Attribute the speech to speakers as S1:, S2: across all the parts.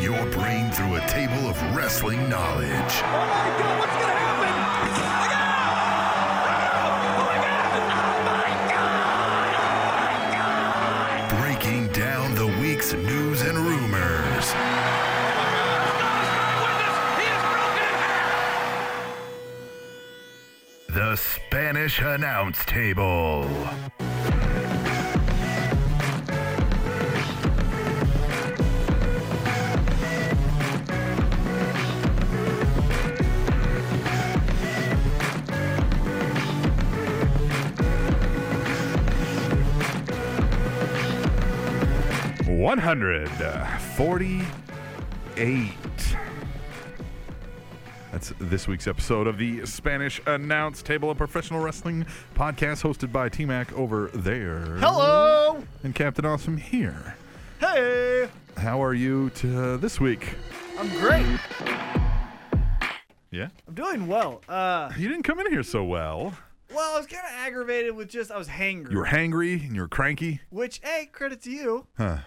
S1: your brain through a table of wrestling knowledge.
S2: Oh my god, what's gonna happen? Look out! Look out!
S1: Breaking down the week's news and rumors.
S2: Oh my Witness, he is broken in half!
S1: The Spanish Announce Table.
S3: One hundred forty-eight. That's this week's episode of the Spanish Announce Table, a professional wrestling podcast hosted by T Mac over there.
S4: Hello.
S3: And Captain Awesome here.
S4: Hey.
S3: How are you to this week?
S4: I'm great.
S3: Yeah.
S4: I'm doing well. Uh,
S3: You didn't come in here so well.
S4: well, I was kind of aggravated with just I was hangry.
S3: You were hangry and you were cranky.
S4: which, hey, credit to you.
S3: Huh.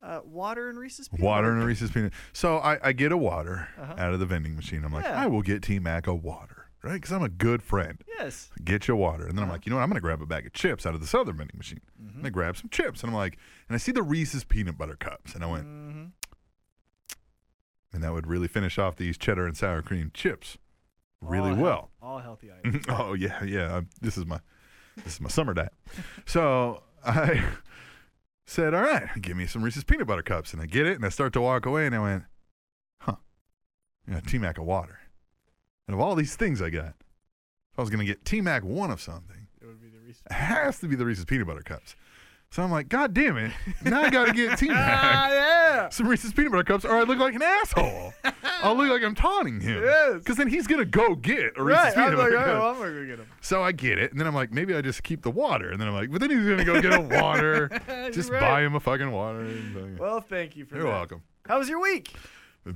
S4: Uh, water and Reese's peanut
S3: Water and a
S4: butter.
S3: Reese's peanut. So I, I get a water out of the vending machine. I'm like,
S4: Uh-huh. Yeah.
S3: I will get T Mac a water, right? Because I'm a good friend.
S4: Yes.
S3: get your water. And then I'm like, you know what? I'm going to grab a bag of chips out of this other vending machine. And I grab some chips. And I'm like, and I see the Reese's peanut butter cups. And I went,
S4: Mm-hmm.
S3: and that would really finish off these cheddar and sour cream chips really
S4: All health-
S3: well.
S4: all healthy items.
S3: oh, yeah, yeah. I'm, this is my, this is my summer diet. So I said, all right, give me some Reese's peanut butter cups. And I get it. And I start to walk away. And I went, huh, you know, T-Mac of water. And of all these things I got, if I was going to get T-Mac one of something,
S4: it would be the Reese's.
S3: has to be the Reese's peanut butter cups. So I'm like, God damn it. Now I gotta get T
S4: Ah,
S3: Mac
S4: yeah.
S3: some Reese's peanut butter cups or I look like an asshole. I'll look like I'm taunting him.
S4: Yes.
S3: Because then he's gonna go get a Reese's
S4: Right.
S3: peanut
S4: I'm like,
S3: butter
S4: oh,
S3: cup.
S4: I'm gonna go get them.
S3: So I get it, and then I'm like, maybe I just keep the water. And then I'm like, but then he's gonna go get a water. just
S4: You're right.
S3: buy him a fucking water. and, uh,
S4: Well, thank you for
S3: You're
S4: that.
S3: welcome.
S4: How was your week?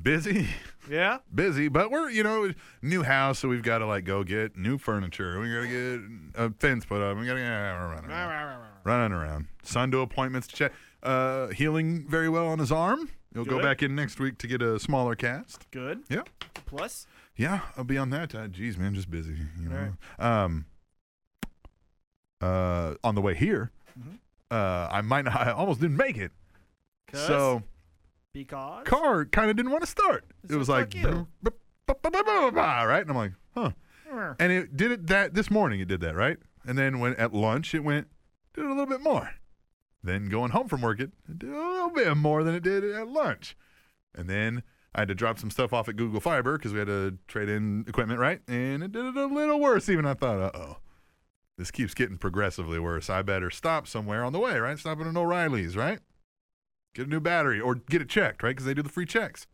S3: Busy,
S4: Yeah.
S3: busy, but we're you know new house, so we've got to like go get new furniture. We gotta get a fence put up. We gotta get running around. Son to appointments to check. Uh, healing very well on his arm. He'll go
S4: Good.
S3: back in next week to get a smaller cast.
S4: Good.
S3: Yeah,
S4: Plus.
S3: yeah. I'll be on that. Uh, geez, man, just busy. You know. Um. Uh, on the way here,
S4: Mm-hmm.
S3: uh, I might not. I almost didn't make it.
S4: 'cause,
S3: So
S4: Because.
S3: car kind of didn't want to start. It
S4: So
S3: was
S4: fuck
S3: like,
S4: you.
S3: "Brr, brr, brr, brr, brr, brr, brr," right? And I'm like, huh. And it did it that this morning. It did that, right? And then when at lunch, it went did it a little bit more. Then going home from work, it did a little bit more than it did at lunch. And then I had to drop some stuff off at Google Fiber because we had to trade in equipment, right? And it did it a little worse. Even I thought, uh oh, this keeps getting progressively worse. I better stop somewhere on the way, right? Stop at an O'Reilly's, right? Get a new battery or get it checked, right? Because they do the free checks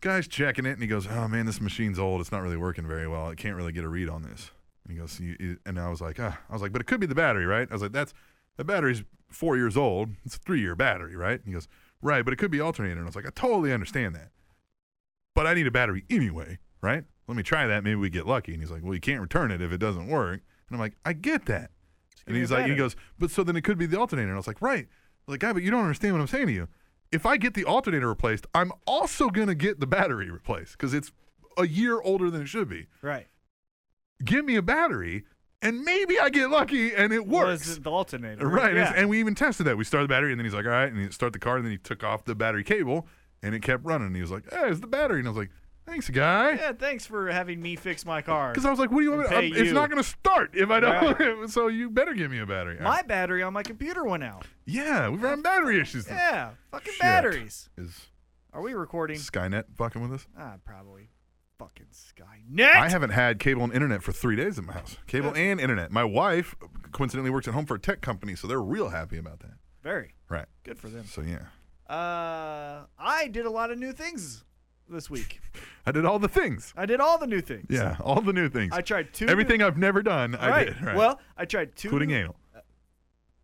S3: guy's checking it and he goes, "Oh man, this machine's old. It's not really working very well. I can't really get a read on this." And he goes, you, you- and I was like, ah. "I was like, but it could be the battery, right?" I was like, "That's the battery's four years old. It's a three-year battery, right?" And he goes, "Right, but it could be alternator." And I was like, "I totally understand that, but I need a battery anyway, right? Let me try that. Maybe we get lucky." And he's like, "Well, you can't return it if it doesn't work." And I'm like, "I get that."
S4: give
S3: And
S4: me
S3: he's
S4: a
S3: like, he
S4: battery.
S3: goes, but so then it could be the alternator. And I was like, right. I was like, guy, but you don't understand what I'm saying to you. If I get the alternator replaced, I'm also going to get the battery replaced because it's a year older than it should be.
S4: Right.
S3: Give me a battery and maybe I get lucky and it
S4: Was
S3: works.
S4: the alternator.
S3: Right.
S4: Yeah.
S3: And we even tested that. We started the battery and then he's like, all right. And he started the car and then he took off the battery cable and it kept running. And he was like, hey, it's the battery. And I was like, thanks, guy.
S4: yeah. Thanks for having me fix my car.
S3: Because I was like, what do you want me to
S4: Pay
S3: I'm- It's
S4: you.
S3: not going to start if I don't. so you better give me a battery.
S4: My battery on my computer went out.
S3: yeah, we've had battery issues. this
S4: Yeah, fucking
S3: Shit.
S4: batteries.
S3: Is
S4: Are we recording?
S3: Skynet fucking with us?
S4: Ah, probably. Fucking Skynet.
S3: I haven't had cable and internet for three days at my house. Cable and internet. My wife coincidentally works at home for a tech company, so they're real happy about that.
S4: Very
S3: Right.
S4: good for them.
S3: So yeah,
S4: Uh, I did a lot of new things this week.
S3: I did all the things.
S4: I did all the new things.
S3: Yeah, all the new things.
S4: I tried two.
S3: Everything I've never done,
S4: New, right.
S3: I did. Right.
S4: Well, I tried two.
S3: including
S4: new,
S3: anal.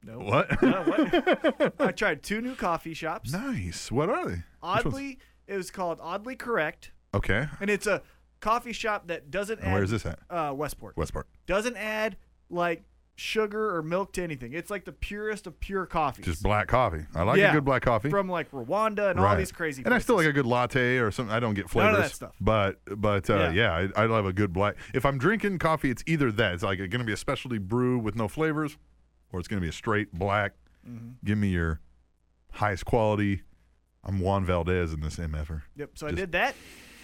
S4: No.
S3: What?
S4: No, what? I tried two new coffee shops.
S3: nice. What are they? Which ones?
S4: Oddly, it was called Oddly Correct,
S3: Okay.
S4: and it's a coffee shop that doesn't.
S3: And
S4: add,
S3: where is this at?
S4: Uh, Westport.
S3: Westport.
S4: doesn't add like sugar or milk to anything. It's like the purest of pure coffees.
S3: Just black coffee. I like
S4: Yeah.
S3: a good black coffee.
S4: from like Rwanda and all these crazy.
S3: And I still like
S4: places.
S3: a good latte or something. I don't get
S4: None
S3: flavors.
S4: of that stuff.
S3: But but uh,
S4: Yeah.
S3: yeah, I, I love a good black. If I'm drinking coffee, it's either that. It's like going to be a specialty brew with no flavors, or it's going to be a straight black.
S4: Mm-hmm.
S3: Give me your highest quality. I'm Juan Valdez in this mf'er.
S4: Yep. So
S3: just-
S4: I did that,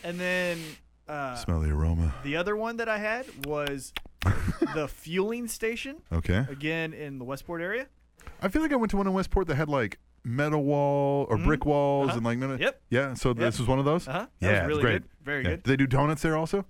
S4: and then uh,
S3: Smell the aroma.
S4: the other one that I had was the fueling station
S3: Okay.
S4: again in the Westport area.
S3: I feel like I went to one in Westport that had like metal wall or brick walls
S4: Uh-huh.
S3: and like none of-
S4: Yep.
S3: Yeah. So this was one of those.
S4: Uh-huh. That was
S3: Yeah. it's
S4: really
S3: great.
S4: good. Very
S3: Yeah.
S4: good.
S3: Do they do donuts there also,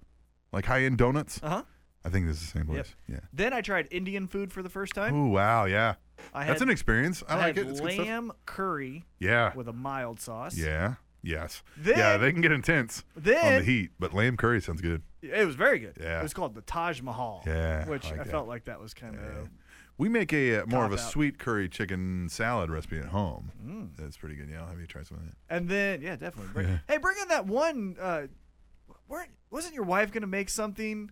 S3: like high end donuts.
S4: Uh huh.
S3: I think this is the same
S4: Yep.
S3: place. Yeah.
S4: Then I tried Indian food for the first time.
S3: Oh wow, yeah.
S4: I had,
S3: That's an experience. I,
S4: I
S3: like
S4: had
S3: it. It's good stuff.
S4: lamb curry
S3: Yeah.
S4: with a mild sauce.
S3: Yeah. Yes.
S4: Then-
S3: yeah, they can get intense on the
S4: then-
S3: heat, but lamb curry sounds good.
S4: It was very good.
S3: Yeah.
S4: It was called the Taj Mahal.
S3: Yeah,
S4: Which
S3: I
S4: I,
S3: like that.
S4: felt like that was kind of
S3: We make a uh, more of a
S4: Cop out. Mm.
S3: sweet curry chicken salad recipe at home. That's pretty good. Yeah, I'll have you try some of that.
S4: And then yeah, definitely. Bring,
S3: Yeah.
S4: Hey, bring in that one. Uh, weren't wasn't your wife gonna make something?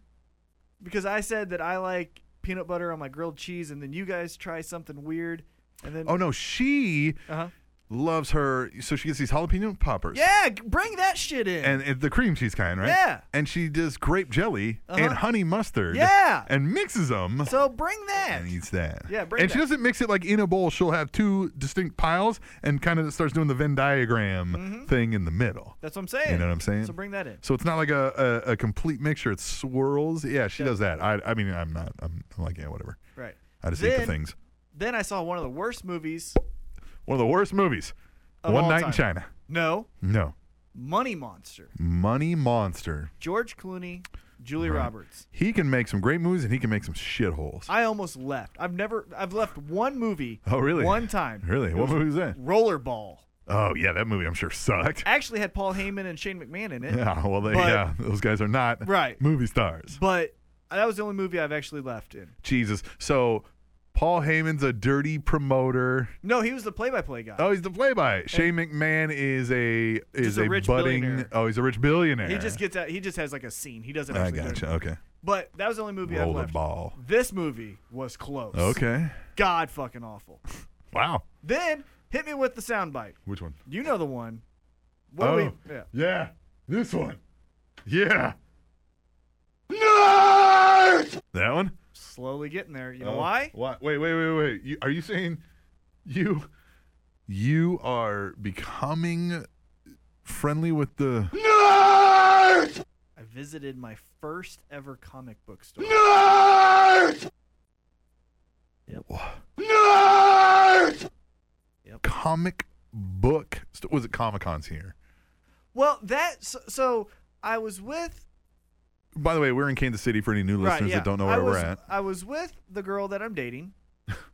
S4: Because I said that I like peanut butter on my grilled cheese, and then you guys try something weird, and then
S3: Oh no, she
S4: uh-huh.
S3: loves her. So she gets these jalapeno poppers.
S4: yeah, g- bring that shit in.
S3: And it, the cream cheese kind, right?
S4: Yeah.
S3: And she does grape jelly and
S4: Uh-huh.
S3: honey mustard.
S4: Yeah.
S3: And mixes them.
S4: so bring that.
S3: and eats that.
S4: Yeah, bring
S3: and she
S4: that.
S3: doesn't mix it like in a bowl. She'll have two distinct piles and kind of starts doing the Venn diagram
S4: Mm-hmm.
S3: thing in the middle.
S4: That's what I'm saying.
S3: You know what I'm saying?
S4: So bring that in.
S3: So it's not like a, a, a complete mixture. It swirls. Yeah, she does that. I I mean I'm not I'm, I'm like yeah whatever.
S4: Right.
S3: I just eat the
S4: Then-
S3: things.
S4: Then I saw one of the worst movies.
S3: One of the worst movies.
S4: Of
S3: One
S4: all
S3: night
S4: time.
S3: in China.
S4: No,
S3: No.
S4: Money Monster.
S3: Money Monster.
S4: George Clooney, Julie Roberts.
S3: He can make some great movies and he can make some shitholes.
S4: I almost left. I've never. I've left one movie.
S3: Oh, really?
S4: One time.
S3: Really?
S4: It
S3: What
S4: was
S3: movie was that?
S4: Rollerball.
S3: Oh yeah, that movie I'm sure sucked.
S4: Actually had Paul Heyman and Shane McMahon in it.
S3: Yeah, well they,
S4: But-
S3: yeah, those guys are not
S4: Right.
S3: movie stars.
S4: But that was the only movie I've actually left in.
S3: Jesus. So Paul Heyman's a dirty promoter.
S4: No, he was the play-by-play guy.
S3: Oh, he's the play-by. Shane McMahon is a is
S4: Just a
S3: a,
S4: rich
S3: budding.
S4: billionaire.
S3: Oh, he's a rich billionaire.
S4: he just gets out. He just has like a scene. He doesn't
S3: I
S4: actually. do
S3: gotcha.
S4: anything.
S3: Okay.
S4: But that was the only movie
S3: Roll
S4: I've
S3: the
S4: left.
S3: ball.
S4: This movie was close.
S3: Okay.
S4: God fucking awful.
S3: Wow.
S4: then hit me with the soundbite.
S3: Which one?
S4: You know the one. What
S3: oh,
S4: we- yeah.
S3: yeah. This one. Yeah. Nerd. That one.
S4: Slowly getting there. You know
S3: Oh,
S4: why?
S3: Why? Wait, wait, wait, wait. You, are you saying you you are becoming friendly with the?
S4: I visited my first ever comic book store.
S3: comic book st- was it Comic Con's here?
S4: Well, that so, so I was with
S3: By the way, we're in Kansas City for any new listeners
S4: right, yeah.
S3: that don't know
S4: I
S3: where
S4: was,
S3: we're at.
S4: I was with the girl that I'm dating,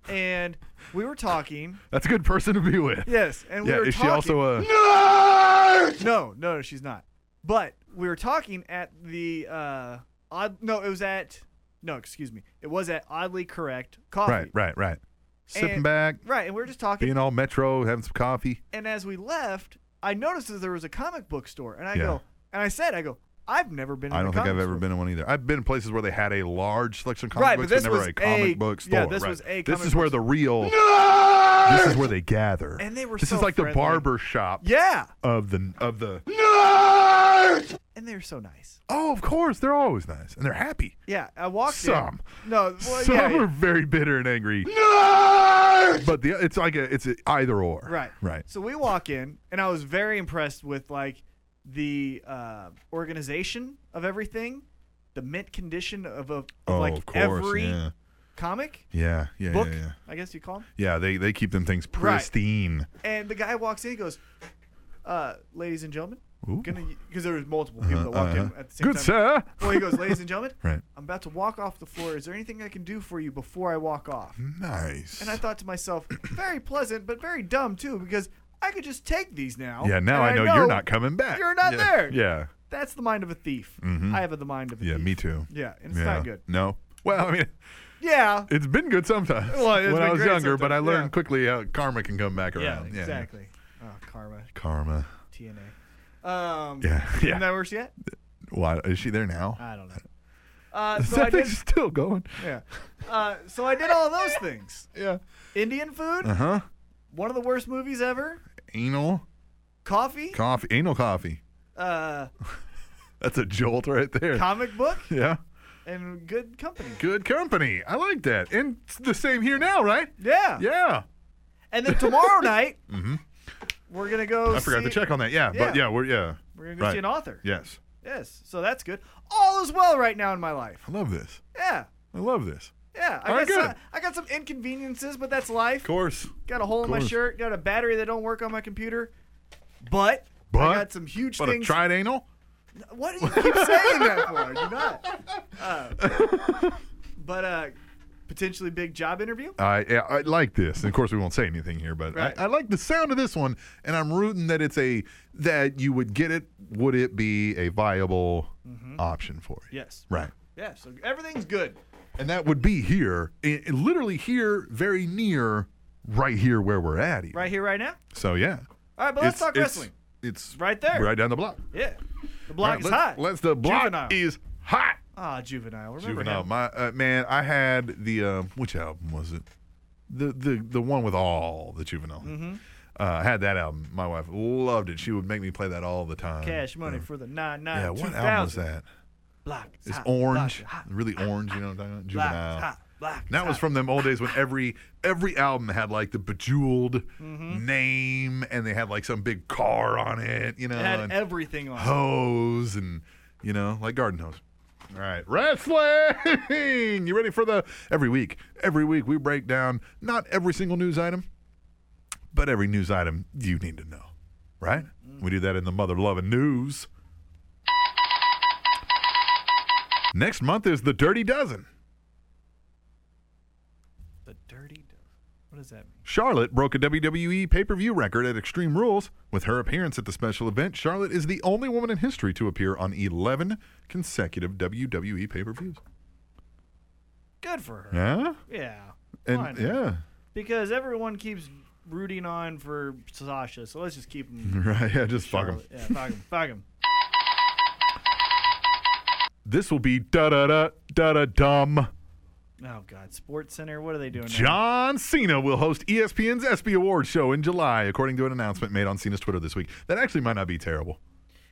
S4: and we were talking.
S3: That's a good person to be with.
S4: Yes, and we
S3: yeah,
S4: were
S3: is
S4: talking.
S3: she also a
S4: no, no, no, she's not. But we were talking at the uh, odd. No, it was at. No, excuse me. It was at oddly correct coffee.
S3: Right, right, right. Sitting
S4: And-
S3: back,
S4: Right, and we were just talking.
S3: being all metro, having some coffee.
S4: and as we left, I noticed that there was a comic book store, and I
S3: Yeah.
S4: go, and I said, I go, I've never been. In
S3: I
S4: a
S3: don't think I've
S4: comic
S3: ever
S4: store."
S3: been in one either. I've been in places where they had a large selection of comic
S4: Right, but
S3: books,
S4: this
S3: never
S4: was
S3: a comic
S4: a-
S3: book store.
S4: yeah, this
S3: right.
S4: was a
S3: This
S4: comic
S3: is where
S4: book
S3: the real. This is where they gather.
S4: And they were
S3: This
S4: so
S3: is like the
S4: friendly.
S3: barber shop
S4: Yeah,
S3: of the of the.
S4: and they're so nice.
S3: Oh, of course, they're always nice and they're happy.
S4: Yeah, I walked
S3: Some.
S4: in. No, well,
S3: Some
S4: yeah,
S3: are
S4: yeah.
S3: very bitter and angry. But the it's like a it's a either or.
S4: right,
S3: Right.
S4: So we walk in, and I was very impressed with like the uh, organization of everything, the mint condition of a of like every
S3: Oh, Yeah.
S4: comic
S3: Yeah. Yeah.
S4: book,
S3: Yeah. yeah.
S4: I guess you call them.
S3: Yeah, they, they keep them things
S4: Right.
S3: pristine.
S4: And the guy walks in, he goes, uh, "Ladies and gentlemen,
S3: Ooh.
S4: gonna because there was multiple people that walked
S3: Uh-huh.
S4: in at the same
S3: Good
S4: time."
S3: sir.
S4: Well, he goes, "Ladies and gentlemen,
S3: Right.
S4: I'm about to walk off the floor. Is there anything I can do for you before I walk off?"
S3: Hmm. Nice.
S4: And I thought to myself, very pleasant, but very dumb too, because I could just take these now.
S3: yeah, now
S4: and
S3: I know, you're not coming back.
S4: You're not
S3: yeah.
S4: there.
S3: Yeah.
S4: That's the mind of a thief. I have the mind of a
S3: Mm-hmm. Yeah,
S4: thief.
S3: me too.
S4: Yeah, and it's
S3: yeah.
S4: not good.
S3: No. Well, I mean,
S4: Yeah.
S3: it's been good sometimes
S4: Well, it's
S3: when I
S4: been
S3: was
S4: great
S3: younger, but I
S4: sometimes, yeah.
S3: learned quickly how karma can come back
S4: Yeah,
S3: around.
S4: exactly. Oh, karma,
S3: Karma.
S4: TNA. Um,
S3: Yeah, yeah.
S4: Isn't that worse yet?
S3: Why is she there now?
S4: I don't know. Uh,
S3: Is
S4: so I
S3: that thing
S4: did.
S3: still going?
S4: Yeah. Uh, so I did all those things.
S3: Yeah.
S4: Indian food,
S3: Uh huh.
S4: one of the worst movies ever.
S3: Anal
S4: Coffee,
S3: coffee. Anal coffee.
S4: uh,
S3: That's a jolt right there.
S4: comic book,
S3: yeah.
S4: and good company.
S3: Good company. I like that. And it's the same here now, right?
S4: Yeah.
S3: Yeah. Mm-hmm.
S4: And then tomorrow night, we're gonna go.
S3: I forgot
S4: see,
S3: to check on that. Yeah, but
S4: Yeah.
S3: yeah, we're yeah.
S4: We're gonna go see
S3: Right.
S4: an author.
S3: Yes.
S4: Yes. So that's good. All is well right now in my life.
S3: I love this.
S4: Yeah.
S3: I love this.
S4: Yeah. I
S3: All right,
S4: got some,
S3: good.
S4: I got some inconveniences, but that's life.
S3: Of course.
S4: Got a hole in my
S3: course.
S4: shirt. Got a battery that don't work on my computer. But,
S3: But-
S4: I got some huge
S3: But a
S4: things.
S3: tried anal?
S4: What do you keep saying that for? Do not. Uh, but uh, potentially big job interview.
S3: I yeah, I like this. And of course we won't say anything here, but
S4: Right.
S3: I, I like the sound of this one and I'm rooting that it's a that you would get it would it be a viable option for you.
S4: Yes.
S3: Right.
S4: Mm-hmm. Yeah. So everything's good.
S3: And that would be here, i i- literally here, very near, right here where we're at. even.
S4: Right here, right now.
S3: So yeah.
S4: All right, but let's
S3: It's-
S4: talk
S3: it's-
S4: wrestling.
S3: It's
S4: Right there.
S3: Right down the block.
S4: Yeah. The block
S3: All right,
S4: is
S3: let's-
S4: hot.
S3: Let's the block
S4: Juvenile.
S3: is hot.
S4: Ah, juvenile. Remember
S3: Juvenile.
S4: him.
S3: My uh, man, I had the uh, which album was it? The the the one with all the juvenile.
S4: Mm-hmm.
S3: Uh, I had that album. My wife loved it. She would make me play that all the time.
S4: Cash money
S3: Uh,
S4: for the nine nine.
S3: yeah, what album was that?
S4: Block. is
S3: It's
S4: hot,
S3: orange,
S4: Block, is hot,
S3: really orange. You know what
S4: block,
S3: I'm talking about? Juvenile.
S4: is hot, block, is
S3: And That was
S4: hot.
S3: from them old days when every every album had like the bejeweled
S4: Mm-hmm.
S3: name and they had like some big car on it, you know,
S4: It had
S3: and
S4: everything on. it.
S3: hose and you know, like garden hose. All right, wrestling. You ready for the every week? Every week we break down not every single news item, but every news item you need to know, right? We do that in the mother loving news. Next month is the Dirty Dozen.
S4: The dirty. Dozen. What does that mean?
S3: Charlotte broke a WWE pay per view record at Extreme Rules. With her appearance at the special event, Charlotte is the only woman in history to appear on 11 consecutive E WWE pay per views.
S4: Good for her.
S3: Yeah?
S4: Yeah. Why
S3: And
S4: not?
S3: yeah.
S4: Because everyone keeps rooting on for Sasha, so let's just keep him.
S3: Right. Yeah, just Mm-hmm. fuck 'em.
S4: Yeah, fuck him. Fuck him.
S3: This will be da da da da da dumb.
S4: Oh God, Sports Center, what are they doing? now?
S3: John Cena will host E ESPN's ESPY Awards show in July, according to an announcement made on Cena's Twitter this week. That actually might not be terrible.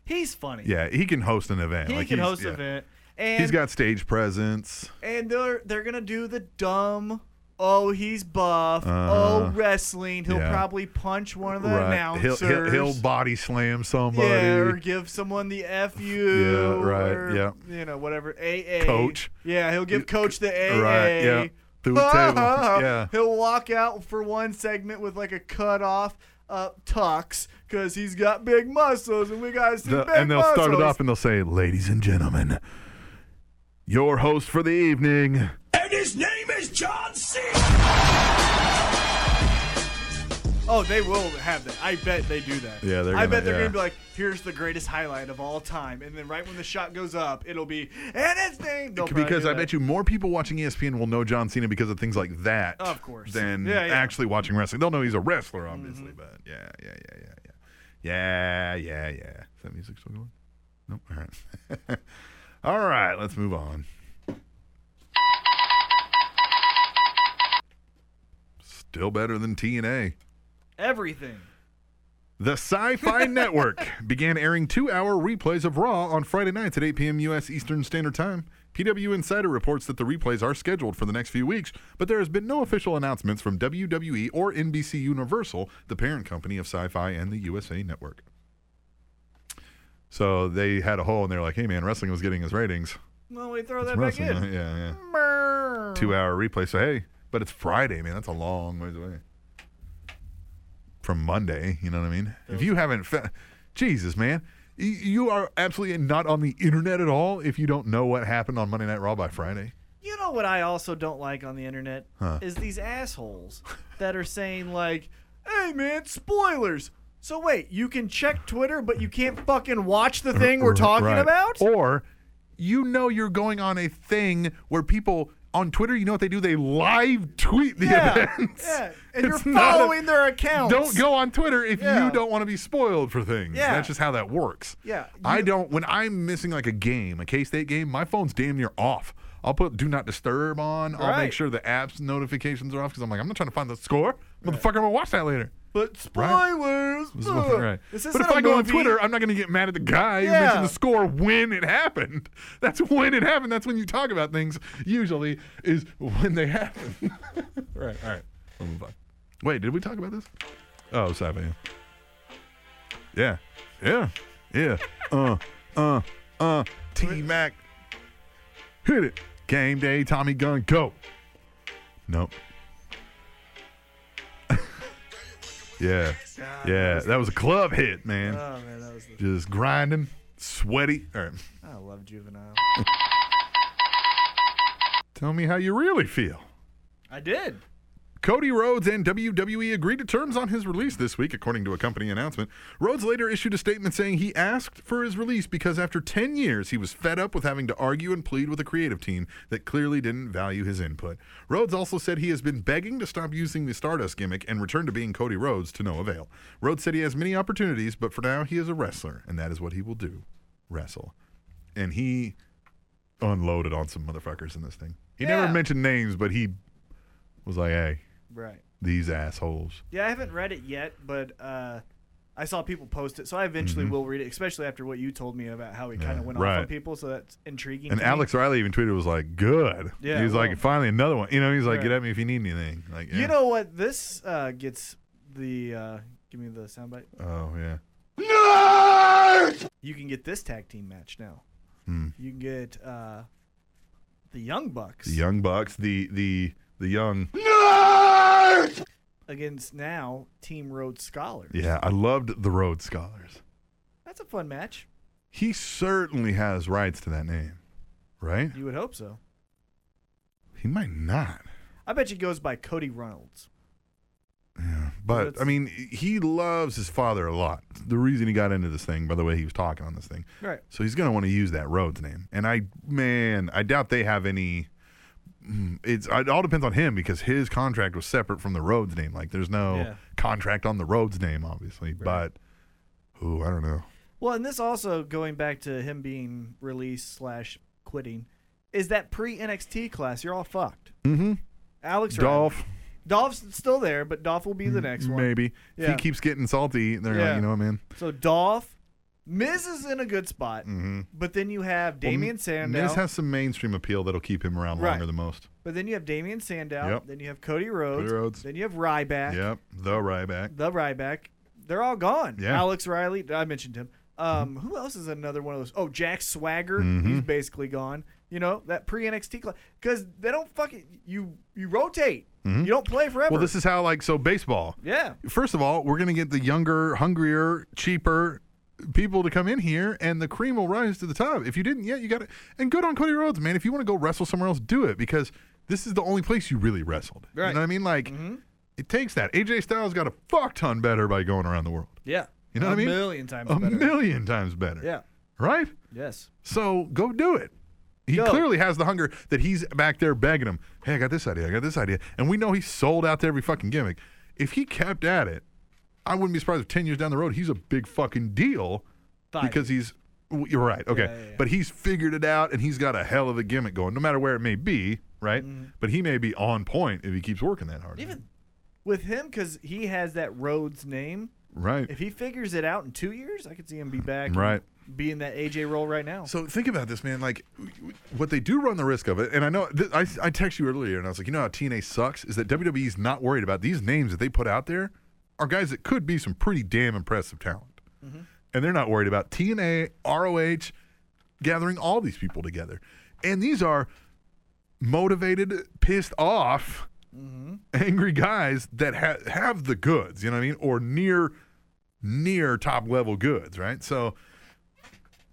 S4: He's funny.
S3: Yeah, he can host an event.
S4: He
S3: Like,
S4: can
S3: he's-
S4: host
S3: yeah.
S4: an event. And
S3: He's got stage presence.
S4: and they're they're gonna do the dumb. Oh, he's buff.
S3: Uh-huh.
S4: oh, wrestling. He'll
S3: Yeah.
S4: probably punch one of the
S3: He'll,
S4: announcers.
S3: he'll, he'll body slam somebody.
S4: yeah, or give someone the fu.
S3: Yeah, right,
S4: or,
S3: yeah.
S4: You know, whatever. AA.
S3: Coach.
S4: Yeah, he'll give coach the AA.
S3: Right, yeah. Through the table. Yeah.
S4: He'll walk out for one segment with like a cut off uh, tux because he's got big muscles and we got to see
S3: The-
S4: big
S3: and they'll
S4: muscles.
S3: start it off and they'll say, "Ladies and gentlemen, your host for the evening."
S2: And his name is John Cena.
S4: Oh, they will have that. I bet they do that.
S3: Yeah, they're
S4: I
S3: gonna-
S4: bet they're
S3: yeah.
S4: gonna be like, "Here's the greatest highlight of all time," and then right when the shot goes up, it'll be and it's named. They'll probably
S3: Because
S4: do
S3: I
S4: that.
S3: bet you more people watching E ESPN will know John Cena because of things like that,
S4: Of course.
S3: than
S4: Yeah, Mm-hmm. yeah.
S3: actually watching wrestling. They'll know he's a wrestler, obviously, but yeah, yeah, yeah, yeah, yeah, yeah, yeah, yeah. Is that music still going? Nope. All right. All right. Let's move on. Still better than TNA.
S4: everything.
S3: The Sci Fi Network began airing two hour replays of Raw on Friday nights at 8 p.m. U.S. Eastern Standard Time. PW Insider reports that the replays are scheduled for the next few weeks, but there has been no official announcements from WWE or NBC Universal, the parent company of Sci Fi and the USA Network. So they had a hole and they were like, hey man, wrestling was getting us ratings.
S4: Well, we throw
S3: It's
S4: that back
S3: wrestling,
S4: in.
S3: right? Yeah, yeah.
S4: Brrr.
S3: Two hour replay. So hey, but it's Friday, man. That's a long ways away from Monday. You know what I mean? If you haven't, fa- Jesus, man, Y- you are absolutely not on the internet at all if you don't know what happened on Monday Night Raw by Friday.
S4: You know what I also don't like on the internet
S3: Huh.
S4: is these assholes that are saying like, "Hey man, spoilers." So wait, you can check Twitter, but you can't fucking watch the thing we're
S3: R-
S4: talking
S3: right.
S4: about.
S3: Or you know you're going on a thing where people on Twitter, you know what they do? They live tweet the
S4: yeah,
S3: events.
S4: yeah. And you're
S3: It's not a-
S4: following their accounts.
S3: Don't go on Twitter if
S4: Yeah.
S3: you don't want to be spoiled for things.
S4: Yeah.
S3: That's just how that works.
S4: Yeah,
S3: I
S4: you-
S3: don't when I'm missing like a game, a K-State game, my phone's damn near off. I'll put do not disturb on. I'll
S4: Right.
S3: make sure the app's notifications are off because I'm like, I'm not trying to find the score. Motherfucker, I'm gonna watch that later.
S4: But
S3: Right.
S4: spoilers.
S3: This is
S4: ugh.
S3: what- right.
S4: This
S3: but
S4: isn't
S3: if
S4: a
S3: I go on
S4: movie.
S3: Twitter, I'm not going to get mad at the guy who
S4: Yeah.
S3: mentioned the score when it happened. That's when it happened. That's when you talk about things. Usually is when they happen. right. All right. We'll move on. Wait, did we talk about this? Oh, Saban. Yeah. Yeah. Yeah. Uh. Uh. Uh. T Mac. Hit it. Game day. Tommy Gun. Go. Nope. yeah.
S4: God,
S3: Yeah, that was a club hit, man.
S4: Oh man, that was. The,
S3: Just grinding, sweaty. er, All right.
S4: I love juvenile.
S3: Tell me how you really feel.
S4: I did.
S3: Cody Rhodes and WWE agreed to terms on his release this week, according to a company announcement. Rhodes later issued a statement saying he asked for his release because after 10 years, he was fed up with having to argue and plead with a creative team that clearly didn't value his input. Rhodes also said he has been begging to stop using the Stardust gimmick and return to being Cody Rhodes to no avail. Rhodes said he has many opportunities, but for now, he is a wrestler, and that is what he will do wrestle. And he unloaded on some motherfuckers in this thing. He
S4: Yeah.
S3: never mentioned names, but he was like, hey
S4: Right.
S3: these assholes.
S4: Yeah, I haven't read it yet, but uh, I saw people post it, so I eventually will read it, especially after what you told me about how he kind of went off on
S3: Mm-hmm. right.
S4: people. So that's intriguing.
S3: And
S4: to me.
S3: Alex Riley even tweeted was like, "Good."
S4: Yeah,
S3: he's
S4: well.
S3: like, "Finally, another one." You know, he's like,
S4: Right.
S3: "Get at me if you need anything." Like, yeah.
S4: you know what? This uh, gets the. Uh, give me the soundbite.
S3: Oh yeah.
S4: You can get this tag team match now.
S3: Hmm.
S4: You can get uh, the Young Bucks
S3: The young bucks. The the the young.
S4: against now Team Road Scholars.
S3: Yeah, I loved the Rhodes Scholars.
S4: That's a fun match.
S3: He certainly has rights to that name, right?
S4: You would hope so.
S3: He might not.
S4: I bet he goes by Cody Reynolds.
S3: But
S4: That's-
S3: I mean, he loves his father a lot. The reason he got into this thing, by the way, he was talking on this thing.
S4: Right.
S3: So he's going to want to use that Rhodes name. And I, man, I doubt they have any. mm, It's it all depends on him because his contract was separate from the Rhodes name. Like there's no
S4: Yeah.
S3: contract on the Rhodes name, obviously.
S4: Right.
S3: But ooh, I don't know.
S4: Well, and this also going back to him being released slash quitting, is that pre NXT class? You're all fucked.
S3: Mm-hmm.
S4: Alex Riley-
S3: Dolph,
S4: Dolph's still there, but Dolph will be the next one.
S3: maybe if
S4: Yeah.
S3: he keeps getting salty. They're
S4: Yeah.
S3: like, you know what, man.
S4: So Dolph, Miz is in a good spot,
S3: Mm-hmm.
S4: but then you have Damian Sandow.
S3: Miz has some mainstream appeal that'll keep him around
S4: Right.
S3: longer than most.
S4: but then you have Damian Sandow.
S3: Yep.
S4: Then you have Cody Rhodes.
S3: Cody Rhodes.
S4: Then you have Ryback.
S3: Yep, the Ryback.
S4: The Ryback. They're all gone.
S3: Yeah.
S4: Alex Riley. I mentioned him. Um, Who else is another one of those? Oh, Jack Swagger.
S3: Mm-hmm.
S4: He's basically gone. You know that pre NXT class because they don't fucking you. You rotate. You don't play forever.
S3: Mm-hmm. Well, this is how like so baseball.
S4: yeah.
S3: First of all, we're going to get the younger, hungrier, cheaper people to come in here, and the cream will rise to the top. If you didn't yet, you got it. And good on Cody Rhodes, man. If you want to go wrestle somewhere else, do it because this is the only place you really wrestled.
S4: Right. Mm-hmm.
S3: You know what I mean? Like, it takes that. AJ Styles got a fuck ton better by going around the world.
S4: Yeah.
S3: You know
S4: a
S3: what I mean?
S4: million times
S3: a
S4: better.
S3: million times better.
S4: Yeah.
S3: Right?
S4: Yes.
S3: So go do it. He
S4: Go.
S3: clearly has the hunger that he's back there begging him. Hey, I got this idea. I got this idea. And we know he's sold out to every fucking gimmick. If he kept at it, I wouldn't be surprised if 10 years down the road, he's a big fucking deal
S4: Five.
S3: because he's. w- You're right. Okay.
S4: Yeah, yeah, yeah.
S3: But he's figured it out and he's got a hell of a gimmick going, no matter where it may be, right? But he may be on point if he keeps working that hard.
S4: Mm-hmm. even with him because he has that Rhodes name.
S3: Right.
S4: If he figures it out in two years, I could see him be back. and
S3: Right.
S4: Be in that AJ role right now.
S3: So think about this, man. Like, w- w- what they do run the risk of it, and I know th- I, I text you earlier, and I was like, you know how TNA sucks is that WWE's not worried about these names that they put out there are guys that could be some pretty damn impressive talent, and they're not worried about TNA, ROH, gathering all these people together, and these are motivated, pissed off,
S4: Mm-hmm.
S3: angry guys that ha- have the goods, you know what I mean, or near near top level goods, right? So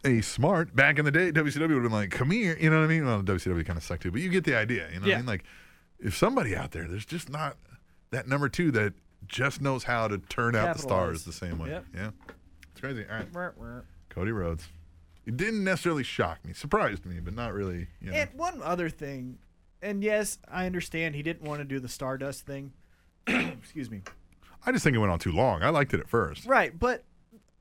S3: a smart back in the day, WCW would have been like, come here. You know what I mean? Well, WCW kind of sucked too, but you get the idea. You know what
S4: Yeah.
S3: I mean? Like, if somebody out there, there's just not that number two that just knows how to turn out the
S4: Capitalize.
S3: stars the same way.
S4: Yep.
S3: Yeah. It's crazy. All right.
S4: Wah-wah.
S3: Cody Rhodes. It didn't necessarily shock me, surprised me, but not really. You know.
S4: And one other thing, And yes, I understand he didn't want to do the Stardust thing. Excuse me.
S3: I just think it went on too long. I liked it at first.
S4: Right, but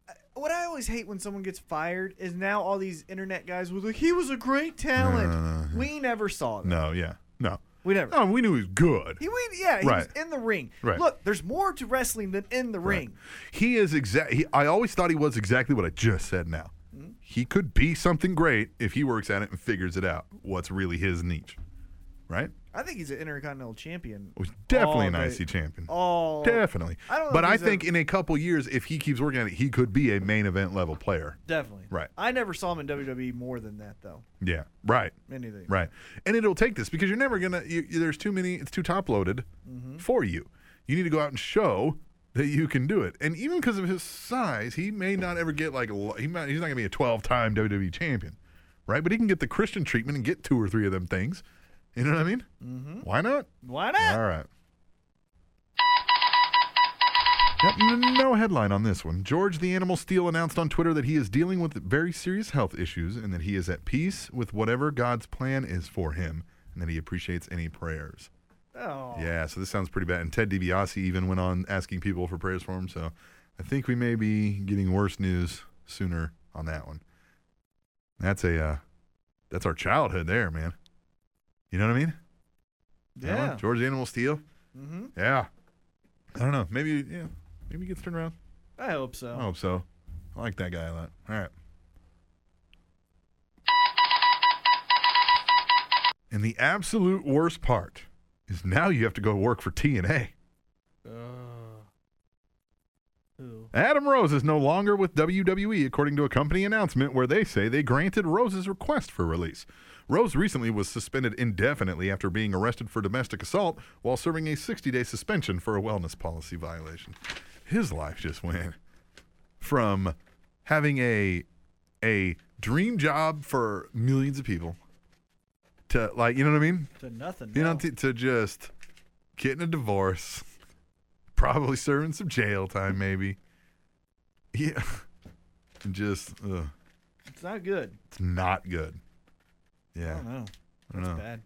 S4: uh, what I always hate when someone gets fired is now all these internet guys was like, he was a great talent.
S3: No, no, no, no.
S4: We never saw that.
S3: No, yeah, no,
S4: We never.
S3: no. We knew he was good.
S4: He went, yeah, he was
S3: Right.
S4: in the ring.
S3: Right.
S4: Look, there's more to wrestling than in the ring.
S3: He is exact. he- I always thought he was exactly what I just said. Now,
S4: Hmm?
S3: he could be something great if he works at it and figures it out. What's really his niche, right?
S4: I think he's an intercontinental champion.
S3: He's definitely an
S4: All day.
S3: IC champion.
S4: All
S3: definitely.
S4: I don't know
S3: but
S4: if
S3: I
S4: he's a-
S3: think in a couple years, if he keeps working at it, he could be a main event level player.
S4: definitely.
S3: Right.
S4: I never saw him in WWE more than that though.
S3: Yeah. Right.
S4: Anything.
S3: Right. And it'll take this because you're never gonna. You, you- there's too many. It's too top loaded for you. You need to go out and show that you can do it. And even because of his size, he may not ever get like. l- He might. He's not gonna be a 12 time WWE E champion, right? But he can get the Christian treatment and get two or three of them things. You know what I mean? Mm-hmm. Why not?
S4: Why not?
S3: All right. Yep, n- no headline on this one. George the Animal Steel announced on Twitter that he is dealing with very serious health issues and that he is at peace with whatever God's plan is for him and that he appreciates any prayers.
S4: Oh.
S3: Yeah, so this sounds pretty bad. And Ted DiBiase even went on asking people for prayers for him. So I think we may be getting worse news sooner on that one. That's a uh, that's our childhood there, man. You know what I mean? That one?
S4: Yeah.
S3: George the Animal Steel.
S4: Mm-hmm.
S3: Yeah. I don't know. Maybe yeah. Maybe he gets turned around.
S4: I hope so.
S3: I hope so. I like that guy a lot. All right. And the absolute worst part is now you have to go work for TNA.
S4: Who?
S3: Adam Rose is no longer with WWE, according to a company announcement where they say they granted Rose's request for release. Rose recently was suspended indefinitely after being arrested for domestic assault while serving a 60 day suspension for a wellness policy violation. His life just went from having a, a dream job for millions of people to, like, you know what I mean?
S4: To nothing.
S3: You know,
S4: no.
S3: to, to just getting a divorce, probably serving some jail time, maybe. Yeah, just ugh,
S4: it's not good.
S3: it's not good.
S4: I
S3: Yeah,
S4: don't know.
S3: I don't know.
S4: It's bad.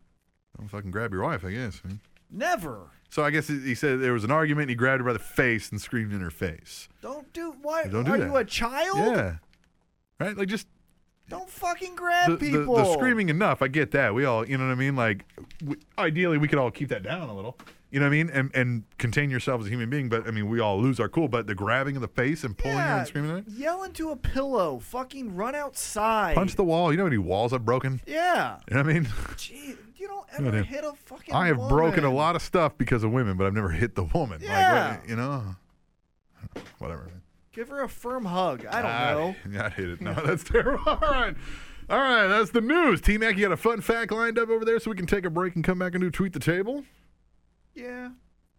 S3: Don't fucking grab your wife, I guess. man.
S4: Never.
S3: So I guess he he said there was an argument. and He grabbed her by the face and screamed in her face.
S4: Don't do. Why?
S3: Don't do
S4: are
S3: that.
S4: you a child?
S3: Yeah, right. Like just
S4: Don't fucking
S3: the,
S4: grab
S3: the,
S4: people.
S3: the screaming enough. I get that. We all, you know what I mean. Like, we, ideally, we could all keep that down a little. You know what I mean, and and contain yourself as a human being. But I mean, we all lose our cool. But the grabbing of the face and pulling her
S4: Yeah.
S3: and screaming, at her,
S4: Yell into a pillow. Fucking run outside.
S3: punch the wall. You know how many walls I've broken.
S4: Yeah.
S3: You know what I mean?
S4: Gee, you don't
S3: I
S4: ever
S3: do.
S4: hit a fucking.
S3: Oh, I have broken a
S4: woman.
S3: lot of stuff because of women, but I've never hit the woman. Like, what-
S4: Yeah.
S3: you know, whatever. Man.
S4: Give her a firm hug. I don't
S3: Ah.
S4: know.
S3: I hate it. No, that's terrible. All right. All right, that's the news. T Mac, you got a fun fact lined up over there so we can take a break and come back and do Tweet the Table?
S4: Yeah.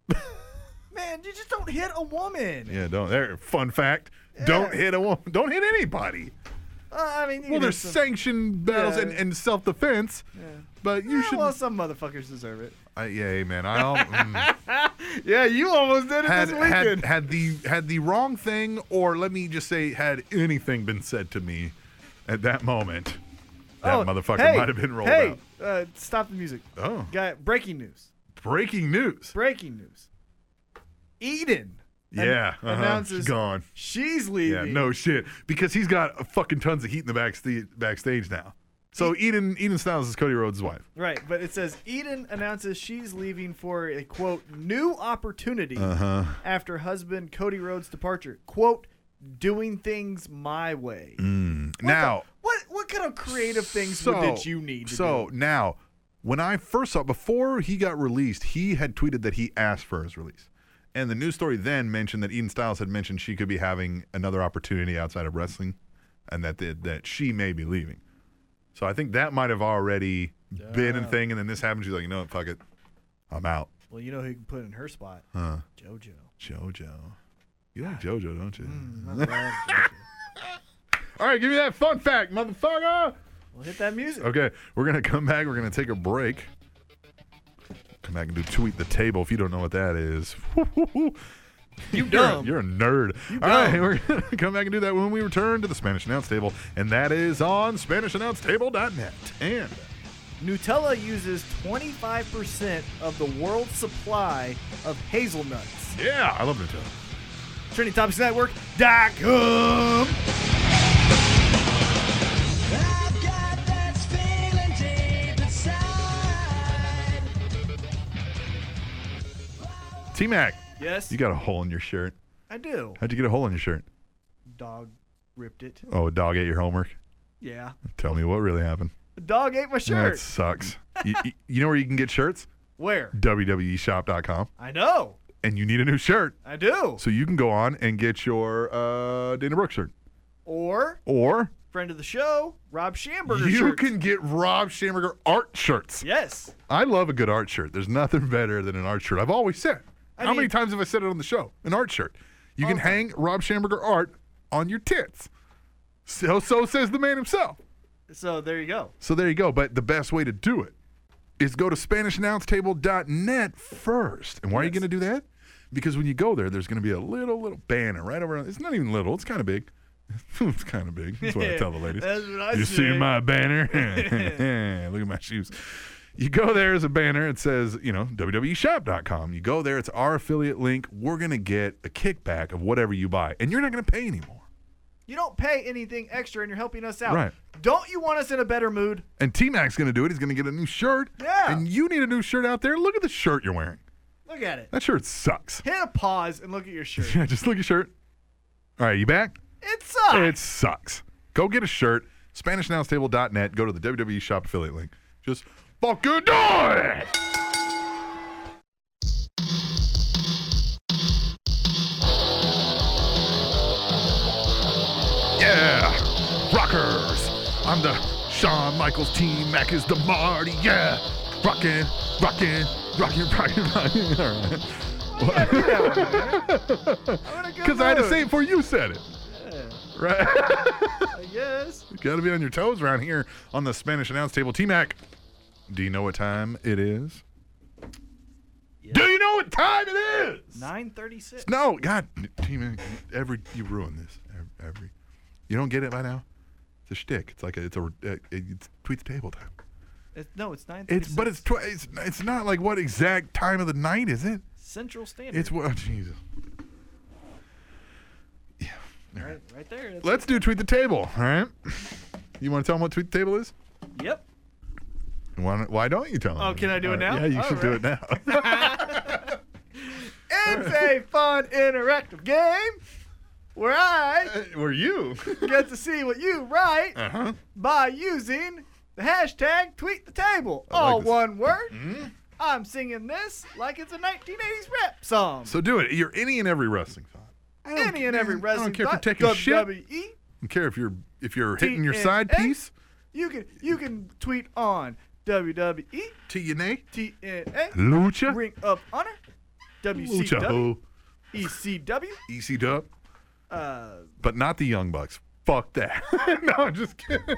S4: Man, you just don't hit a woman.
S3: Yeah, don't. There, fun fact: don't
S4: Yeah.
S3: hit a woman. Don't hit anybody.
S4: Uh, I mean, you know,
S3: Well, there's
S4: some-
S3: sanctioned battles
S4: Yeah.
S3: and, and self-defense,
S4: Yeah.
S3: but you
S4: Yeah,
S3: should.
S4: well, some motherfuckers deserve it.
S3: I, yeah, hey, man. I al- mm,
S4: Yeah, you almost did it
S3: had, had had the had the wrong thing, or let me just say, had anything been said to me at that moment, that motherfucker
S4: Oh, hey,
S3: might have been rolled
S4: hey,
S3: out.
S4: uh, stop the music.
S3: Oh,
S4: Got breaking news.
S3: breaking news.
S4: Breaking news. Eden. an-
S3: yeah, uh-huh,
S4: Announces
S3: gone.
S4: she's
S3: Yeah,
S4: leaving.
S3: no shit. Because he's got uh, fucking tons of heat in the backstage backstage now. So Eden Eden Styles is Cody Rhodes' wife.
S4: Right, but it says Eden announces she's leaving for a quote new opportunity
S3: huh.
S4: after husband Cody Rhodes' departure. Quote, doing things my way.
S3: Now,
S4: What what kind of creative things would- did you need to
S3: so now, when I first saw before he got released, he had tweeted that he asked for his release, and the news story then mentioned that Eden Styles had mentioned she could be having another opportunity outside of wrestling, and that the, that she may be leaving. So I think that might have already been a thing, and then this happened. She's like, you know what, fuck it, I'm out.
S4: do? Well, you know who you can put in her spot?
S3: Huh.
S4: JoJo.
S3: JoJo, you like JoJo, don't you?
S4: Not bad, JoJo.
S3: All right, give me that fun fact, motherfucker.
S4: Well, hit that music.
S3: Okay, we're gonna come back. We're gonna take a break. Come back and do tweet the table if you don't know what that is. You
S4: dumb.
S3: You're a nerd. All right, we're gonna come back and do that when we return to the Spanish Announce Table, and that is on SpanishAnnounceTable.net. And
S4: Nutella uses 25% of the world's supply of hazelnuts.
S3: Yeah, I love Nutella.
S4: TrinityTopicsNetwork.com.
S5: I've got that feeling deep inside.
S3: T Mac,
S4: Yes,
S3: you got a hole in your shirt.
S4: I do.
S3: How'd you get a hole in your shirt?
S4: Dog ripped it.
S3: Oh, a dog ate your homework.
S4: Yeah.
S3: Tell me what really happened.
S4: The dog ate my shirt.
S3: That sucks. you, you- you know where you can get shirts? E
S4: Where?
S3: WWEshop.com.
S4: I know.
S3: And you need a new shirt.
S4: I do.
S3: So you can go on and get your uh, Dana Brooks shirt.
S4: Or
S3: Or
S4: friend of the show, Rob Schamberger.
S3: you
S4: shirts.
S3: can get Rob Schamberger art shirts.
S4: Yes.
S3: I love a good art shirt. There's nothing better than an art shirt. I've always said. it.
S4: I
S3: How many
S4: mean-
S3: times have I said it on the show? An art shirt. You can hang Rob Schamberger art on your tits. So so says the man himself.
S4: So there you go.
S3: So there you go. But the best way to do it is go to SpanishAnnounceTable.net first. And why are you
S4: Yes.
S3: going to do that? Because when you go there, there's going to be a little, little banner right over. It's not even little. It's kind of big. it's kind of big. That's what I tell the ladies.
S4: That's what I
S3: you
S4: say.
S3: see my banner? Look at my shoes. You go there as a banner. It says, you know, E WWEshop.com. You go there. It's our affiliate link. We're going to get a kickback of whatever you buy. And you're not going to pay anymore.
S4: You don't pay anything extra and you're helping us out.
S3: Right.
S4: Don't you want us in a better mood?
S3: And T Mac's going to do it. He's going to get a new shirt.
S4: Yeah.
S3: And you need a new shirt out there. Look at the shirt you're wearing.
S4: Look at it.
S3: That shirt sucks.
S4: Hit a pause and look at your shirt.
S3: Yeah, just look at your shirt. All right, you back?
S4: It sucks.
S3: It sucks. Go get a shirt. SpanishAnnounceTable.net. Go to the WWE shop affiliate link. Just fucking do it. Yeah, rockers. I'm the Shawn Michaels team. Mac is the Marty. Yeah, rockin', rockin', rockin', rockin', rockin'. All right. Because I had to say it before you said it. Right?
S4: Yes.
S3: You gotta be on your toes around here on the Spanish announce table. T Mac, do you know what time it is? Do you know what time it is?
S4: 936.
S3: No, God, T Mac, every you ruin this. Ev- Every, you don't get it by now. It's a shtick. It's like a, it's a uh, it's tweet the table time.
S4: It, no, it's 936.
S3: It's but it's tw- it's it's not like what exact time of the night is it?
S4: Central Standard.
S3: It's what oh, Jesus.
S4: right, right there. That's-
S3: Let's do tweet the table. All right. You want to tell them what tweet the table is?
S4: Yep.
S3: Why don't, why don't you tell them?
S4: Oh, can I do it
S3: All right.
S4: now?
S3: Yeah, you
S4: All
S3: should do it now.
S4: It's a fun, interactive game where I
S3: Were you?
S4: get to see what you write
S3: Uh.
S4: by using the hashtag tweet the table.
S3: like
S4: All
S3: this.
S4: one
S3: Mm-hmm.
S4: word. I'm singing this like it's a 1980s rap song.
S3: So do it. You're any and every wrestling fan. I don't
S4: Any and every
S3: care. I don't
S4: wrestling
S3: care if you're
S4: thought,
S3: taking a shit. I
S4: WWE,
S3: don't care if you're if you're hitting your
S4: TNA.
S3: side piece.
S4: You can you can tweet on E WWE,
S3: TNA.
S4: TNA,
S3: Lucha.
S4: Ring E of Honor,
S3: Lucha.
S4: WCW,
S3: ho.
S4: ECW,
S3: EC Dub.
S4: E uh,
S3: But not the Young Bucks. Fuck that. no, I'm just kidding.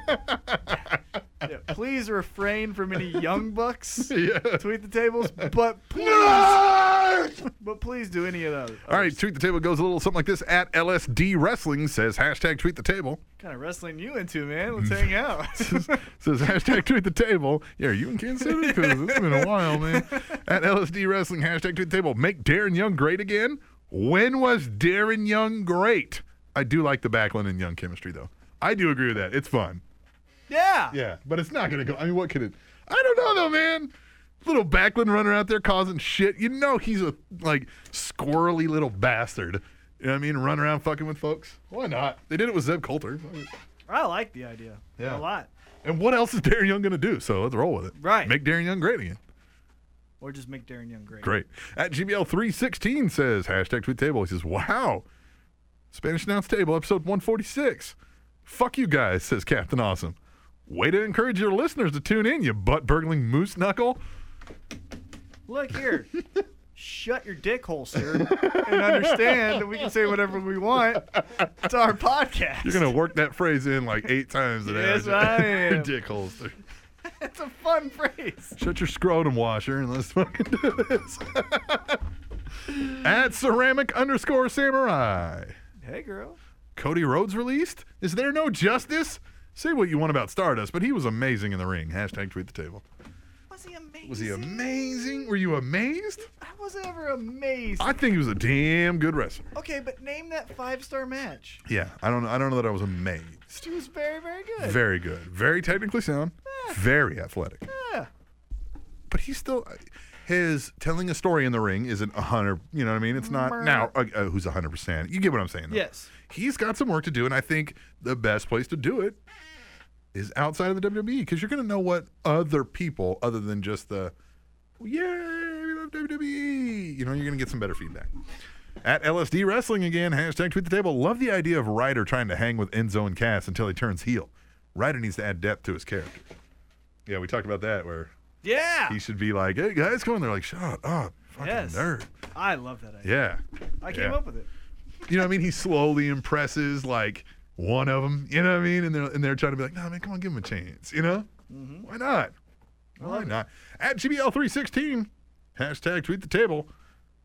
S4: yeah, please refrain from any young bucks
S3: Yeah.
S4: tweet the tables, but please,
S3: All
S4: but please do any of those.
S3: right, tweet the table goes a little something like this at LSD Wrestling says hashtag tweet the table.
S4: What kind of wrestling you into, man? Let's hang out.
S3: says hashtag tweet the table. Yeah, are you in Kansas City? Because it's been a while, man. At LSD Wrestling, hashtag tweet the table. Make Darren Young great again. When was Darren Young great? I do like the Backlund and Young chemistry, though. I do agree with that. It's fun.
S4: yeah.
S3: Yeah, but it's not going to go. I mean, what could it? I don't know, though, man. Little Backlund runner out there causing shit. You know he's a, like, squirrely little bastard. You know what I mean? Run around fucking with folks. Why not? They did it with Zeb Coulter.
S4: I like the idea.
S3: Yeah.
S4: A lot.
S3: And what else is Darren Young going to do? So let's roll with it.
S4: Right.
S3: Make Darren Young great again.
S4: Or just make Darren Young great.
S3: Great. At GBL316 says, hashtag tweet table. He says, wow. Spanish Announce Table, episode 146. Fuck you guys, says Captain Awesome. Way to encourage your listeners to tune in, you butt burgling moose knuckle.
S4: Look here. Shut your dick hole, sir, and understand that we can say whatever we want. It's our podcast.
S3: You're going to work that phrase in like eight times today.
S4: Yes, I am.
S3: Dick holster.
S4: It's a fun phrase.
S3: Shut your scrotum washer and let's fucking do this. At ceramic underscore samurai.
S4: Hey, girl.
S3: Cody Rhodes released? Is there no justice? Say what you want about Stardust, but he was amazing in the ring. Hashtag tweet the table.
S4: he amazing?
S3: Was he amazing? Were you amazed?
S4: I was ever amazed.
S3: I think he was a damn good wrestler.
S4: okay, but name that five star match.
S3: Yeah, I don't I don't know that I was amazed.
S4: She was very, very good.
S3: Very good. Very technically sound. Very athletic.
S4: yeah.
S3: But he's still his telling a story in the ring isn't a hundred. You know what I mean? It's not
S4: Mer-
S3: now. Uh, uh, who's a hundred percent? You get what I'm saying? though.
S4: Yes.
S3: He's got some work to do, and I think the best place to do it is outside of the WWE because you're going to know what other people, other than just the, yay, we love WWE. You know, you're going to get some better feedback. At LSD Wrestling again, hashtag tweet the table. Love the idea of Ryder trying to hang with Enzo and Cass until he turns heel. Ryder needs to add depth to his character. Yeah, we talked about that where
S4: Yeah.
S3: he should be like, hey guys, come on. They're like, shut up, fucking
S4: Yes.
S3: nerd.
S4: I love that idea.
S3: Yeah.
S4: I came
S3: yeah.
S4: up with it.
S3: You know what I mean? He slowly impresses like one of them. You know what I mean? And they're and they're trying to be like, nah, man, come on, give him a chance. You know? Why not? Why not? At GBL316, hashtag tweet the table.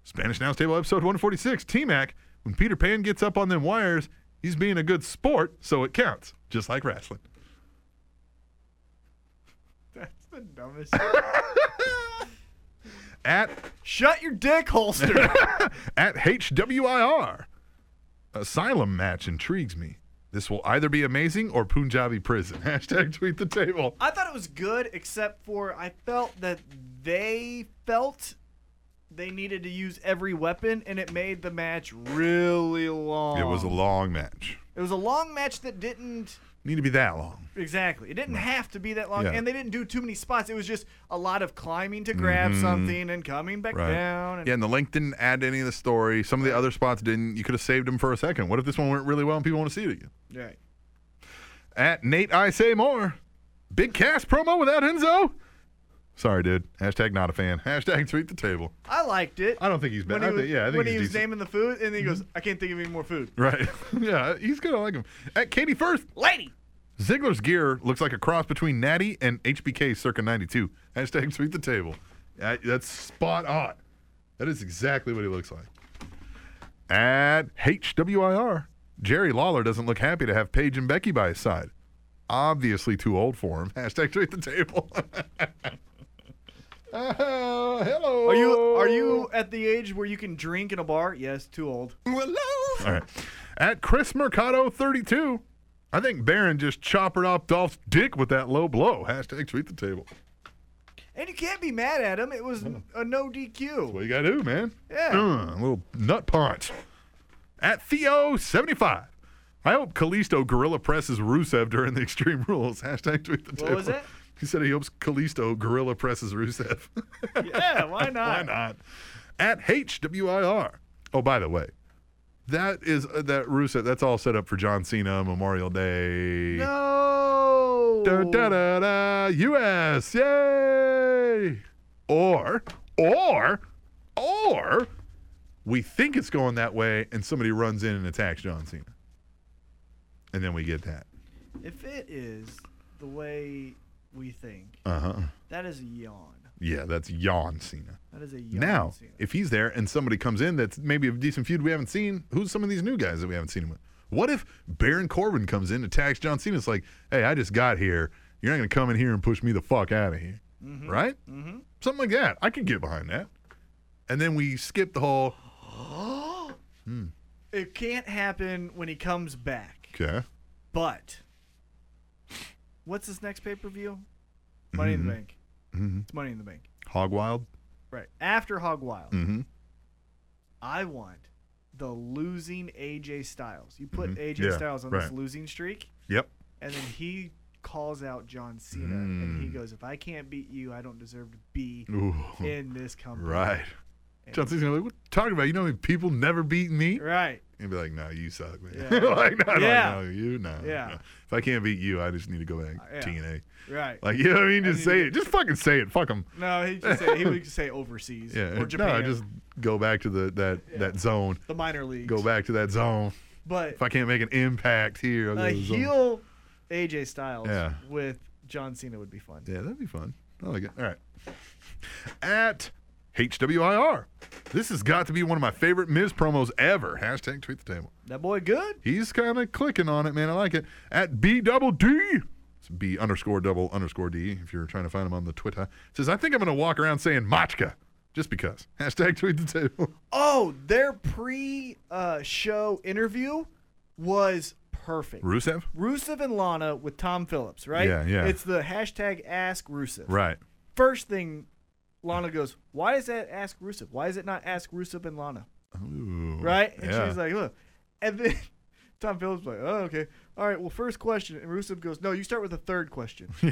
S3: Spanish Now's Table episode 146. T Mac, when Peter Pan gets up on them wires, he's being a good sport, so it counts, just like wrestling.
S4: That's the dumbest.
S3: At
S4: Shut your dick holster.
S3: at HWIR. Asylum match intrigues me. This will either be amazing or Punjabi prison. Hashtag tweet the table.
S4: I thought it was good, except for I felt that they felt they needed to use every weapon, and it made the match really long.
S3: It was a long match.
S4: It was a long match that didn't
S3: Need to be that long.
S4: exactly. It didn't have to be that long,
S3: Yeah.
S4: and they didn't do too many spots. It was just a lot of climbing to grab something and coming back down. And
S3: Mm-hmm. Yeah, and the length didn't add to any of the story. Some of the other spots didn't. You could have saved them for a second. What if this one went really well and people want to see it again?
S4: Right.
S3: At Nate, I say more. Big cast promo without Enzo. Sorry, dude. Hashtag not a fan. Hashtag tweet the table.
S4: I liked it.
S3: I don't think he's bad.
S4: When he
S3: I
S4: was,
S3: think, yeah, I think
S4: when
S3: he's
S4: he was
S3: decent. Mm-hmm.
S4: naming the food, and then he goes, "I can't think of any more food."
S3: Right. yeah, he's gonna like him. At Katie Firth,
S4: Lady,
S3: Ziggler's gear looks like a cross between Natty and HBK circa 92. Hashtag tweet the table. Uh, That's spot on. That is exactly what he looks like. At HWIR, Jerry Lawler doesn't look happy to have Paige and Becky by his side. Obviously too old for him. Hashtag tweet the table. Uh, hello.
S4: are you are you
S3: Oh.
S4: at the age where you can drink in a bar? Yes, too old.
S5: Hello?
S3: All right. At Chris Mercado 32, I think Baron just choppered off Dolph's dick with that low blow. Hashtag tweet the table.
S4: And you can't be mad at him. It was
S3: Mm.
S4: a no DQ.
S3: What you gotta do, man?
S4: Yeah.
S3: Uh, a little nut punch. At Theo seventy five. I hope Kalisto gorilla presses Rusev during the Extreme Rules. Hashtag tweet the
S4: What was
S3: table.
S4: it?
S3: He said he hopes Kalisto gorilla presses Rusev.
S4: Yeah, why not?
S3: Why not? At HWIR. Oh, by the way, that is uh, that Rusev. That's all set up for John Cena Memorial Day.
S4: No.
S3: Da, da, da, da, US, yay! Or, or, or, we think it's going that way, and somebody runs in and attacks John Cena, and then we get that.
S4: If it is the way we think,
S3: Uh huh.
S4: that is a yawn.
S3: Yeah, that's yawn Cena.
S4: That is a yawn.
S3: now,
S4: Cena.
S3: if he's there and somebody comes in that's maybe a decent feud we haven't seen, who's some of these new guys that we haven't seen him with? What if Baron Corbin comes in, attacks John Cena? It's like, hey, I just got here. You're not going to come in here and push me the fuck out of here. Right? Mm-hmm. Something like that. I could get behind that. And then we skip the whole,
S4: it can't happen when he comes back.
S3: okay,
S4: But what's this next pay per view? Money
S3: Mm-hmm.
S4: in the Bank. It's Money in the Bank.
S3: Hog Wild.
S4: Right after Hog Wild.
S3: Mm-hmm.
S4: I want the losing AJ Styles. You put AJ
S3: Mm-hmm. Yeah,
S4: Styles on this
S3: right.
S4: losing streak,
S3: Yep.
S4: and then he calls out John Cena, and he
S3: Mm.
S4: goes, "If I can't beat you, I don't deserve to be
S3: Ooh,
S4: in this company."
S3: right. John Cena's going to be like, what are you talking about? You know how many people never beat me?
S4: Right.
S3: And be like, no, you suck, man.
S4: Yeah.
S3: like, no,
S4: Yeah.
S3: no, no, you, no.
S4: Yeah.
S3: no. If I can't beat you, I just need to go back
S4: Yeah.
S3: TNA.
S4: Right.
S3: Like, you know what I mean? Just
S4: need
S3: say
S4: to-
S3: it. Just fucking say it. Fuck them.
S4: no, he just say he would just say overseas
S3: Yeah.
S4: or Japan,
S3: No, just go back to the that that zone.
S4: the minor leagues.
S3: Go back to that zone.
S4: But
S3: If I can't make an impact here, I'll go
S4: a
S3: to the zone.
S4: heel AJ Styles
S3: um, Yeah.
S4: with John Cena would be fun.
S3: Yeah, that'd be fun. I like it. All right. At HWIR. This has got to be one of my favorite Miz promos ever. Hashtag tweet the table.
S4: That boy good.
S3: He's kind of clicking on it, man. I like it. At B double D. B underscore double underscore D if you're trying to find him on the Twitter. Says, I think I'm going to walk around saying Machka just because. Hashtag tweet the table.
S4: Oh, their pre uh, show interview was perfect.
S3: Rusev?
S4: Rusev and Lana with Tom Phillips, right?
S3: Yeah, yeah.
S4: It's the hashtag ask Rusev.
S3: Right.
S4: First thing Lana goes, Why is that ask Rusev? Why is it not ask Rusev and Lana?
S3: Ooh,
S4: Right? And
S3: yeah.
S4: she's like, Look. And then Tom Phillips is like, Oh, okay. All right, well, first question. And Rusev goes, No, you start with the third question.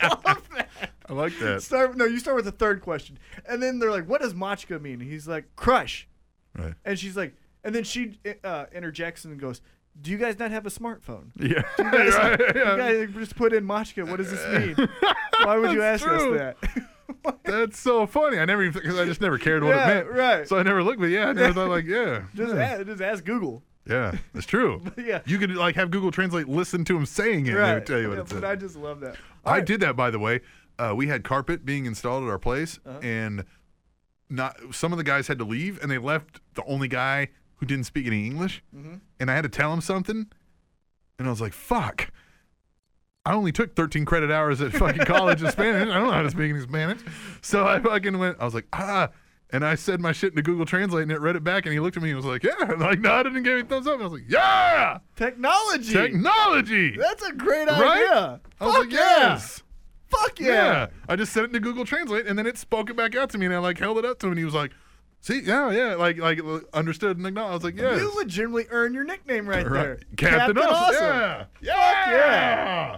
S3: I like that.
S4: start no, you start with the third question. And then they're like, What does Machka mean? And he's like, Crush.
S3: Right.
S4: And she's like, and then she uh, interjects and goes, "Do you guys not have a smartphone?
S3: Yeah.
S4: You guys,
S3: Right, yeah.
S4: you guys just put in Machka. What does this mean? Why would you ask
S3: uh, That's true.
S4: us that?
S3: That's so funny. I never even, because I just never cared what
S4: Yeah,
S3: it meant.
S4: right.
S3: So I never looked, but yeah, I never thought, like, yeah.
S4: just,
S3: yeah.
S4: ask, just ask Google.
S3: Yeah, that's true.
S4: Yeah.
S3: You could like have Google Translate listen to him saying it and it
S4: Right.
S3: would tell you what
S4: Yeah,
S3: it
S4: but
S3: said.
S4: I just love that.
S3: I did that by the way. Uh, we had carpet being installed at our place and not some of the guys had to leave and they left the only guy who didn't speak any English and I had to tell him something and I was like, fuck. I only took 13 credit hours at fucking college in Spanish. I don't know how to speak any Spanish. So I fucking went, I was like, ah. And I said my shit into Google Translate and it read it back and he looked at me and was like, yeah. And like nodded and gave me a thumbs up. And I was like, yeah,
S4: Technology.
S3: technology.
S4: That's a great
S3: Right?
S4: idea.
S3: I was
S4: Fuck
S3: like,
S4: yeah.
S3: yes.
S4: Fuck yeah.
S3: Yeah. I just sent it to Google Translate and then it spoke it back out to me and I like held it up to him and he was like, see, yeah, yeah. Like, like understood and acknowledged. I was like, yes.
S4: You legitimately earned your nickname right,
S3: Right.
S4: there,
S3: Captain, Awesome. Yeah.
S4: yeah.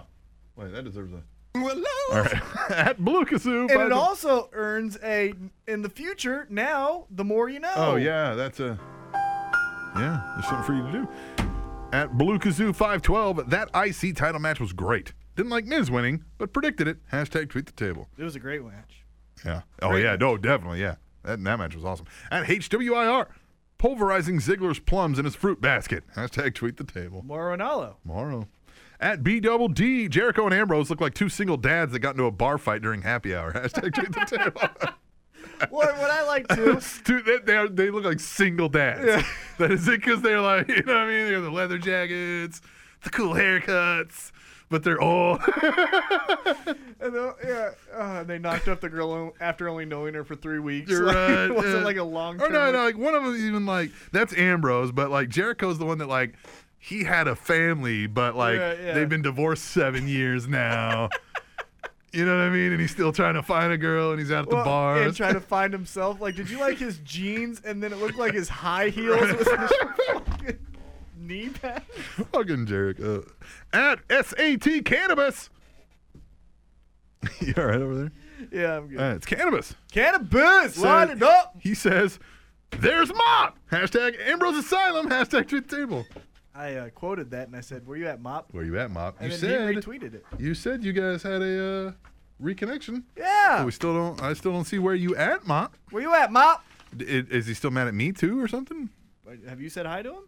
S3: Wait, that deserves a. All right. At Blue
S4: And
S3: Kazoo. by
S4: it
S3: the-
S4: also earns a in the future. Now, the more you know.
S3: Oh yeah, that's a. Yeah, there's something for you to do. At Blue Kazoo 512, that IC title match was great. Didn't like Miz winning, but predicted it. Hashtag tweet the table.
S4: It was a great match.
S3: Yeah. Oh yeah. No, definitely. Yeah. That that match was awesome. At HWIR, pulverizing Ziggler's plums in his fruit basket. Hashtag tweet the table.
S4: Moronalo.
S3: Tomorrow. At B Double D, Jericho and Ambrose look like two single dads that got into a bar fight during happy hour. Hashtag tweet the table.
S4: What, what I like too.
S3: Dude, they, they, are, they look like single dads. That is it because they're like, you know what I mean? They got the leather jackets, the cool haircuts, but they're old.
S4: and the, yeah, uh, they knocked up the girl on- after only knowing her for three weeks.
S3: You're
S4: Like,
S3: right.
S4: It wasn't
S3: yeah.
S4: like a long
S3: Or
S4: term.
S3: no, no, like one of them even like that's Ambrose, but like Jericho's the one that like he had a family, but like
S4: Yeah, yeah.
S3: they've been divorced seven years now. you know what I mean? And he's still trying to find a girl, and he's out at the bar.
S4: And trying to find himself. Like, did you like his jeans? And then it looked like his high heels was his fucking knee pad.
S3: Fucking Jericho. At SAT Cannabis. you all right over there?
S4: Yeah, I'm good.
S3: Uh, it's Cannabis.
S4: Cannabis, line
S3: said-
S4: it up.
S3: He says, there's Mop. Hashtag Ambrose Asylum. Hashtag Tweet the Table.
S4: I uh, quoted that and I said, "Were you at Mop?"
S3: Where you at, Mop?
S4: And
S3: you
S4: then
S3: said
S4: he retweeted it.
S3: You said you guys had a uh, reconnection.
S4: Yeah.
S3: But Oh, we still don't. I still don't see where you at, Mop.
S4: Where you at Mop?
S3: D- i- Is he still mad at me too, or something?
S4: Have you said hi to him?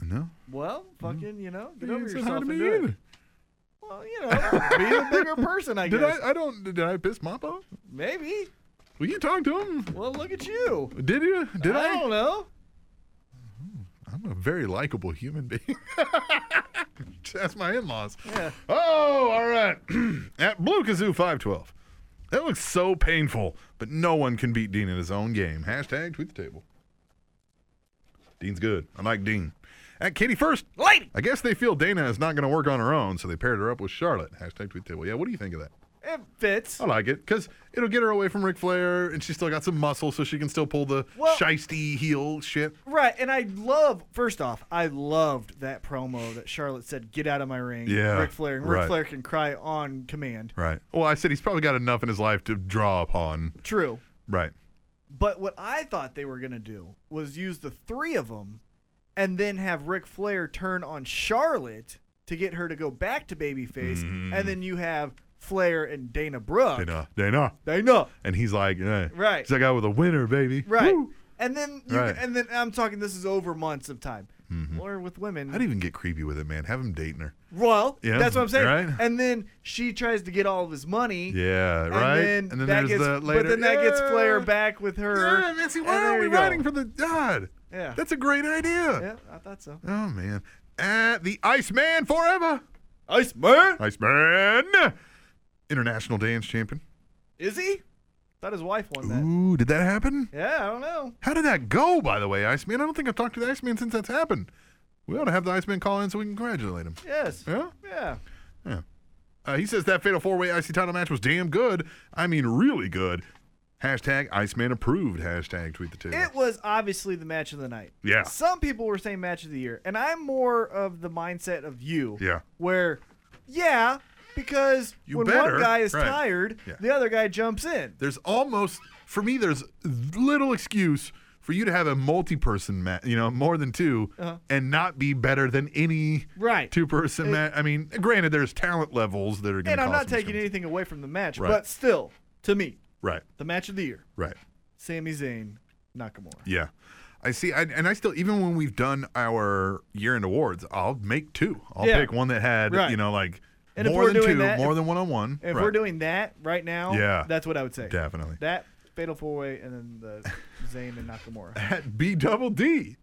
S3: No.
S4: Well, fucking, you know, get
S3: Mm-hmm. You
S4: over
S3: ain't said
S4: yourself
S3: hi to
S4: and
S3: me
S4: do it.
S3: either.
S4: Well, you know, be a bigger person, I
S3: Did
S4: guess.
S3: I? I don't. Did I piss Mop off?
S4: Maybe.
S3: Well, you talked to him.
S4: Well, look at you.
S3: Did you? Did I?
S4: don't know.
S3: I'm a very likable human being. That's my in-laws.
S4: Yeah.
S3: Oh, all right. At Blue Kazoo 512. That looks so painful, but no one can beat Dean in his own game. Hashtag tweet the table. Dean's good. I like Dean. At Katie First.
S4: Lady.
S3: I guess they feel Dana is not going to work on her own, so they paired her up with Charlotte. Hashtag tweet the table. Yeah, what do you think of that?
S4: It fits.
S3: I like it because it'll get her away from Ric Flair, and she's still got some muscle, so she can still pull the
S4: Well-
S3: shisty heel shit.
S4: Right. And I love, first off, I loved that promo that Charlotte said, get out of my ring.
S3: Yeah,
S4: Ric Flair. And Ric
S3: right.
S4: Flair can cry on command.
S3: Right. Well, I said he's probably got enough in his life to draw upon.
S4: True.
S3: Right.
S4: But what I thought they were going to do was use the three of them and then have Ric Flair turn on Charlotte to get her to go back to babyface. And then you have Flair and Dana Brooke.
S3: Mm-hmm. Dana. Dana.
S4: Dana.
S3: And he's like, eh.
S4: Right.
S3: He's like, I was a winner, baby.
S4: Right.
S3: Woo.
S4: And then you,
S3: Right. Mm-hmm.
S4: and then I'm talking this is over months of time. Or with women.
S3: I'd even get creepy with it, man. Have him dating her.
S4: well,
S3: Yeah,
S4: that's what I'm saying.
S3: right.
S4: And then she tries to get all of his money.
S3: Yeah.
S4: And
S3: right.
S4: Then that gets, But then that gets
S3: Yeah.
S4: Flair back with her.
S3: Yeah, Nancy,
S4: and
S3: why
S4: there
S3: are we
S4: you go.
S3: writing for the God?
S4: Yeah.
S3: That's a great idea.
S4: Yeah, I thought so.
S3: Oh man. at the Iceman Forever.
S4: Iceman?
S3: Iceman! International Dance Champion.
S4: Is he? Thought his wife won that.
S3: Ooh, did that happen?
S4: Yeah, I don't know.
S3: How did that go, by the way, Iceman? I don't think I've talked to the Iceman since that's happened. We ought to have the Iceman call in so we can congratulate him.
S4: Yes.
S3: Yeah?
S4: Yeah.
S3: Uh, he says that Fatal 4-Way IC title match was damn good. I mean, really good. Hashtag Iceman approved. Hashtag tweet the table.
S4: It was obviously the match of the night.
S3: Yeah.
S4: Some people were saying match of the year, and I'm more of the mindset of you.
S3: Yeah.
S4: Where, yeah, because
S3: You
S4: when
S3: better,
S4: one guy is
S3: right.
S4: tired,
S3: Yeah.
S4: the other guy jumps in.
S3: there's almost, for me, there's little excuse for you to have a multi-person match, you know, more than 2
S4: Uh-huh.
S3: and not be better than any
S4: Right.
S3: two-person match. I mean, granted, there's talent levels that are going
S4: And
S3: to
S4: I'm not taking anything away from the match,
S3: Right.
S4: but still, to me,
S3: Right,
S4: the match of the year,
S3: right.
S4: Sami Zayn, Nakamura.
S3: Yeah. I see. I, and I still, even when we've done our year end awards, I'll make two. I'll
S4: Yeah.
S3: pick one that had,
S4: Right.
S3: you know, like
S4: And if
S3: more
S4: we're
S3: than
S4: doing
S3: two,
S4: that-
S3: more
S4: if-
S3: than one on one.
S4: If we're doing that right now,
S3: Yeah.
S4: that's what I would say.
S3: Definitely.
S4: That fatal four way and then the Zayn and Nakamura.
S3: At B double D,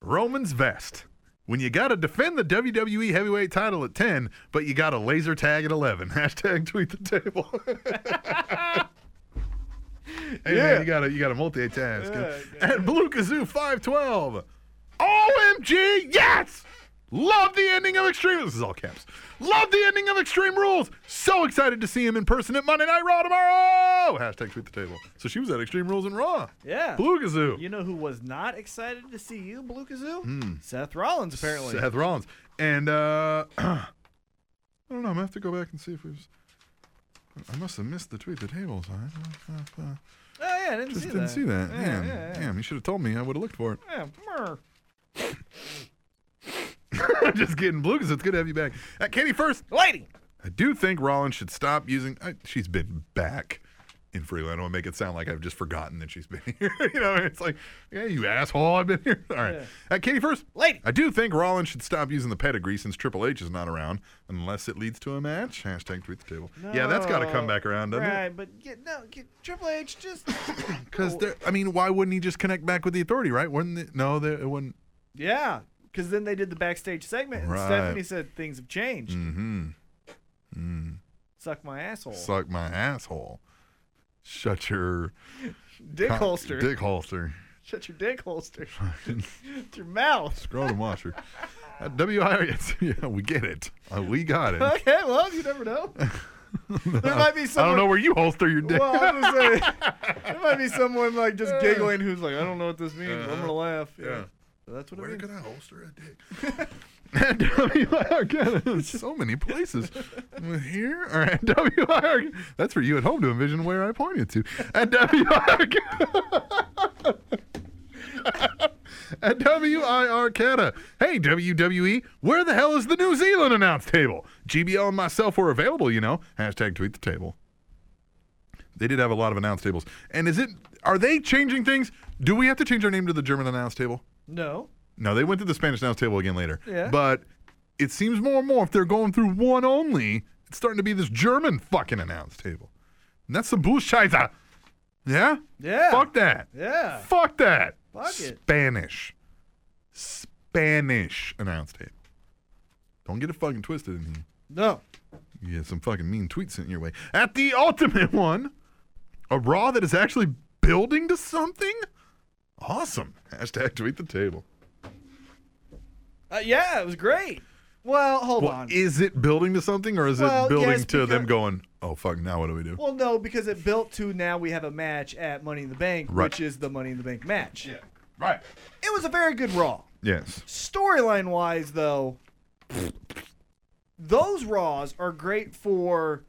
S3: Roman's vest. When you got to defend the WWE heavyweight title at 10, but you got a laser tag at 11. Hashtag tweet the table. hey, man,
S4: Yeah.
S3: you got to you gotta multitask.
S4: Yeah,
S3: at Blue Kazoo 512, OMG, yes! Love the ending of Extreme. This is all caps. Love the ending of Extreme Rules. So excited to see him in person at Monday Night Raw tomorrow. Hashtag tweet the table. So she was at Extreme Rules and Raw.
S4: Yeah.
S3: Blue Kazoo.
S4: You know who was not excited to see you, Blue Kazoo? Seth Rollins, apparently.
S3: Hmm. Seth Rollins. And uh, I don't know. I'm gonna have to go back and see if we've. I must have missed the tweet. The table sign.
S4: Oh yeah, I didn't
S3: Just
S4: see
S3: didn't
S4: that.
S3: see that.
S4: Yeah,
S3: damn,
S4: yeah, yeah.
S3: damn. You should have told me. I would have looked for it.
S4: Yeah, brr.
S3: Just kidding, Lucas. It's good to have you back. Uh, Katie first.
S4: Lady.
S3: I do think Rollins should stop using. I, she's been back in Freeland. I want to make it sound like I've just forgotten that she's been here. you know, it's like, yeah, you asshole, I've been here. All right. Uh, Katie first.
S4: Lady.
S3: I do think Rollins should stop using the pedigree since Triple H is not around, unless it leads to a match. Hashtag tweet the table. Yeah, that's got to come back around, doesn't
S4: right,
S3: it?
S4: but get, no, get, Triple H just.
S3: Because I mean, why wouldn't he just connect back with the authority, right? Wouldn't it, no, there, it wouldn't.
S4: yeah, because then they did the backstage segment, and
S3: Right.
S4: Stephanie said things have changed.
S3: Mm-hmm.
S4: Suck my asshole.
S3: Suck my asshole. Shut your
S4: dick
S3: cock-
S4: holster.
S3: Dick holster.
S4: Shut your dick holster. Shut your mouth.
S3: Scrotum washer. Uh, WIR, yes, yeah, we get it. Uh, we got it.
S4: Okay, well, you never know. there might be
S3: I don't
S4: someone.
S3: know where you holster your dick.
S4: Well, I'm just saying, there might be someone like just giggling who's like, I don't know what this means. but I'm gonna laugh. Yeah,
S3: Uh-huh. yeah.
S4: So that's what it
S3: Where
S4: means.
S3: can I holster a dick? WIR Canada, so many places. Here or at WIR. That's for you at home to envision where I pointed to. At WIR. at WIR Canada. Hey, WWE, where the hell is the New Zealand announce table? GBL and myself were available, you know. Hashtag tweet the table. They did have a lot of announce tables. And is it, are they changing things? Do we have to change our name to the German announce table?
S4: No.
S3: No, they went to the Spanish announce table again later.
S4: Yeah.
S3: But it seems more and more if they're going through one only, it's starting to be this German fucking announce table. And that's some Bullscheiße. Yeah?
S4: Yeah.
S3: Fuck that.
S4: Yeah.
S3: Fuck that.
S4: Fuck it.
S3: Spanish. Spanish announce table. Don't get it fucking twisted in here.
S4: No.
S3: You get some fucking mean tweets sent your way. At the ultimate one, a Raw that is actually building to something? Awesome. Hashtag tweet the table.
S4: Uh, yeah, it was great. Well, hold
S3: Well,
S4: on.
S3: is it building to something, or is
S4: Well,
S3: it building
S4: yes,
S3: to them
S4: because-
S3: going, "Oh fuck, now what do we do?"
S4: well, no, because it built to now we have a match at Money in the Bank,
S3: Right.
S4: which is the Money in the Bank match.
S3: right.
S4: It was a very good Raw.
S3: Yes.
S4: Storyline wise, though, those Raws are great for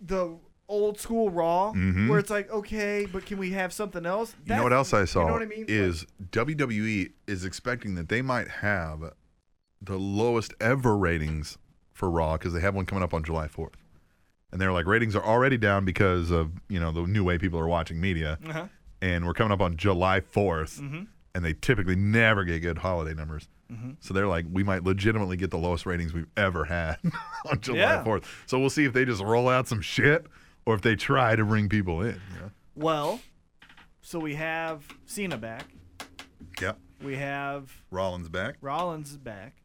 S4: the old school Raw,
S3: Mhm.
S4: where it's like, okay, but can we have something else?
S3: you know what else I saw
S4: You know what I mean?
S3: is WWE is expecting that they might have the lowest ever ratings for Raw because they have one coming up on July 4th. And they're like ratings are already down because of, you know, the new way people are watching media.
S4: Uh-huh. Mm-hmm.
S3: And we're coming up on July 4th. And they typically never get good holiday numbers. So they're like, we might legitimately get the lowest ratings we've ever had on July
S4: Yeah.
S3: 4th. So we'll see if they just roll out some shit or if they try to bring people in. you know?
S4: Well, so we have Cena back.
S3: Yeah.
S4: We have
S3: Rollins back.
S4: Rollins is back.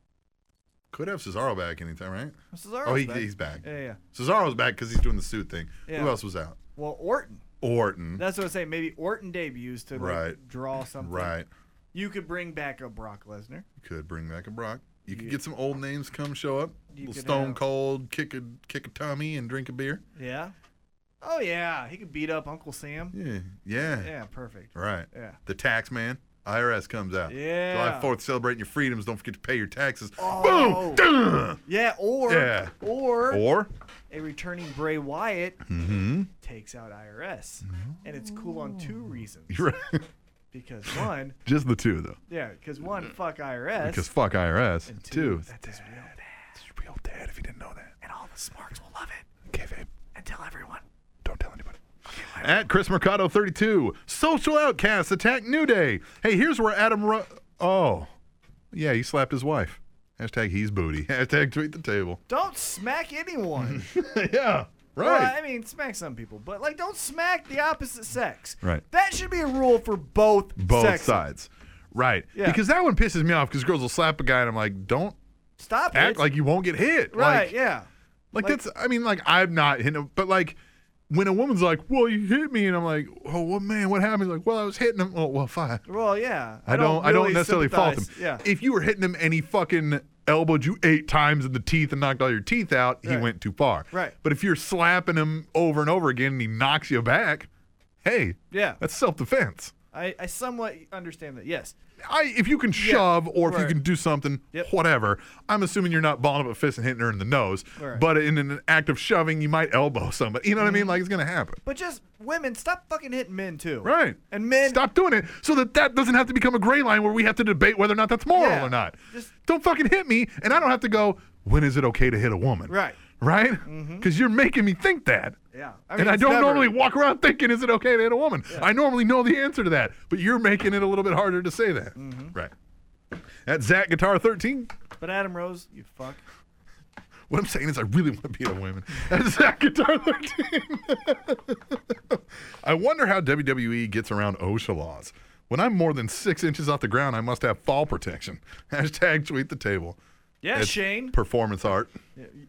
S3: Could have Cesaro back anytime, right?
S4: Cesaro's
S3: oh, he,
S4: back.
S3: he's back.
S4: Yeah, yeah.
S3: Cesaro's back because he's doing the suit thing.
S4: Yeah.
S3: Who else was out?
S4: Well, Orton.
S3: Orton.
S4: That's what I'm saying. Maybe Orton debuts to like,
S3: Right.
S4: draw something.
S3: right.
S4: You could bring back a Brock Lesnar.
S3: You could bring back a Brock. You could
S4: You-
S3: get some old names come show up.
S4: You
S3: Little
S4: could
S3: Stone
S4: have-
S3: Cold, kick a kick a tummy and drink a beer.
S4: Yeah. Oh yeah, he could beat up Uncle Sam.
S3: Yeah. Yeah.
S4: Yeah, perfect.
S3: Right.
S4: Yeah.
S3: The tax man. IRS comes out.
S4: Yeah.
S3: July 4th, celebrating your freedoms. Don't forget to pay your taxes.
S4: Oh.
S3: Boom! Duh!
S4: Yeah, or
S3: Yeah.
S4: or
S3: Or,
S4: a returning Bray Wyatt
S3: mm-hmm.
S4: takes out IRS, and it's cool on two reasons.
S3: You're right.
S4: Because one,
S3: Just the two, though.
S4: yeah, because one, fuck IRS.
S3: Because fuck IRS.
S4: and
S3: two.
S4: that's his real dad.
S3: It's real dad if you didn't know that.
S4: And all the smarts will love it
S3: Okay, babe.
S4: and tell everyone.
S3: Don't tell anybody. At Chris Mercado 32, social outcasts attack New Day. Hey, here's where Adam. Ru- oh, yeah, he slapped his wife. Hashtag he's booty. Hashtag tweet the table.
S4: Don't smack anyone.
S3: yeah,
S4: Well,
S3: right.
S4: I mean, smack some people, but like, don't smack the opposite sex.
S3: Right.
S4: That should be a rule for both.
S3: Both
S4: sexes.
S3: sides. Right.
S4: Yeah.
S3: Because that one pisses me off because girls will slap a guy and I'm like, don't
S4: Stop
S3: act
S4: it.
S3: like you won't get hit.
S4: right.
S3: Like,
S4: yeah.
S3: Like,
S4: Like-
S3: that's, I mean, like I'm not hitting, him, but like when a woman's like, "Well, you hit me," and I'm like, "Oh, well, man, what happened?" Like, well, I was hitting him. Well, well, fine.
S4: Well, yeah.
S3: I don't, I don't
S4: really
S3: necessarily fault him.
S4: sympathize. Yeah.
S3: If you were hitting him and he fucking elbowed you eight times in the teeth and knocked all your teeth out, he
S4: Right.
S3: went too far.
S4: Right.
S3: But if you're slapping him over and over again and he knocks you back, hey,
S4: Yeah.
S3: that's self defense.
S4: I, I somewhat understand that. Yes.
S3: I if you can shove or if you
S4: right.
S3: can do something,
S4: Yep.
S3: whatever. I'm assuming you're not balling up a fist and hitting her in the nose,
S4: Right. Mm-hmm.
S3: but in an act of shoving, you might elbow somebody. You know what I mean? Like it's gonna happen.
S4: But just women, stop fucking hitting men too.
S3: Right.
S4: And men.
S3: Stop doing it so that that doesn't have to become a gray line where we have to debate whether or not that's moral
S4: Yeah.
S3: or not.
S4: Just-
S3: Don't fucking hit me, and I don't have to go, when is it okay to hit a woman?
S4: Right.
S3: Right? Because you're making me think that.
S4: Yeah.
S3: and I
S4: it's
S3: don't
S4: never-
S3: normally walk around thinking, is it okay to hit a woman? I normally know the answer to that, but you're making it a little bit harder to say that.
S4: Mm-hmm.
S3: Right. At Zach Guitar 13,
S4: But Adam Rose, you fuck.
S3: what I'm saying is, I really want to beat up women. That's that guitar thirteen. I wonder how WWE gets around OSHA laws. When I'm more than six inches off the ground, I must have fall protection. Hashtag tweet the table.
S4: Yeah,
S3: It's
S4: Shane.
S3: Performance art.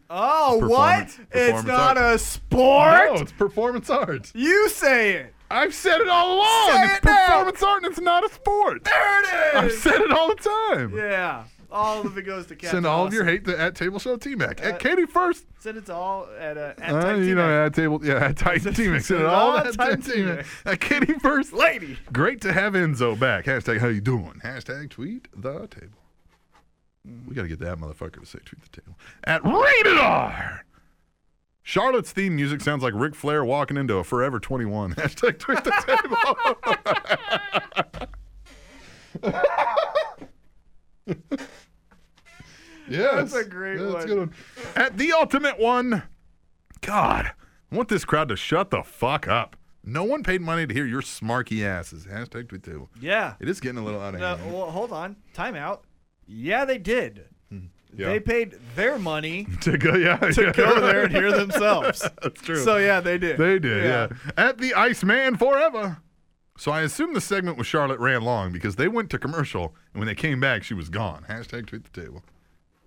S4: oh, what?
S3: performance-
S4: It's
S3: performance
S4: not
S3: art.
S4: a sport.
S3: No, it's performance art.
S4: You say it.
S3: I've said it all along.
S4: Say
S3: it's
S4: it now.
S3: performance art and it's not a sport.
S4: There it
S3: I've
S4: is.
S3: said it all the time.
S4: yeah. All of it goes to Captain
S3: Send all of your
S4: Awesome.
S3: hate to at Table Show T Mac.
S4: Uh,
S3: At Katie first.
S4: Send it to all at uh, at
S3: Uh,
S4: Type
S3: you know,
S4: T-Mac.
S3: at table, yeah, at Titan T Mac. Send it all at Titan T Mac. At Katie first
S4: lady.
S3: Great to have Enzo back. Hashtag how you doing? Hashtag tweet the table.
S4: Hmm.
S3: We got to get that motherfucker to say tweet the table. At rated R. Charlotte's theme music sounds like Ric Flair walking into a Forever 21. Hashtag tweet the table. yes.
S4: That's a great
S3: Yeah, that's a
S4: one.
S3: good At the ultimate one. God, I want this crowd to shut the fuck up. No one paid money to hear your smarky asses. Hashtag tweet the table.
S4: Yeah.
S3: It is getting a little out of
S4: No,
S3: hand.
S4: well, hold on. Time out. Yeah, they did.
S3: Hmm. Yeah.
S4: They paid their money
S3: to go, yeah, yeah.
S4: to go there and hear themselves.
S3: That's true.
S4: So yeah, they did.
S3: they did, yeah. At the Iceman forever. So I assume the segment with Charlotte ran long because they went to commercial and when they came back, she was gone. Hashtag tweet the table.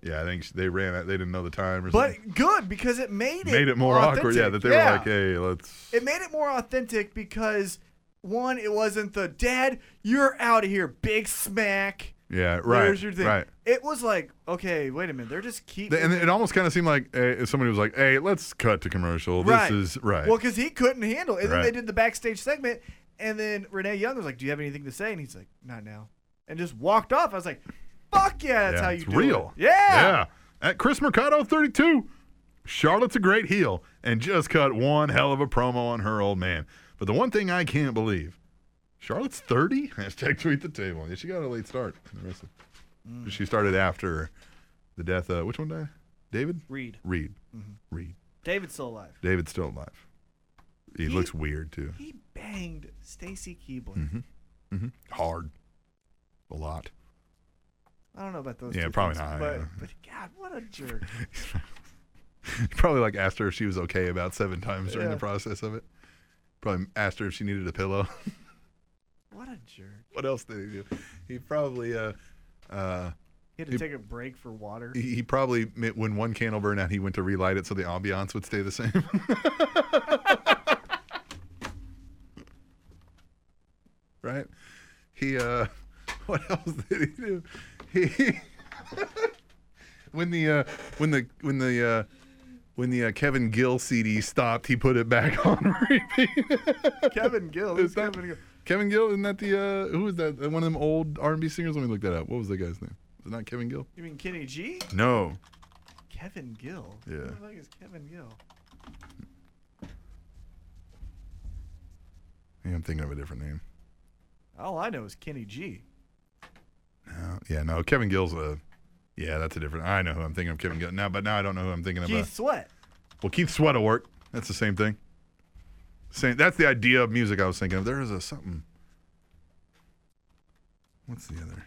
S3: Yeah, I think she- they ran out. They didn't know the time or something.
S4: But good because it made it
S3: Made it more awkward. Yeah, that
S4: authentic.
S3: they
S4: Yeah.
S3: were like, hey, let's.
S4: It made it more authentic because one, it wasn't the dad. You're out of here, big smack.
S3: yeah, right.
S4: There's your thing.
S3: Right.
S4: It was like, okay, wait a minute. They're just keep.
S3: Th- And it almost kind of seemed like uh, somebody was like, "Hey, let's cut to commercial.
S4: Right.
S3: This is right."
S4: Well, because he couldn't handle it. And then
S3: Right.
S4: they did the backstage segment, and then Renee Young was like, Do you have anything to say? And he's like, Not now. And just walked off. I was like, Fuck yeah, that's
S3: yeah,
S4: how you
S3: it's
S4: do
S3: real.
S4: it. Yeah.
S3: Yeah. At Chris Mercado 32, Charlotte's a great heel and just cut one hell of a promo on her old man. But the one thing I can't believe, Charlotte's 30? Hashtag tweet the table. Yeah, she got a late start. The rest of-
S4: Mm.
S3: She started after the death of, which one died? David?
S4: Reed.
S3: Reed.
S4: Mm-hmm.
S3: Reed.
S4: David's still alive.
S3: David's still alive. He,
S4: He-
S3: looks weird, too.
S4: He banged Stacy Keebler.
S3: Mm-hmm. Hard. A lot.
S4: I don't know about those.
S3: Yeah,
S4: two
S3: probably
S4: things,
S3: not,
S4: But,
S3: yeah.
S4: but God, what a jerk.
S3: Probably like asked her if she was okay about seven times during
S4: Yeah.
S3: the process of it. Probably asked her if she needed a pillow.
S4: What a jerk.
S3: What else did he do? He probably uh uh
S4: He had to take a break for water.
S3: he, he probably mi- when one candle burned out, he went to relight it so the ambiance would stay the same. right? He uh what else did he do? He when the uh when the when the uh when the uh, Kevin Gill CD stopped, he put it back on repeat.
S4: Kevin Gill.
S3: Is
S4: Who's
S3: that-
S4: Kevin Gill?
S3: Kevin Gill, isn't that the uh who was that? One of them old R and B singers? Let me look that up. What was that guy's name? Was it not Kevin Gill?
S4: You mean Kenny G?
S3: No.
S4: Kevin Gill. Who
S3: Yeah.
S4: the fuck is Kevin Gill?
S3: Yeah, I'm thinking of a different name.
S4: All I know is Kenny G.
S3: No, yeah, no, Kevin Gill's a yeah, that's a different I know who I'm thinking of Kevin Gill. Now but now I don't know who I'm thinking of. uh,
S4: Keith Sweat.
S3: Well Keith Sweat'll work. That's the same thing. Same that's the idea of music I was thinking of. There is a something. What's the other?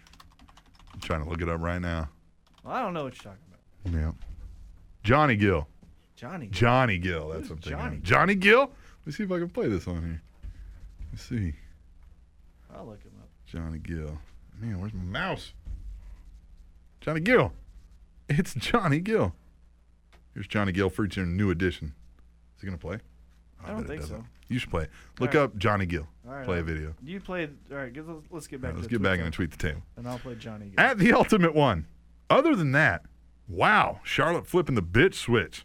S3: I'm trying to look it up right now.
S4: Well, I don't know what you're talking about.
S3: Yeah. Johnny Gill.
S4: Johnny.
S3: Johnny Gill. That's
S4: Who's
S3: what I'm thinking
S4: Johnny
S3: of.
S4: Gill?
S3: Johnny Gill? Let me see if I can play this on here. Let's see.
S4: I'll look him up.
S3: Johnny Gill. Man, where's my mouse? Johnny Gill. It's Johnny Gill. Here's Johnny Gill featuring New Edition. Is he gonna play?
S4: I don't
S3: bet it
S4: think
S3: doesn't.
S4: so.
S3: You should play. it. Look
S4: right.
S3: up Johnny Gill.
S4: All right.
S3: play a
S4: I'll-
S3: video.
S4: You play. All right. Get, let's, let's get back.
S3: All right,
S4: to
S3: let's
S4: the
S3: get back
S4: Twix
S3: and tweet the table.
S4: and I'll play Johnny. Gill.
S3: At the ultimate one. Other than that, wow, Charlotte flipping the bitch switch.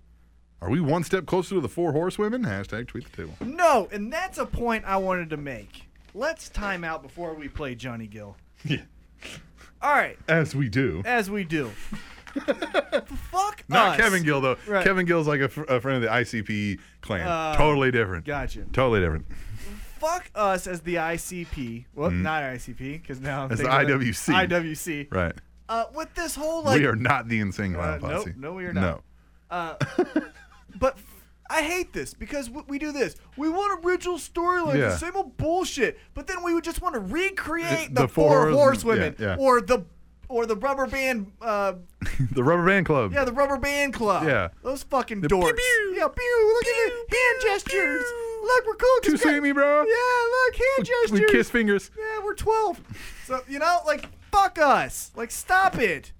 S3: Are we one step closer to the four horsewomen? Hashtag tweet the table.
S4: No, and that's a point I wanted to make. Let's time out before we play Johnny Gill.
S3: Yeah.
S4: All right,
S3: As we do.
S4: as we do. Fuck
S3: Not
S4: us.
S3: Kevin Gill though.
S4: Right.
S3: Kevin Gill's like a, fr- a friend of the ICP E clan.
S4: Uh,
S3: totally different.
S4: Gotcha.
S3: Totally different.
S4: Fuck us as the ICP. Well, not ICP, because now I'm
S3: Mm. As the
S4: thinking about-
S3: IWC.
S4: IWC.
S3: Right.
S4: Uh, with this whole like,
S3: we are not the insane
S4: Uh,
S3: clown
S4: nope,
S3: posse.
S4: no, we are not.
S3: No.
S4: but f- I hate this because w- we do this. We want original storylines,
S3: Yeah.
S4: the same old bullshit. But then we would just want to recreate
S3: The-
S4: the,
S3: the
S4: four,
S3: four-
S4: horsewomen
S3: yeah, yeah.
S4: or the or the rubber band. Uh,
S3: the Rubber Band Club.
S4: Yeah, the rubber band club.
S3: Yeah.
S4: Those fucking
S3: The
S4: dorks.
S3: pew pew.
S4: Yeah, pew. Look at the hand gestures. Look, we're cool. 'cause
S3: Too
S4: we got-
S3: see me, E, bro.
S4: Yeah, look, hand gestures.
S3: We kiss fingers.
S4: Yeah, we're 12. So, you know, like, fuck us. Like, stop it.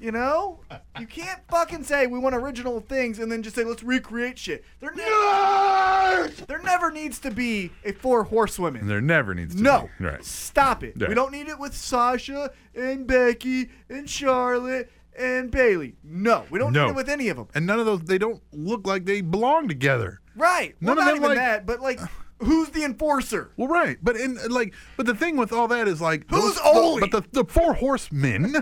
S4: You know? You can't fucking say we want original things and then just say, let's recreate shit. There, ne- there never needs to be a four horsewomen.
S3: And there never needs to
S4: No.
S3: be. Right.
S4: Stop it.
S3: Right.
S4: We don't need it with Sasha and Becky and Charlotte and Bailey. No, we don't
S3: No.
S4: need it with any of them.
S3: And none of those they don't look like they belong together.
S4: Right.
S3: None
S4: well,
S3: of
S4: not
S3: them,
S4: even
S3: like-
S4: that, but like, who's the enforcer?
S3: Well, right, but in like, but the thing with all that is like,
S4: Who's
S3: those-
S4: Oli?
S3: But the, the four horsemen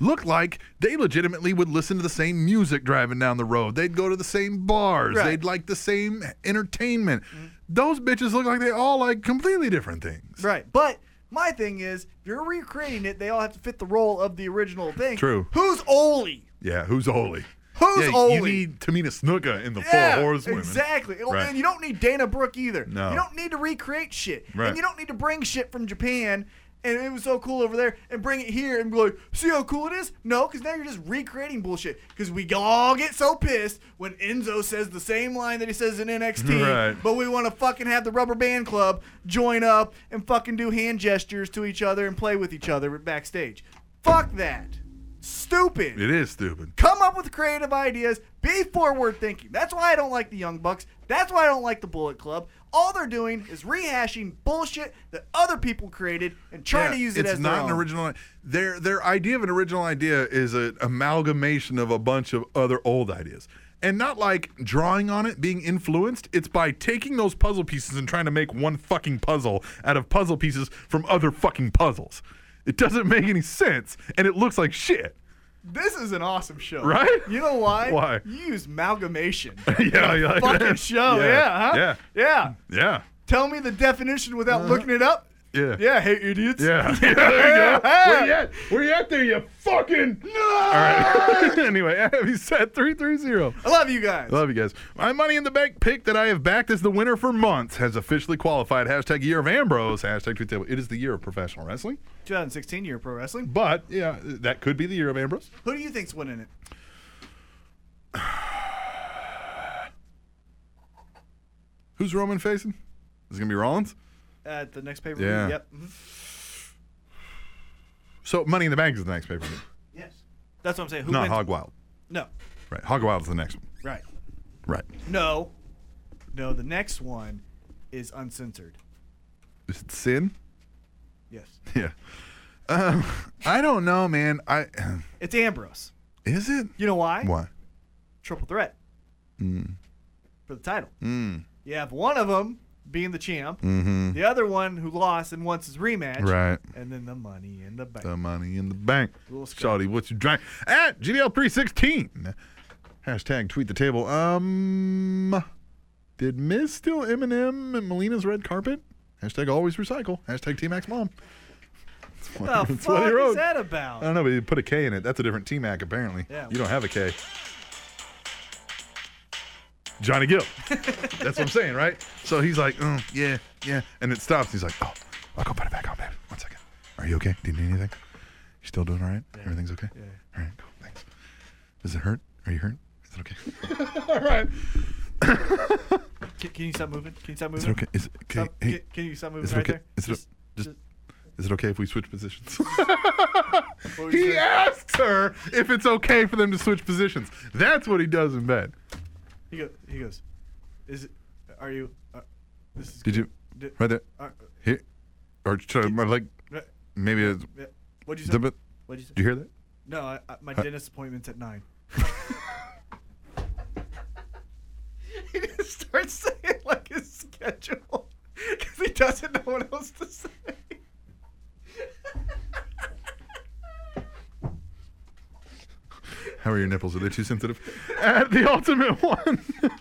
S3: look like they legitimately would listen to the same music driving down the road. They'd go to the same bars.
S4: Right. Mm-hmm.
S3: They'd like the same entertainment. Those bitches look like they all like completely different things.
S4: Right. But my thing is, if you're recreating it, they all have to fit the role of the original thing.
S3: True.
S4: Who's Oli?
S3: Yeah, who's Oli?
S4: Who's
S3: yeah,
S4: Oli?
S3: You need Tamina Snuka in the four horsewomen.
S4: exactly. And-
S3: Right.
S4: And you don't need Dana Brooke either.
S3: No.
S4: You don't need to recreate shit.
S3: Right.
S4: And you don't need to bring shit from Japan and it was so cool over there and bring it here and be like, see how cool it is? No, because now you're just recreating bullshit. Because we all get so pissed when Enzo says the same line that he says in NXT,
S3: Right.
S4: but we want to fucking have the rubber band club join up and fucking do hand gestures to each other and play with each other backstage. Fuck that. Stupid.
S3: It is stupid.
S4: Come up with creative ideas. Be forward thinking. That's why I don't like the Young Bucks. That's why I don't like the Bullet Club. All they're doing is rehashing bullshit that other people created and trying to
S3: Yeah,
S4: use it
S3: it's
S4: as
S3: not
S4: their
S3: an
S4: own.
S3: original. Their their idea of an original idea is an amalgamation of a bunch of other old ideas, and not like drawing on it, being influenced. It's by taking those puzzle pieces and trying to make one fucking puzzle out of puzzle pieces from other fucking puzzles. It doesn't make any sense, and it looks like shit.
S4: This is an awesome show,
S3: Right?
S4: You know why?
S3: Why?
S4: You use amalgamation.
S3: yeah, yeah, like
S4: Fucking
S3: that.
S4: show, yeah, huh?
S3: yeah,
S4: yeah.
S3: yeah,
S4: Tell me the definition without looking it up.
S3: yeah.
S4: Yeah, hey idiots.
S3: Yeah. yeah, there you go. Where you at? Where you at there, you fucking. All right. anyway, Abby said 330.
S4: I love you guys.
S3: Love you guys. My money in the bank pick that I have backed as the winner for months has officially qualified. Hashtag year of Ambrose. Hashtag tweet table. It is the year of professional wrestling.
S4: 2016 year of pro wrestling.
S3: But yeah, that could be the year of Ambrose.
S4: Who do you think's winning it?
S3: Who's Roman facing? Is it gonna be Rollins?
S4: At the next pay per view.
S3: Yeah.
S4: Yep. Mhm.
S3: So Money in the Bank is the next pay per view,
S4: Yes. That's what I'm saying. Who
S3: not
S4: wins?
S3: Hog Wild.
S4: No.
S3: Right, Hog Wild's the next one.
S4: Right.
S3: Right.
S4: No. No, the next one is uncensored.
S3: Is it Sin?
S4: Yes.
S3: Yeah. Um, I don't know, man. I
S4: It's Ambrose.
S3: is it
S4: You know why?
S3: why? Mm.
S4: Triple threat. For the title. You have one of them being the champ,
S3: Mm-hmm.
S4: the other one who lost and wants his rematch,
S3: Right.
S4: and then the money in the bank.
S3: The money in the bank.
S4: Little scratch.
S3: Shawty, what you drank? At GDL316. Hashtag tweet the table. Um, did Miz steal Eminem and Melina's red carpet? Hashtag always recycle. Hashtag T Max mom. That's what,
S4: What the
S3: that's what
S4: fuck
S3: he
S4: is
S3: wrote.
S4: that
S3: I
S4: about?
S3: don't know, but he put a K in it. That's a different T Mac, apparently.
S4: Yeah.
S3: You don't have a K. Johnny Gill. That's what I'm saying, right? So he's like, mm, yeah, yeah. And it stops. He's like, oh, I'll go put it back on, babe. One second. Are you okay? Do you need anything? You still doing all right? Everything's okay? Yeah. All right, cool. Thanks. Does it hurt? Are you hurt? Is it okay? all right.
S4: Can, can you stop moving? Can you stop
S3: Is
S4: moving?
S3: it okay? Is it okay?
S4: Stop-
S3: Hey,
S4: can, can you stop moving
S3: is it
S4: right
S3: okay?
S4: there?
S3: Is it,
S4: Just-
S3: just,
S4: just-
S3: is it okay if we switch positions?
S4: what were you
S3: He
S4: saying?
S3: asks her if it's okay for them to switch positions. That's what he does in bed.
S4: He goes. He goes. Is it? Are you? Uh, this is.
S3: Did you?
S4: Did-
S3: Right there.
S4: uh,
S3: Here. Or should I, my leg?
S4: uh,
S3: Maybe. It's,
S4: uh, what'd you say?
S3: did you
S4: What'd you say?
S3: hear that?
S4: No, I, I, my
S3: Uh,
S4: dentist appointment's at nine. he just starts saying like his schedule because he doesn't know what else to say.
S3: How are your nipples? Are they too sensitive? At the ultimate one.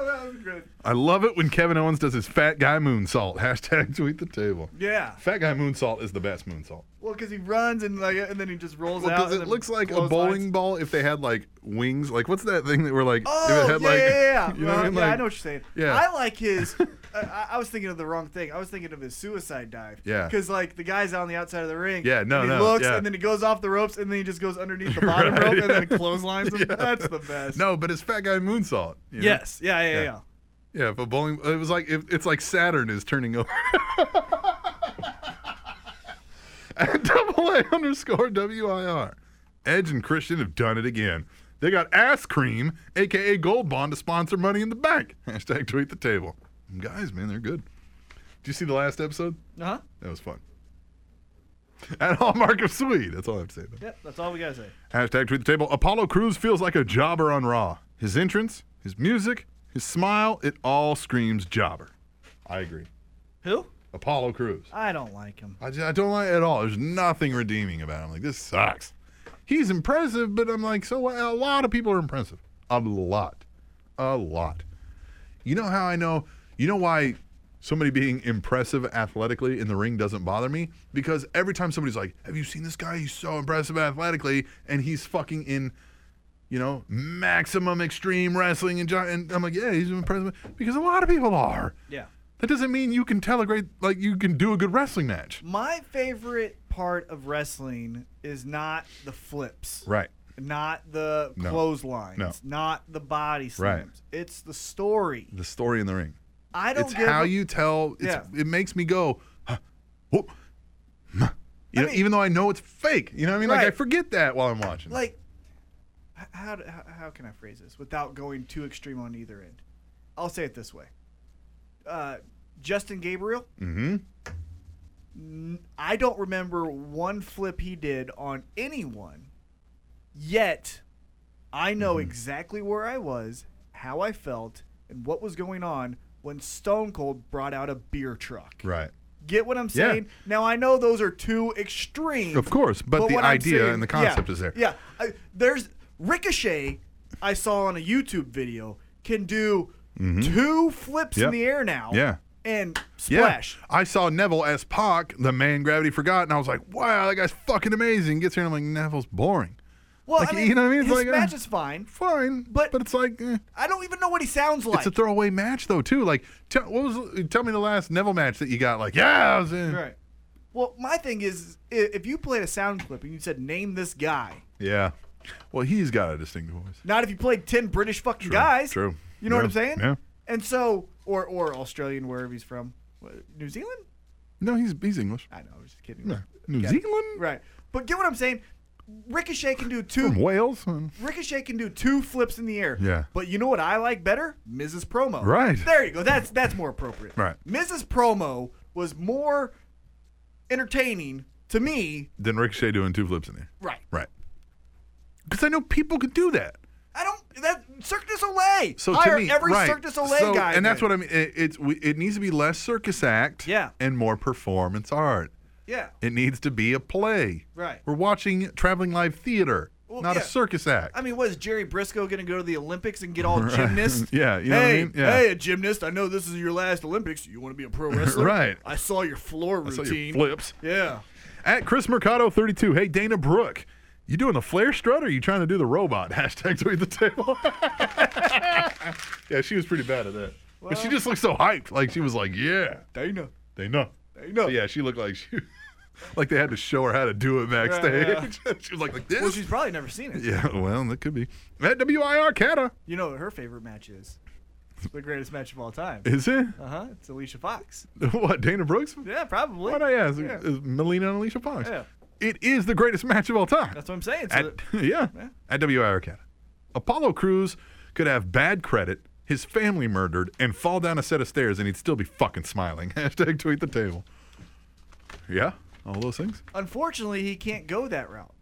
S4: Oh, that was good.
S3: I love it when Kevin Owens does his fat guy moonsault. Hashtag tweet the table.
S4: Yeah.
S3: Fat guy moonsault is the best moonsault.
S4: Well, because he runs and like, and then he just rolls
S3: Well,
S4: out.
S3: because
S4: and
S3: it
S4: then
S3: looks like a
S4: clotheslines.
S3: bowling ball if they had like wings. Like, what's that thing that were like?
S4: Oh,
S3: if it had,
S4: yeah,
S3: like,
S4: yeah, yeah.
S3: You know what
S4: Well, yeah, I
S3: I mean? Like-
S4: know what you're saying.
S3: Yeah.
S4: I like his. I- I, I was thinking of the wrong thing. I was thinking of his suicide dive.
S3: Yeah.
S4: Because like the guy's on the outside of the ring.
S3: Yeah, no,
S4: and he
S3: no,
S4: looks
S3: yeah.
S4: and then he goes off the ropes and then he just goes underneath the bottom
S3: Right,
S4: rope
S3: yeah.
S4: and then clotheslines him.
S3: Yeah.
S4: That's the best.
S3: No, but it's fat guy moonsault. you know?
S4: Yes. Yeah. Yeah. Yeah.
S3: Yeah.
S4: yeah.
S3: Yeah, but bowling. It was like it, it's like Saturn is turning over. At double A underscore WIR. Edge and Christian have done it again. They got Ass Cream, aka Gold Bond, to sponsor Money in the Bank. Hashtag tweet the table. Guys, man, they're good. Did you see the last episode?
S4: Uh-huh.
S3: That was fun. At Hallmark of Swede. That's all I have to say. About. it.
S4: Yep. That's all we gotta say.
S3: Hashtag tweet the table. Apollo Cruz feels like a jobber on Raw. His entrance, his music, his smile, it all screams jobber. I agree.
S4: Who?
S3: Apollo Cruz.
S4: I don't like him.
S3: I, ju- I don't like it at all. There's nothing redeeming about him. Like, this sucks. He's impressive, but I'm like, so what? a lot of people are impressive. A lot. A lot. You know how I know? You know why somebody being impressive athletically in the ring doesn't bother me? Because every time somebody's like, have you seen this guy? He's so impressive athletically, and he's fucking in. You know, maximum extreme wrestling and, jo- and I'm like, yeah, he's impressive because a lot of people are.
S4: Yeah.
S3: That doesn't mean you can tell a great, like you can do a good wrestling match.
S4: My favorite part of wrestling is not the flips.
S3: Right.
S4: Not the
S3: No.
S4: clotheslines.
S3: No.
S4: Not the body
S3: Right.
S4: slams. It's the story.
S3: The story in the ring.
S4: I don't
S3: It's
S4: give
S3: how
S4: a-
S3: you tell. It's,
S4: Yeah.
S3: It makes me go, huh, whoop, huh. you
S4: I
S3: know,
S4: mean-
S3: even though I know it's fake. You know what I mean? Like I
S4: Right.
S3: forget that while I'm watching.
S4: like h- how, do- how how can I phrase this without going too extreme on either end? I'll say it this way. Uh, Justin Gabriel,
S3: mm-hmm.
S4: I don't remember one flip he did on anyone. Yet, I know
S3: Mm-hmm.
S4: exactly where I was, how I felt, and what was going on when Stone Cold brought out a beer truck.
S3: Right.
S4: Get what I'm
S3: Yeah.
S4: saying? Now I know those are two extremes.
S3: Of course, but the
S4: what I'm
S3: idea
S4: saying-
S3: and the concept
S4: yeah,
S3: is there.
S4: Yeah, I, there's Ricochet. I saw on a YouTube video can do two flips
S3: Mm-hmm. Yep.
S4: in the air now.
S3: Yeah.
S4: and
S3: Yeah.
S4: splash.
S3: I saw Neville as Pac, the man gravity forgot, and I was like, wow, that guy's fucking amazing. Gets here and I'm like, Neville's boring.
S4: Well,
S3: Like,
S4: I mean,
S3: you know what I mean? It's
S4: His
S3: like, uh,
S4: match is fine.
S3: Fine,
S4: But-
S3: but it's like, eh.
S4: I don't even know what he sounds like.
S3: it's a throwaway match though too. Like, tell, what was? Tell me the last Neville match that you got. Like, yeah, I was in.
S4: right. Well, my thing is, i- if you played a sound clip and you said name this guy,
S3: Yeah. Well, he's got a distinct voice.
S4: not if you played ten British fucking guys.
S3: true.
S4: You know what
S3: Yeah,
S4: I'm saying?
S3: yeah.
S4: And so, or or Australian, wherever he's from, What, New Zealand.
S3: No, he's he's English.
S4: I know, I was just kidding.
S3: Yeah. New
S4: Got it.
S3: Zealand?
S4: Right. But get what I'm saying? Ricochet can do
S3: From
S4: two
S3: Wales? Uh,
S4: Ricochet can do two flips in the air.
S3: Yeah.
S4: But you know what I like better? Mrs. Promo.
S3: Right.
S4: There you go. That's that's more appropriate.
S3: Right.
S4: Mrs. Promo was more entertaining to me.
S3: Then Ricochet doing two flips in there.
S4: Right.
S3: Right. Because I know people could do that.
S4: I don't that Cirque du Soleil.
S3: So
S4: Hire
S3: to me,
S4: every
S3: right.
S4: Cirque du Soleil
S3: So-
S4: guy.
S3: and that's
S4: then.
S3: what I mean. It, it's we, it needs to be less circus act,
S4: Yeah.
S3: and more performance art.
S4: Yeah.
S3: It needs to be a play.
S4: Right.
S3: We're watching traveling live theater,
S4: Well,
S3: not
S4: yeah.
S3: a circus act.
S4: I mean, what is Jerry Briscoe going to go to the Olympics and get all gymnast?
S3: Yeah, you know what I
S4: hey,
S3: mean? Yeah.
S4: hey, a gymnast. I know this is your last Olympics. You want to be a pro wrestler?
S3: Right.
S4: I saw your floor
S3: I saw
S4: routine.
S3: your flips
S4: Yeah.
S3: at Chris Mercado thirty two. Hey Dana Brooke, you doing the flare strut or you trying to do the robot? Hashtag tweet the table. yeah, she was pretty bad at that, but she just looked so hyped. Like she was like, yeah,
S4: Dana.
S3: Dana.
S4: Dana.
S3: Yeah, she looked like she, like they had to show her how to do it backstage. she was like, like this.
S4: Well, she's probably never seen it.
S3: yeah, well, that could be. At WIR Cata,
S4: You know what her favorite match is? The greatest match of all time.
S3: is it?
S4: Uh huh. It's Alicia Fox.
S3: What Dana Brooks?
S4: Yeah, probably.
S3: Why not? Yeah, it's,
S4: Yeah.
S3: it's Melina and Alicia Fox.
S4: Yeah.
S3: It is the greatest match of all time.
S4: That's what I'm saying. So
S3: at,
S4: that-
S3: yeah,
S4: Yeah.
S3: at WIR Cata. Apollo Cruz could have bad credit, his family murdered, and fall down a set of stairs, and he'd still be fucking smiling. Hashtag tweet the table. Yeah, all those things.
S4: unfortunately, he can't go that route.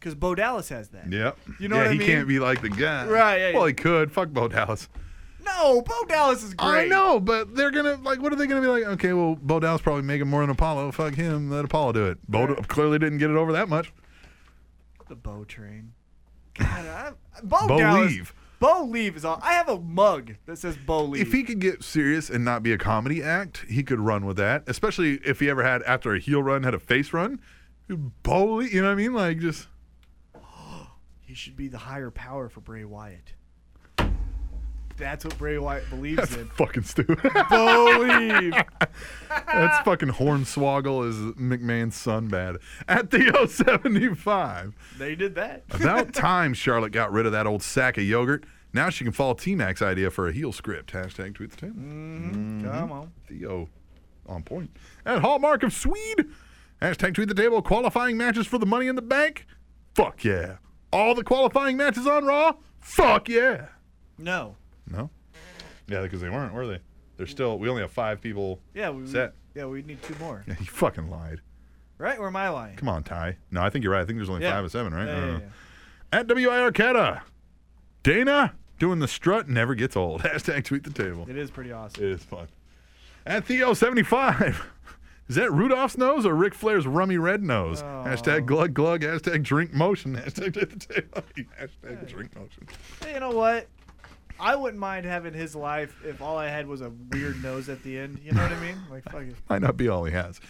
S4: Because Bo Dallas has that.
S3: Hmm. Yeah.
S4: You know
S3: yeah,
S4: what I
S3: he
S4: mean?
S3: can't be like the guy.
S4: Right, yeah,
S3: well,
S4: yeah.
S3: he could. Fuck Bo Dallas.
S4: No, Bo Dallas is great.
S3: I know, but they're gonna like. What are they gonna be like? Okay, well, Bo Dallas probably making more than Apollo. Fuck him. Let Apollo do it. Bo
S4: Right.
S3: clearly didn't get it over that much.
S4: The Bo train. God, I, Bo,
S3: Bo
S4: Dallas.
S3: Leave.
S4: Bo Leave is all. I have a mug that says Bo Leave.
S3: If he could get serious and not be a comedy act, he could run with that. Especially if he ever had after a heel run, had a face run. Bowley, you know what I mean? Like just
S4: He should be the higher power for Bray Wyatt. That's what Bray Wyatt believes
S3: that's
S4: in.
S3: fucking stupid.
S4: Bo Leave.
S3: that's fucking Hornswoggle is McMahon's son bad. At the 075.
S4: They did that.
S3: About time Charlotte got rid of that old sack of yogurt. Now she can follow T Mac's idea for a heel script. Hashtag tweet the table. Mm-hmm.
S4: Come on.
S3: Theo oh, on point. At Hallmark of Swede. Hashtag tweet the table. Qualifying matches for the money in the bank. Fuck yeah. All the qualifying matches on Raw. Fuck yeah.
S4: No.
S3: No? Yeah, because they weren't, were they? They're still, we only have five people
S4: Yeah, we, we-
S3: set.
S4: yeah, we need two more.
S3: Yeah, you fucking lied.
S4: Right? Or am I lying?
S3: Come Uh-huh. on, Ty. No, I think you're right. I think there's only
S4: Yeah.
S3: five or seven, right?
S4: Yeah,
S3: I don't
S4: yeah,
S3: know. At WIR Arcata. E Dana doing the strut never gets old. Hashtag tweet the table.
S4: yeah. It is pretty awesome.
S3: It is fun. At Theo75. Is that Rudolph's nose or Ric Flair's rummy red nose? Hashtag glug glug, hashtag drink motion, hashtag to the table. hashtag drink motion.
S4: Hey, you know what? I wouldn't mind having his life if all I had was a weird nose at the end. You know what I mean? Like, fuck it.
S3: Might not be all he has.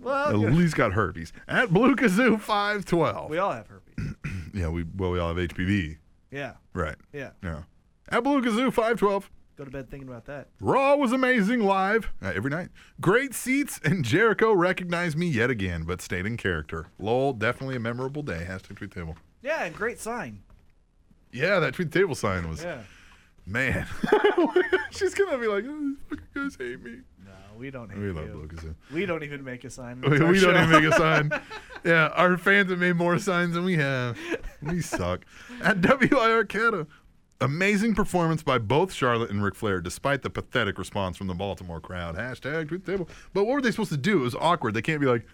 S4: Well,
S3: At
S4: good.
S3: least got herpes. At Blue Kazoo
S4: we
S3: 512.
S4: all have herpes.
S3: Yeah, we well we all have HPV.
S4: Yeah,
S3: Right.
S4: yeah.
S3: Yeah. At Blue Kazoo 512.
S4: Go to bed thinking about that.
S3: Raw was amazing live uh, every night. Great seats, and Jericho recognized me yet again, but stayed in character. Lol, definitely a memorable day. Hashtag tweet table.
S4: Yeah, and great sign.
S3: Yeah, that tweet table sign was
S4: Yeah.
S3: man. She's gonna be like, oh, these fucking guys hate me.
S4: No, we don't hate
S3: We
S4: you.
S3: love Blue Kazoo.
S4: We don't even make a sign.
S3: We,
S4: It's our
S3: we don't
S4: show.
S3: even make a sign. Yeah, our fans have made more signs than we have. We suck. At WIR Canada, amazing performance by both Charlotte and Ric Flair, despite the pathetic response from the Baltimore crowd. Hashtag tweet the table. But what were they supposed to do? It was awkward. They can't be like,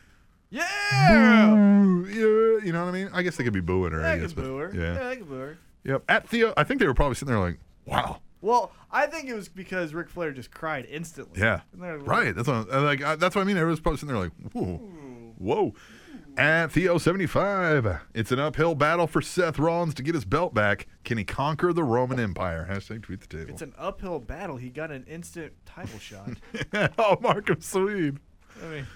S4: Yeah.
S3: "Ooh, yeah," you know what I mean? I guess they could be booing her. I
S4: I
S3: guess,
S4: can
S3: but-
S4: boo her.
S3: Yeah.
S4: I can boo her.
S3: Yep. At Theo, I think they were probably sitting there like, wow.
S4: Well, I think it was because Ric Flair just cried instantly.
S3: Yeah.
S4: And they're like,
S3: Right. That's what, uh, like uh, that's what I mean. Everyone's probably sitting there like, whoa, whoa. At Theo seventy five, it's an uphill battle for Seth Rollins to get his belt back. Can he conquer the Roman Empire? Hashtag tweet the table.
S4: It's an uphill battle. He got an instant title shot.
S3: oh, Markham Swede.
S4: I mean,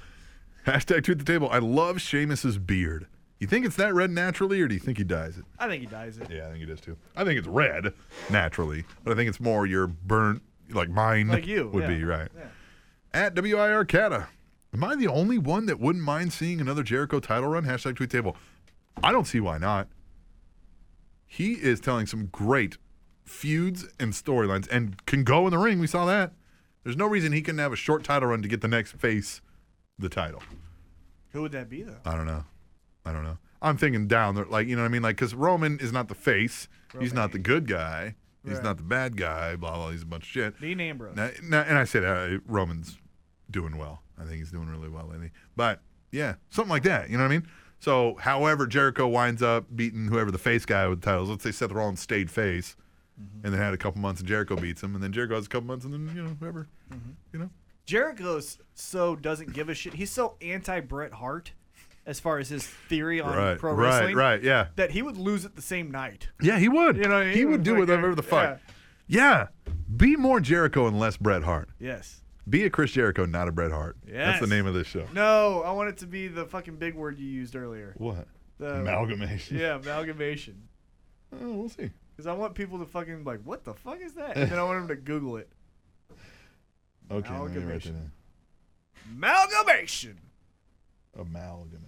S3: Hashtag tweet the table. I love Sheamus's beard. You think it's that red naturally, or do you think he dyes it?
S4: I think he dies it.
S3: Yeah, I think it is too. I think it's red naturally, but I think it's more your burnt, like mine
S4: Like you,
S3: would
S4: yeah.
S3: be right.
S4: Yeah.
S3: At WIR Cata. Am I the only one that wouldn't mind seeing another Jericho title run? Hashtag tweet table. I don't see why not. He is telling some great feuds and storylines and can go in the ring. We saw that. There's no reason he couldn't have a short title run to get the next face the title.
S4: Who would that be though?
S3: I don't know. I don't know. I'm thinking down there, like you know what I mean, like because Roman is not the face. He's not the good guy. He's
S4: Right.
S3: not the bad guy. Blah blah. He's a bunch of shit.
S4: Dean Ambrose.
S3: Now, now- and I said uh, Roman's doing well. I think he's doing really well lately. But yeah, something like that. You know what I mean? So, however, Jericho winds up beating whoever the face guy with the titles. Let's say Seth Rollins stayed face,
S4: Mm-hmm.
S3: and then had a couple months, and Jericho beats him, and then Jericho has a couple months, and then you know whoever,
S4: Mm-hmm.
S3: you know.
S4: Jericho's so doesn't give a shit. He's so anti Bret Hart as far as his theory on
S3: Right,
S4: pro
S3: right,
S4: wrestling.
S3: right, yeah.
S4: That he would lose it the same night.
S3: Yeah, he would.
S4: You know what I mean?
S3: he would do
S4: Like, uh,
S3: whatever the fuck. Yeah. be more Jericho and less Bret Hart.
S4: Yes.
S3: Be a Chris Jericho, not a Bret Hart. That's
S4: Yes.
S3: the name of this show.
S4: No, I want it to be the fucking big word you used earlier.
S3: What?
S4: The-
S3: Amalgamation.
S4: Uh, Yeah, amalgamation.
S3: Oh, we'll see.
S4: Because I want people to fucking like, what the fuck is that? And then I want them to Google it.
S3: Okay, let me write that
S4: Amalgamation.
S3: down.
S4: Amalgamation.
S3: Amalgamation.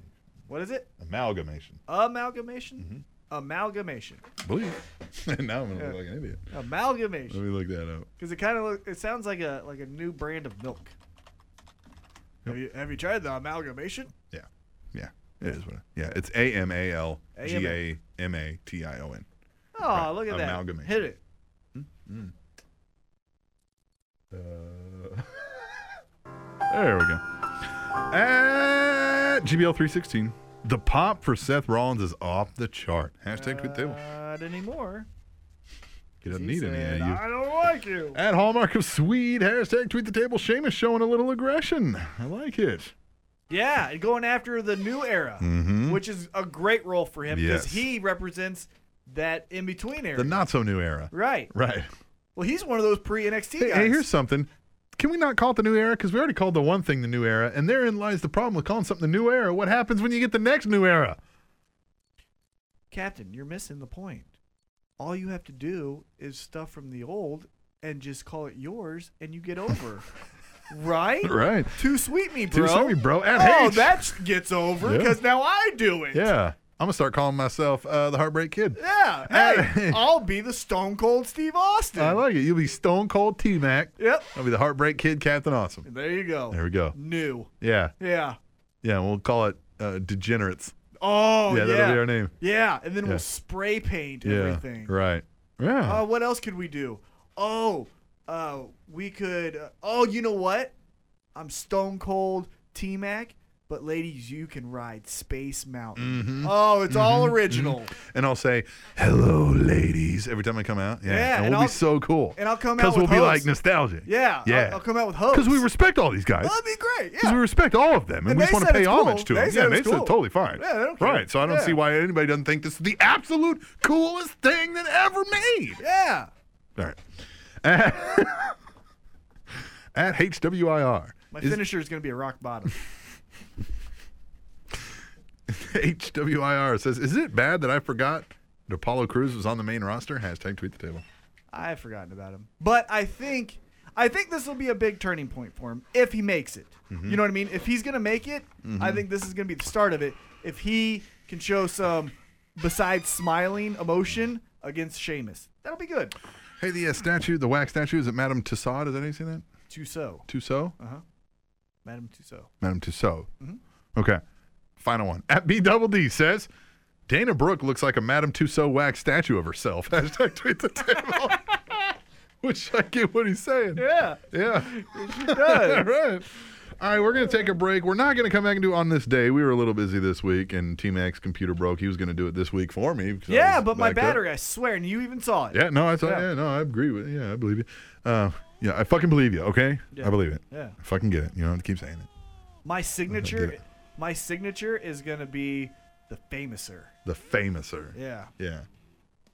S4: What is it?
S3: Amalgamation. Mm-hmm.
S4: Amalgamation. Amalgamation.
S3: Believe. it. now I'm gonna look like an idiot. Let
S4: Amalgamation.
S3: me look that up.
S4: Because it kind of look, it sounds like a like a new brand of milk. Have you have you tried the amalgamation?
S3: Yeah. Yeah. It is what. it- Yeah. It's A M A L G A M A T I O N.
S4: Oh, look at that.
S3: Amalgamation.
S4: Hit it.
S3: Uh, There we go. At GBL 316, the pop for Seth Rollins is off the chart. Hashtag tweet the table.
S4: Not anymore.
S3: He doesn't
S4: He
S3: need any
S4: said,
S3: of you.
S4: I don't like you.
S3: At Hallmark of Swede, hashtag tweet the table. Seamus showing a little aggression. I like it.
S4: Yeah, and going after the new era, which is a great role for him because
S3: Mm-hmm. Yes.
S4: he represents that in between era.
S3: The not so new era.
S4: right.
S3: Right.
S4: Well, he's one of those pre NXT
S3: Hey,
S4: guys.
S3: hey, here's something. Can we not call it the new era? Because we already called the one thing the new era, and therein lies the problem with calling something the new era. What happens when you get the next new era?
S4: Captain, you're missing the point. All you have to do is stuff from the old and just call it yours, and you get over. right?
S3: Right.
S4: Too sweet me,
S3: Too
S4: bro.
S3: sweet me, bro. At
S4: oh,
S3: H.
S4: that gets over
S3: Yeah.
S4: because now I do it.
S3: Yeah. I'm gonna start calling myself uh, the Heartbreak Kid.
S4: Yeah. Hey,
S3: At-
S4: I'll be the Stone Cold Steve Austin.
S3: I like it. You'll be Stone Cold T Mac.
S4: Yep.
S3: I'll be the Heartbreak Kid, Captain Awesome.
S4: There you go.
S3: There we go.
S4: New.
S3: Yeah,
S4: Yeah.
S3: yeah. We'll call it uh, Degenerates.
S4: Oh,
S3: yeah,
S4: yeah.
S3: that'll be our name.
S4: Yeah, and then
S3: Yeah.
S4: we'll spray paint
S3: Yeah,
S4: everything.
S3: right. Yeah.
S4: Uh, what else could we do? Oh, uh, we could. Uh, oh, you know what? I'm Stone Cold T Mac, but ladies, you can ride Space Mountain.
S3: Mm-hmm.
S4: Oh, it's all original.
S3: and I'll say hello, ladies, every time I come out. Yeah,
S4: Yeah,
S3: and,
S4: and
S3: we'll
S4: I'll-
S3: be so cool.
S4: and I'll come out
S3: because we'll
S4: with
S3: be
S4: hopes.
S3: like nostalgic.
S4: Yeah,
S3: yeah.
S4: I'll, I'll come out with hopes.
S3: Because we respect all these guys.
S4: Well, that'd be great.
S3: Because
S4: Yeah.
S3: we respect all of them, and,
S4: And
S3: we just
S4: they
S3: want to
S4: said
S3: pay
S4: it's cool.
S3: homage to
S4: They
S3: them.
S4: said
S3: yeah,
S4: it
S3: they
S4: was
S3: said
S4: cool.
S3: totally fine.
S4: Yeah, they don't care.
S3: Right, so I don't
S4: Yeah.
S3: see why anybody doesn't think this is the absolute coolest thing that ever made.
S4: yeah.
S3: All right. At, at HWIR.
S4: My
S3: Is-
S4: finisher is gonna be a rock bottom.
S3: HWIR says, Is it bad that I forgot that Apollo Cruz was on the main roster? Hashtag tweet the table.
S4: I've forgotten about him, but I think I think this will be a big turning point for him if he makes it.
S3: Mm-hmm.
S4: You know what I mean? If he's gonna make it, I think this is gonna be the start of it. If he can show some, besides smiling, emotion against Sheamus, that'll be good.
S3: Hey, the uh, statue, the wax statue, is it Madame Tussaud? Does anybody see that?
S4: Tussaud,
S3: Tussaud?
S4: Uh-huh. Madame Tussaud.
S3: Madame Tussaud.
S4: Mm-hmm.
S3: Okay. Final one. At B Double D says, Dana Brooke looks like a Madame Tussaud wax statue of herself. Hashtag tweet the table. Which I get what he's saying.
S4: Yeah,
S3: Yeah. All
S4: does.
S3: right. All right, we're going to take a break. We're not going to come back and do on this day. We were a little busy this week, and T Mac's computer broke. He was going to do it this week for me. because I
S4: yeah,
S3: was
S4: but my
S3: backed up.
S4: battery, I swear, and you even saw it.
S3: Yeah, no, I thought, yeah.
S4: Yeah.
S3: no, I agree with. Yeah, I believe you. Uh, yeah, I fucking believe you. Okay, I believe it.
S4: Yeah.
S3: I fucking get it. You don't have to keep saying it.
S4: My
S3: Get
S4: signature,
S3: it.
S4: my signature is gonna be the famouser.
S3: The famouser.
S4: Yeah.
S3: Yeah.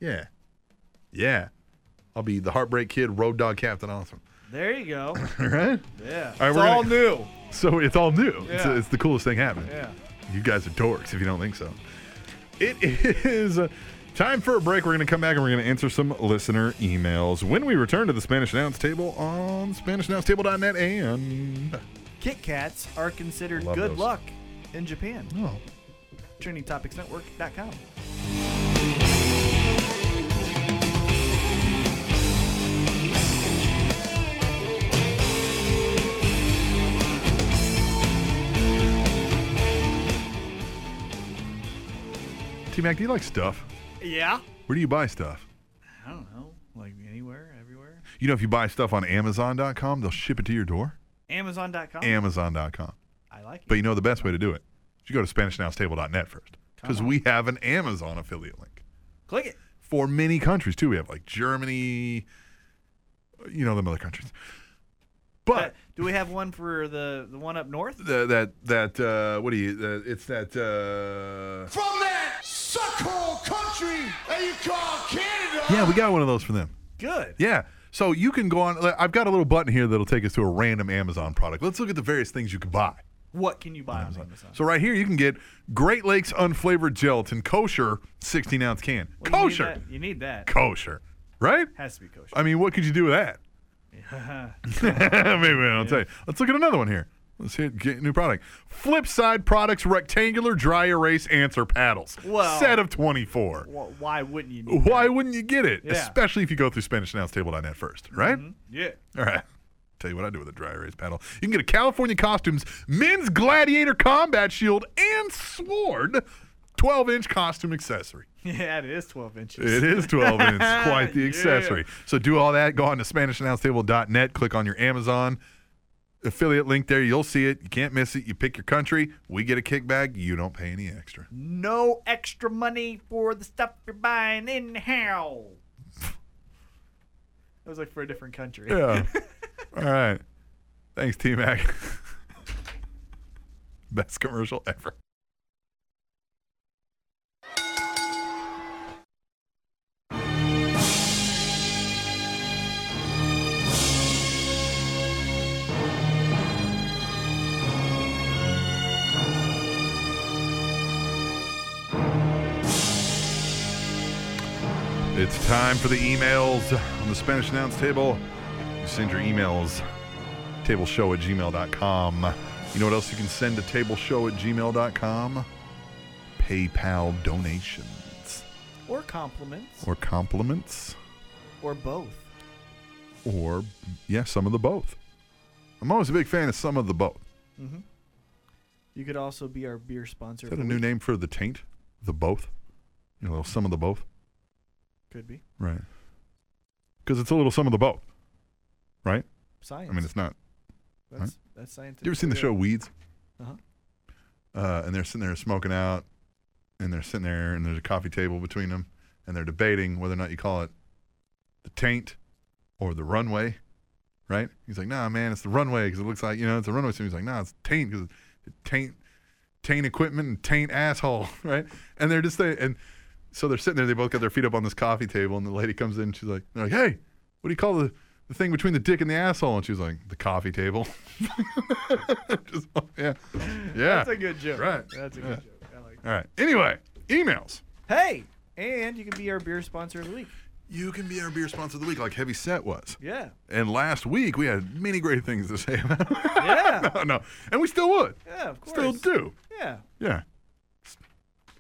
S3: Yeah. Yeah. I'll be the heartbreak kid, road dog captain, awesome.
S4: There you go.
S3: All right.
S4: Yeah. it's
S3: All right, we're gonna-
S4: all new.
S3: So it's all new. It's,
S4: Yeah.
S3: it's the coolest thing happening.
S4: Yeah.
S3: You guys are dorks if you don't think so. It is uh, time for a break. We're going to come back and we're going to answer some listener emails when we return to the Spanish Announce Table on SpanishAnnounceTable.net and.
S4: Kit Kats are considered
S3: Love
S4: good
S3: those.
S4: luck in Japan.
S3: Oh.
S4: TrainingTopicsNetwork.com.
S3: T Mac, do you like stuff?
S4: Yeah.
S3: Where do you buy stuff?
S4: I don't know. Like anywhere, everywhere.
S3: You know, if you buy stuff on Amazon.com, they'll ship it to your door.
S4: Amazon.com.
S3: Amazon.com.
S4: I like it.
S3: But you know the best way to do it? You go to SpanishNowsTable.net first because
S4: Come on.
S3: we have an Amazon affiliate link
S4: Click it.
S3: for many countries too. We have like Germany, you know, them other countries.
S4: Uh,
S3: But
S4: do we have one for the the one up north?
S3: the, that that uh, what do you? Uh, it's that uh,
S6: From that suckhole country that you call Canada.
S3: yeah, we got one of those for them.
S4: Good.
S3: Yeah. So you can go on. I've got a little button here that'll take us to a random Amazon product. Let's look at the various things you can buy.
S4: What can you buy on Amazon?
S3: So right here, you can get Great Lakes unflavored gelatin, kosher, 16 ounce can.
S4: Well, you need
S3: kosher,
S4: that- You need that.
S3: kosher, right?
S4: Has to be kosher.
S3: I mean, what could you do with that? Maybe I'll tell you. Let's look at another one here. Let's hit get new product. Flipside Products rectangular dry erase answer paddles.
S4: Well-
S3: Set of 24.
S4: Wh- Why wouldn't you? Need
S3: Why wouldn't you get it?
S4: Yeah. Mm-hmm.
S3: Especially if you go through SpanishAnnounceTable.net first, right?
S4: Yeah.
S3: All right. Tell you what I do with a dry erase paddle. You can get a California Costumes men's gladiator combat shield and sword 12 inch costume accessory.
S4: Yeah, it is 12 inches.
S3: It is 12 inch. It's quite the
S4: Yeah.
S3: accessory. So do all that. Go on to SpanishAnnounceTable.net. Click on your Amazon affiliate link there. You'll see it. You can't miss it. You pick your country. We get a kickback. You don't pay any extra.
S4: No extra money for the stuff you're buying anyhow. That was like for a different country.
S3: Yeah. all right. Thanks, T Mac. Best commercial ever. It's time for the emails on the Spanish Announce Table. You send your emails, tableshow at gmail.com. You know what else you can send to tableshow at gmail.com? PayPal donations
S4: Or compliments.
S3: or compliments
S4: Or both.
S3: or, yeah, some of the both. I'm always a big fan of some of the both.
S4: Mm-hmm. You could also be our beer sponsor.
S3: Is that
S4: for
S3: a
S4: the
S3: new
S4: week.
S3: name for the taint? The both? You know, some of the both?
S4: Could be.
S3: Right. Because it's a little some of the both, right?
S4: Science.
S3: I mean, it's not
S4: that's, that's science.
S3: You ever seen the show Weeds?
S4: Uh-huh.
S3: Uh, and they're sitting there smoking out, and they're sitting there, and there's a coffee table between them, and they're debating whether or not you call it the taint or the runway, right? He's like, nah, man, it's the runway because it looks like, you know, it's a runway. So he's like, nah, it's taint because it taint, taint equipment and taint asshole, right? And they're just, there, and so they're sitting there, they both got their feet up on this coffee table, and the lady comes in, and she's like, they're like, hey, what do you call the, the thing between the dick and the asshole? And she's like, the coffee table. Just- oh, yeah. Yeah.
S4: That's a good joke.
S3: Right.
S4: That's a good joke. I like
S3: All right. Anyway, emails.
S4: Hey, and you can be our beer sponsor of the week.
S3: You can be our beer sponsor of the week, like Heavy Set was.
S4: Yeah.
S3: And last week, we had many great things to say about it.
S4: Yeah.
S3: Oh, no, no. And we still would.
S4: Yeah, of course.
S3: Still do.
S4: Yeah.
S3: Yeah.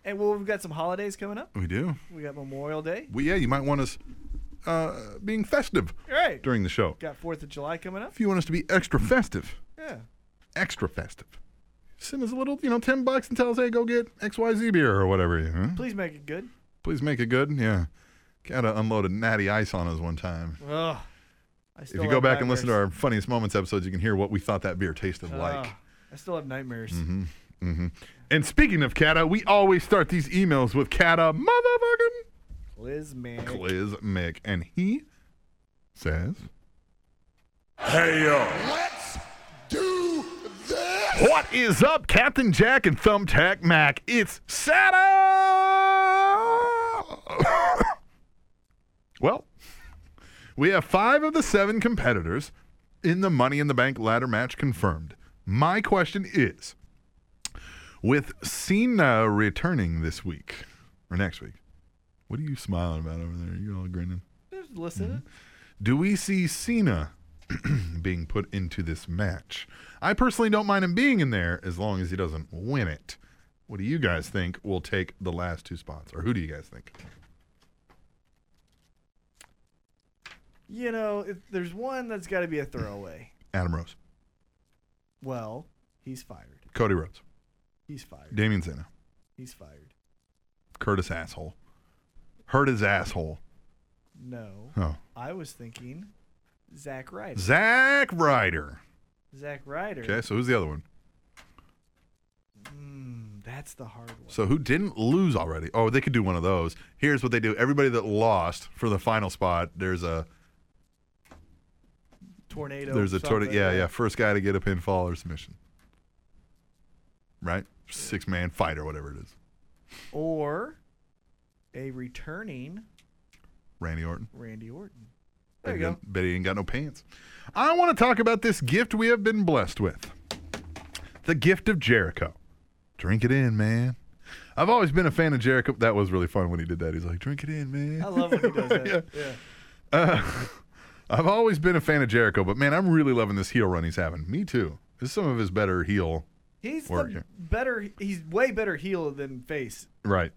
S4: And well, we've got some holidays coming up.
S3: We do.
S4: We got Memorial Day.
S3: We, yeah, you might want us uh, being festive
S4: Right.
S3: during the show.
S4: Got 4th of July coming up.
S3: If you want us to be extra festive,
S4: Yeah.
S3: extra festive. Send us a little, you know, 10 bucks and tell us, hey, go get XYZ beer or whatever. You know?
S4: Please make it good.
S3: Please make it good. Yeah. Gotta unload a natty ice on us one time.
S4: Ugh. I
S3: if you go back and listen to our funniest moments episodes, you can hear what we thought that beer tasted
S4: Uh.
S3: like.
S4: I still have nightmares.
S3: hmm And speaking of Kata, we always start these emails with Kata motherfucking
S4: Liz, man.
S3: Liz Mick. And he says,
S6: Hey, yo. Let's do this.
S3: What is up, Captain Jack and Thumbtack Mac? It's Saturday! well, we have five of the seven competitors in the Money in the Bank ladder match confirmed. My question is with Cena returning this week or next week, what are you smiling about over there? You all grinning.
S4: Just listen.
S3: Mm-hmm. Do we see Cena being put into this match? I personally don't mind him being in there as long as he doesn't win it. What do you guys think will take the last two spots? Or who do you guys think?
S4: You know, if there's one that's got to be a throwaway.
S3: Adam Rose,
S4: Well, he's fired.
S3: Cody Rhodes,
S4: He's fired.
S3: Damien Cena,
S4: He's fired.
S3: Curtis asshole. Hurt his asshole.
S4: No,
S3: Oh.
S4: I was thinking Zack Ryder.
S3: Zack Ryder.
S4: Zack Ryder.
S3: Okay, so who's the other one?
S4: Mm, that's the hard one.
S3: So who didn't lose already? Oh, they could do one of those. Here's what they do. Everybody that lost for the final spot, there's a
S4: tornado.
S3: there's a
S4: something.
S3: tornado. Yeah, yeah. First guy to get a pinfall or submission. Right? Six man fight or whatever it is.
S4: Or a returning
S3: Randy Orton.
S4: Randy Orton. There you
S3: bet, he
S4: go.
S3: didn't- bet he ain't got no pants. I want to talk about this gift we have been blessed with. The gift of Jericho. Drink it in, man. I've always been a fan of Jericho. That was really fun when he did that. He's like, drink it in, man.
S4: I love when he does that.
S3: Yeah.
S4: yeah.
S3: I've always been a fan of Jericho, but man, I'm really loving this heel run he's having. Me too. This is some of his better heel.
S4: He's
S3: Or-
S4: the better. He's way better heel than face.
S3: Right.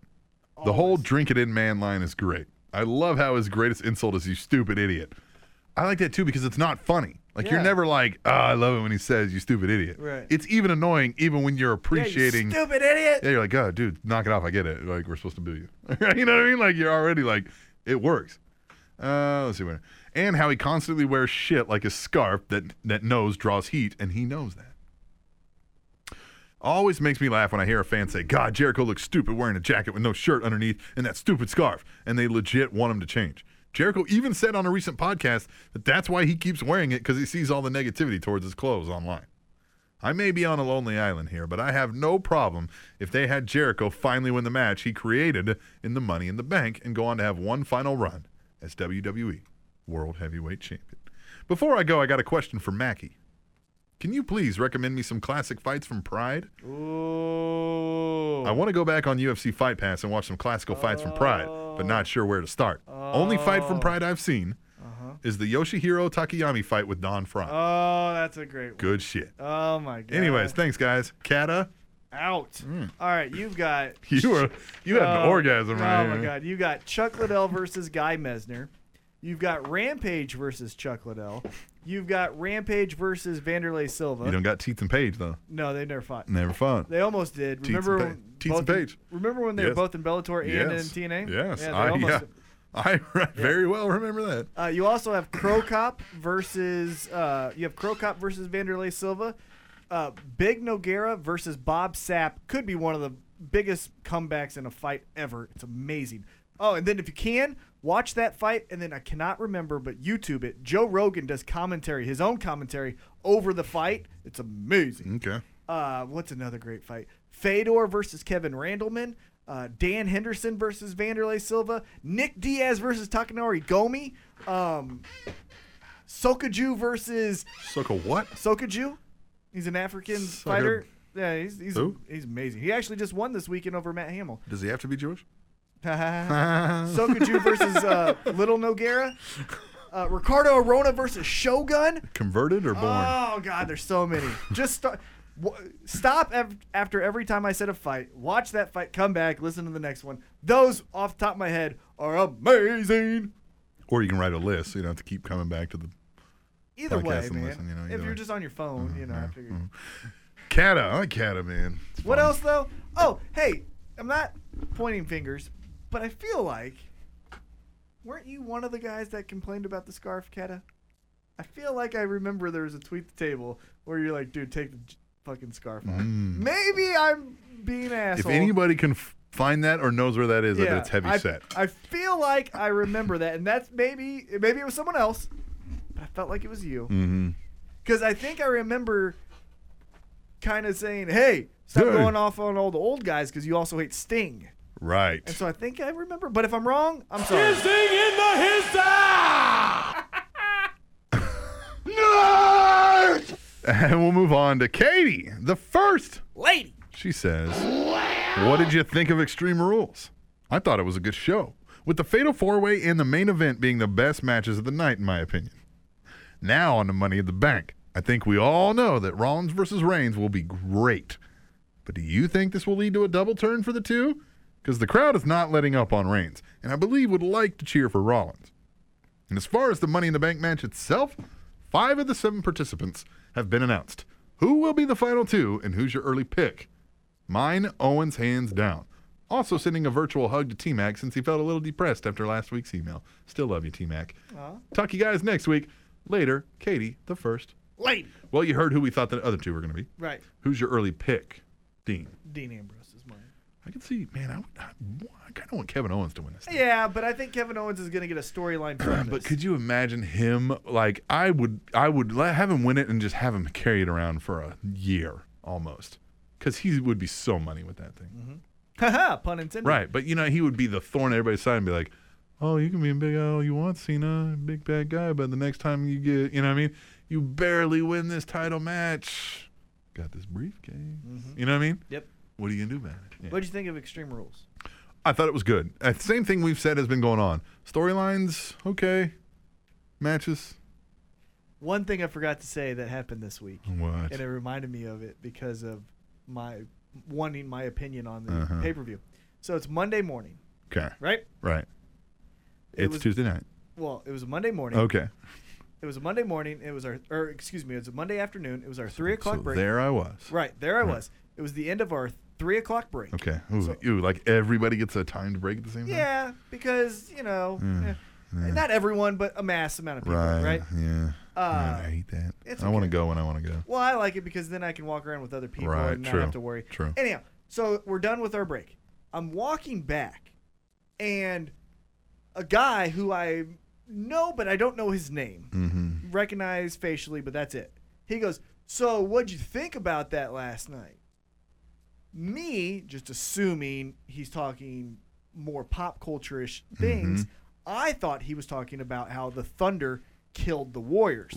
S3: The whole
S4: Always.
S3: drink it in man line is great. I love how his greatest insult is you stupid idiot. I like that too because it's not funny. Like you're
S4: Yeah.
S3: never like, oh, I love it when he says you stupid idiot.
S4: Right.
S3: It's even annoying even when you're
S4: Yeah, you
S3: appreciating
S4: stupid idiot.
S3: Yeah, you're like, oh dude, knock it off, I get it. Like we're supposed to boo you. you know what I mean? Like you're already like, it works. Uh let's see where and how he constantly wears shit like his scarf that that nose draws heat, and he knows that. Always makes me laugh when I hear a fan say, God, Jericho looks stupid wearing a jacket with no shirt underneath and that stupid scarf. And they legit want him to change. Jericho even said on a recent podcast that that's why he keeps wearing it because he sees all the negativity towards his clothes online. I may be on a lonely island here, but I have no problem if they had Jericho finally win the match he created in the Money in the Bank and go on to have one final run as WWE World Heavyweight Champion. Before I go, I got a question for Mackie. Can you please recommend me some classic fights from Pride?
S4: Ooh.
S3: I want to go back on UFC Fight Pass and watch some classical fights from Pride, but not sure where to start. Only fight from Pride I've seen is the Yoshihiro Takayami fight with Don Fry.
S4: Oh, that's a great one.
S3: Good shit.
S4: Oh my god.
S3: Anyways, thanks guys. Kata,
S4: out. All right, you've got.
S3: you were you had an
S4: Oh,
S3: orgasm right
S4: Oh
S3: here.
S4: my god, you got Chuck Liddell versus Guy Mesner. You've got Rampage versus Chuck Liddell. You've got Rampage versus Vanderlei Silva.
S3: You don't got teeth and page though.
S4: no, they never fought.
S3: Never fun.
S4: They almost did.
S3: and
S4: Remember
S3: Pa-
S4: when
S3: Teats and
S4: both in-
S3: Page.
S4: Remember when they
S3: Yes.
S4: were both in Bellator and
S3: yes.
S4: in TNA?
S3: Yes.
S4: Yeah, they
S3: I,
S4: almost
S3: yeah. I very well remember that.
S4: Uh, you also have Crow Cop versus uh, you have Crow Cop versus Vanderlei Silva. Uh, Big Noguera versus Bob Sapp could be one of the biggest comebacks in a fight ever. It's amazing. Oh, and then if you can watch that fight, and then I cannot remember, but YouTube it. Joe Rogan does commentary, his own commentary over the fight. It's amazing.
S3: Okay.
S4: Uh, what's another great fight? Fedor versus Kevin Randleman. Uh, Dan Henderson versus Vanderlei Silva. Nick Diaz versus Takanori Gomi. Um, Sokaju versus
S3: Suck a what?
S4: Sokaju. He's an African
S3: Soka-
S4: fighter. Yeah, he's he's,
S3: Who?
S4: he's amazing. He actually just won this weekend over Matt Hamill.
S3: Does he have to be Jewish?
S4: Sokaju versus uh, Little Noguera. Uh, Ricardo Arona versus Shogun.
S3: Converted or born?
S4: Oh God, there's so many. Just start. W- stop ev- after every time I said a fight. Watch that fight. Come back. Listen to the next one. Those off the top of my head are amazing.
S3: or you can write a list so you don't have to keep coming back to the
S4: Either
S3: Podcast
S4: way,
S3: and
S4: man.
S3: listen, you know, either
S4: if you're
S3: way. Mm-hmm,
S4: just on your phone, you know. I figured.
S3: Kata. I like Kata, man. It's
S4: What
S3: fun.
S4: else though? Oh, hey, I'm not pointing fingers, but I feel like weren't you one of the guys that complained about the scarf, Keta? I feel like I remember there was a tweet at the table where you're like, dude, take the j- fucking scarf off. Maybe I'm being an
S3: Mm. If
S4: asshole.
S3: anybody can f- find that or knows where that is, I bet
S4: Yeah,
S3: it's heavy
S4: I,
S3: set.
S4: I feel like I remember that, and that's maybe maybe it was someone else, but I felt like it was you
S3: Mm-hmm.
S4: because I think I remember kind of saying, "Hey, stop
S3: Hey.
S4: going off on all the old guys because you also hate Sting."
S3: Right.
S4: And so I think I remember, but if I'm wrong, I'm sorry.
S6: in the
S3: and we'll move on to Katie, the first lady. She says, What did you think of Extreme Rules? I thought it was a good show, with the Fatal Four Way and the main event being the best matches of the night, in my opinion. Now on the Money in the Bank, I think we all know that Rollins versus Reigns will be great. But do you think this will lead to a double turn for the two? Because the crowd is not letting up on Reigns, and I believe would like to cheer for Rollins. And as far as the Money in the Bank match itself, five of the seven participants have been announced. Who will be the final two, and who's your early pick? Mine, Owens, hands down. Also, sending a virtual hug to T Mac since he felt a little depressed after last week's email. Still love you, T Mac. Talk to you guys next week. Later, Katie, the first.
S4: Late.
S3: Well, you heard who we thought the other two were going to be.
S4: Right.
S3: Who's your early pick? Dean.
S4: Dean Ambrose is mine.
S3: I can see, man, I, would- I, I kind of want Kevin Owens to win this. thing.
S4: Yeah, but I think Kevin Owens is going to get a storyline from
S3: But
S4: this.
S3: could you imagine him? Like I would, I would let, have him win it and just have him carry it around for a year almost, because he would be so money with that thing.
S4: Haha, pun intended.
S3: Right, but you know he would be the thorn in everybody's side and be like, "Oh, you can be a big all you want, Cena, big bad guy, but the next time you get, you know, what I mean, you barely win this title match, got this briefcase, you know what I mean?
S4: Yep.
S3: What are you gonna do about it? Yeah.
S4: What do you think of Extreme Rules?
S3: I thought it was good. Uh, same thing we've said has been going on. Storylines, okay. Matches,
S4: One thing I forgot to say that happened this week,
S3: what?
S4: and it reminded me of it because of my wanting my opinion on the
S3: Uh-huh.
S4: pay per view. So it's Monday morning,
S3: Okay.
S4: right?
S3: Right.
S4: It
S3: it's
S4: was-
S3: Tuesday night.
S4: Well, it was a Monday morning.
S3: Okay.
S4: It was a Monday morning. It was our, or excuse me, it was a Monday afternoon. It was our three o'clock
S3: so
S4: break.
S3: there I was.
S4: Right there, I
S3: Right.
S4: was. It was the end of our three o'clock break.
S3: Okay. Ooh, ooh, like everybody gets a timed break at the same time.
S4: Yeah, because you know, eh,
S3: yeah.
S4: not everyone, but a mass amount of people,
S3: Hmm. Right.
S4: right?
S3: Yeah.
S4: Uh,
S3: Man, I hate that.
S4: it's
S3: I want to
S4: okay.
S3: go when I want to go.
S4: Well, I like it because then I can walk around with other people
S3: Right,
S4: and not
S3: true,
S4: have to worry.
S3: true.
S4: Anyhow, so we're done with our break. I'm walking back, and a guy who I know, but I don't know his name,
S3: Mm-hmm.
S4: recognize facially, but that's it. He goes, "So, what'd you think about that last night?" Me, just assuming he's talking more pop culture ish
S3: Mm-hmm.
S4: things. I thought he was talking about how the Thunder killed the Warriors.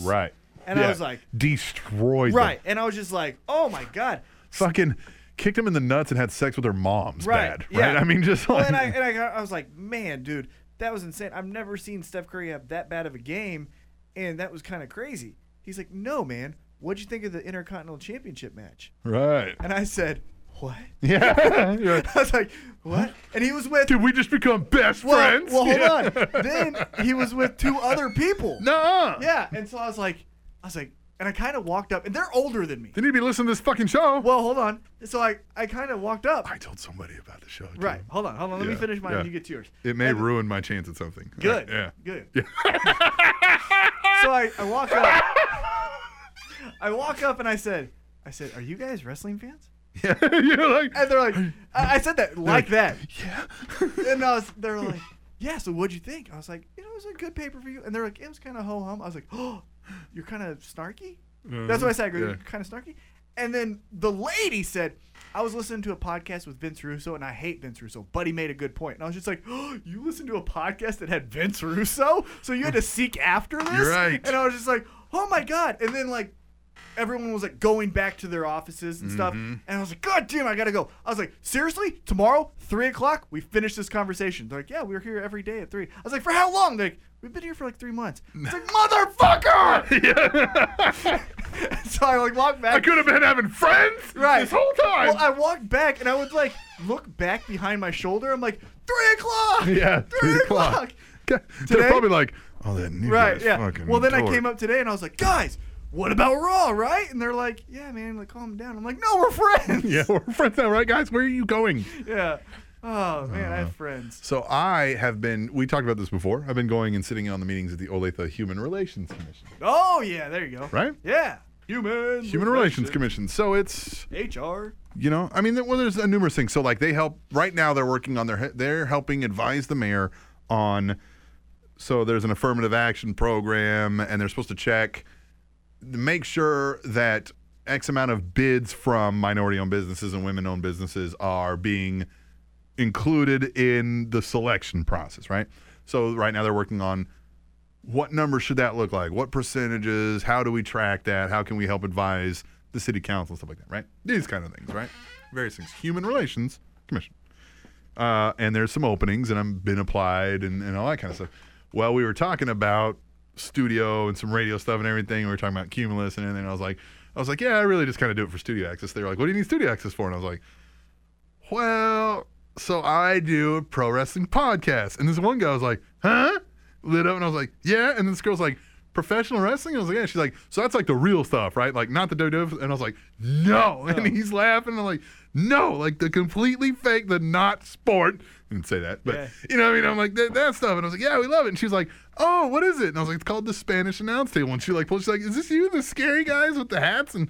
S4: And I was like,
S3: destroyed. them.
S4: Right. And I was just like, oh my God.
S3: Fucking kicked him in the nuts and had sex with their moms.
S4: Right,
S3: Bad.
S4: yeah.
S3: Right. I mean, just
S4: Well,
S3: like.
S4: Oh, and I, and I, got- I was like, man, dude, that was insane. I've never seen Steph Curry have that bad of a game. And that was kind of crazy. He's like, no, man. What'd you think of the Intercontinental Championship match?
S3: right.
S4: And I said, what?
S3: Yeah. You're like,
S4: I was like, what? And he was with.
S3: Did we just become best
S4: well,
S3: friends?
S4: well, hold
S3: Yeah.
S4: on. Then he was with two other people.
S3: Nuh-uh.
S4: Yeah. And so I was like, I was like, and I kind of walked up, and they're older than me.
S3: They need to be listening to this fucking show.
S4: Well, hold on. So I, I kind of walked up.
S3: I told somebody about the show. dude.
S4: Right. Hold on. Hold on. Let me
S3: Yeah,
S4: finish mine.
S3: yeah.
S4: and You get to yours.
S3: It may
S4: And-
S3: ruin my chance at something.
S4: Good.
S3: Yeah.
S4: Good. so I, I walk up. I walk up and I said, I said, are you guys wrestling fans?
S3: Yeah. You're like,
S4: And they're like, I, I said that like that.
S3: yeah.
S4: And I was, they're like, yeah. So what'd you think? I was like, you know, it was a good pay per view. And they're like, it was kind of ho hum. I was like, oh, you're kind of snarky. That's what I said. I go,
S3: Mm-hmm. Yeah.
S4: You're kind of snarky. And then the lady said, I was listening to a podcast with Vince Russo, and I hate Vince Russo, but he made a good point. And I was just like, oh, you listened to a podcast that had Vince Russo? So you had to seek after this?
S3: You're right.
S4: And I was just like, oh my God. And then, like, everyone was like going back to their offices and stuff.
S3: Mm-hmm.
S4: And I was like, God damn, I gotta go. I was like, seriously? Tomorrow, three o'clock, we finish this conversation. They're like, Yeah, we were here every day at three. I was like, For how long? They're like, We've been here for like three months. It's like, motherfucker! so I like walked back.
S3: I could have been having friends
S4: Right.
S3: this whole time.
S4: Well, I walked back and I would like look back behind my shoulder. I'm like, three o'clock.
S3: yeah.
S4: three o'clock.
S3: Okay.
S4: Today-
S3: They're probably like, oh, that new
S4: Right.
S3: guy's
S4: Yeah.
S3: fucking
S4: Well, then I
S3: dork.
S4: came up today and I was like, guys, what about Raw, right? And they're like, yeah, man, like calm down. I'm like, no, we're friends.
S3: Yeah, we're friends now, right, guys? Where are you going?
S4: yeah. Oh man, I
S3: Uh-huh.
S4: have friends.
S3: So I have been. We talked about this before. I've been going and sitting on the meetings at the Olathe Human Relations Commission,
S4: Oh yeah, there you go.
S3: right?
S4: Yeah. Human.
S3: Human Relations Commission. So it's
S4: HR.
S3: You know, I mean, there- well, there's a numerous things. So, like, they help right now. They're working on their. he- They're helping advise the mayor on. So there's an affirmative action program, and they're supposed to check, make sure that X amount of bids from minority-owned businesses and women-owned businesses are being included in the selection process, right? So right now they're working on what number should that look like? What percentages? How do we track that? How can we help advise the city council and stuff like that, right? These kind of things, right? Various things. Human Relations Commission. Uh, and there's some openings, and I've been applied and, and all that kind of stuff. Well, we were talking about studio and some radio stuff and everything. We were talking about Cumulus and everything. I was like, I was like, yeah, I really just kind of do it for studio access. They were like, what do you need studio access for? And I was like, well, so I do a pro wrestling podcast. And this one guy was like, huh? Lit up and I was like, yeah. And this girl's like, professional wrestling? I was like, yeah. She's like, so that's like the real stuff, right? Like not the WWE. And I was like, no. And he's laughing. I'm like, no, like the completely fake, the not sport. I didn't say that, but
S4: Yeah.
S3: you know what I mean? I'm like, that, that stuff. And I was like, yeah, we love it. And she's like, oh, what is it? And I was like, it's called the Spanish announce table. And she like, pulls, she's like, is this you, the scary guys with the hats? And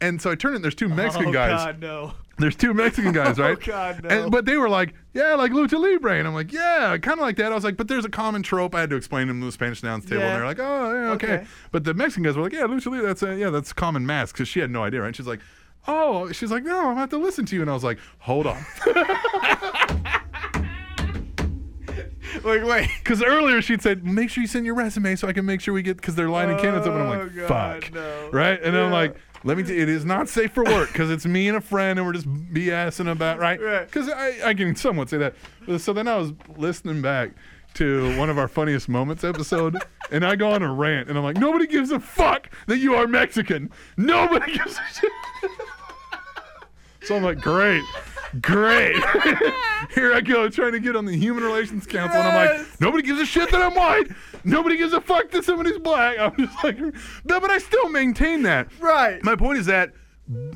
S3: and so I turned it. and There's two Mexican
S4: oh,
S3: guys.
S4: God, no.
S3: There's two Mexican guys, right?
S4: Oh, God, no.
S3: And, but they were like, yeah, like lucha libre, and I'm like, yeah, kind of like that. I was like, but there's a common trope. I had to explain to them the Spanish nouns table,
S4: Yeah.
S3: and they're like, oh, yeah, okay.
S4: Okay.
S3: But the Mexican guys were like, yeah, lucha libre. That's a, yeah, that's a common mask because she had no idea, right? she's like, oh, she's like, no, I'm gonna have to listen to you, and I was like, hold on,
S4: Like, wait.
S3: because earlier she'd said, make sure you send your resume so I can make sure we get because they're lining candidates up, and I'm like,
S4: Oh, God,
S3: fuck,
S4: no.
S3: right? And I'm
S4: Yeah.
S3: like. Let me. T- it is not safe for work because it's me and a friend, and we're just BSing about right.
S4: Right.
S3: Because I, I can somewhat say that. So then I was listening back to one of our funniest moments episode, and I go on a rant, and I'm like, nobody gives a fuck that you are Mexican. Nobody gives a shit. so I'm like, great, great. Here I go trying to get on the Human Relations Council, and I'm
S4: Yes.
S3: like, nobody gives a shit that I'm white. Nobody gives a fuck that somebody's black. I'm just like, no, but I still maintain that.
S4: Right.
S3: My point is that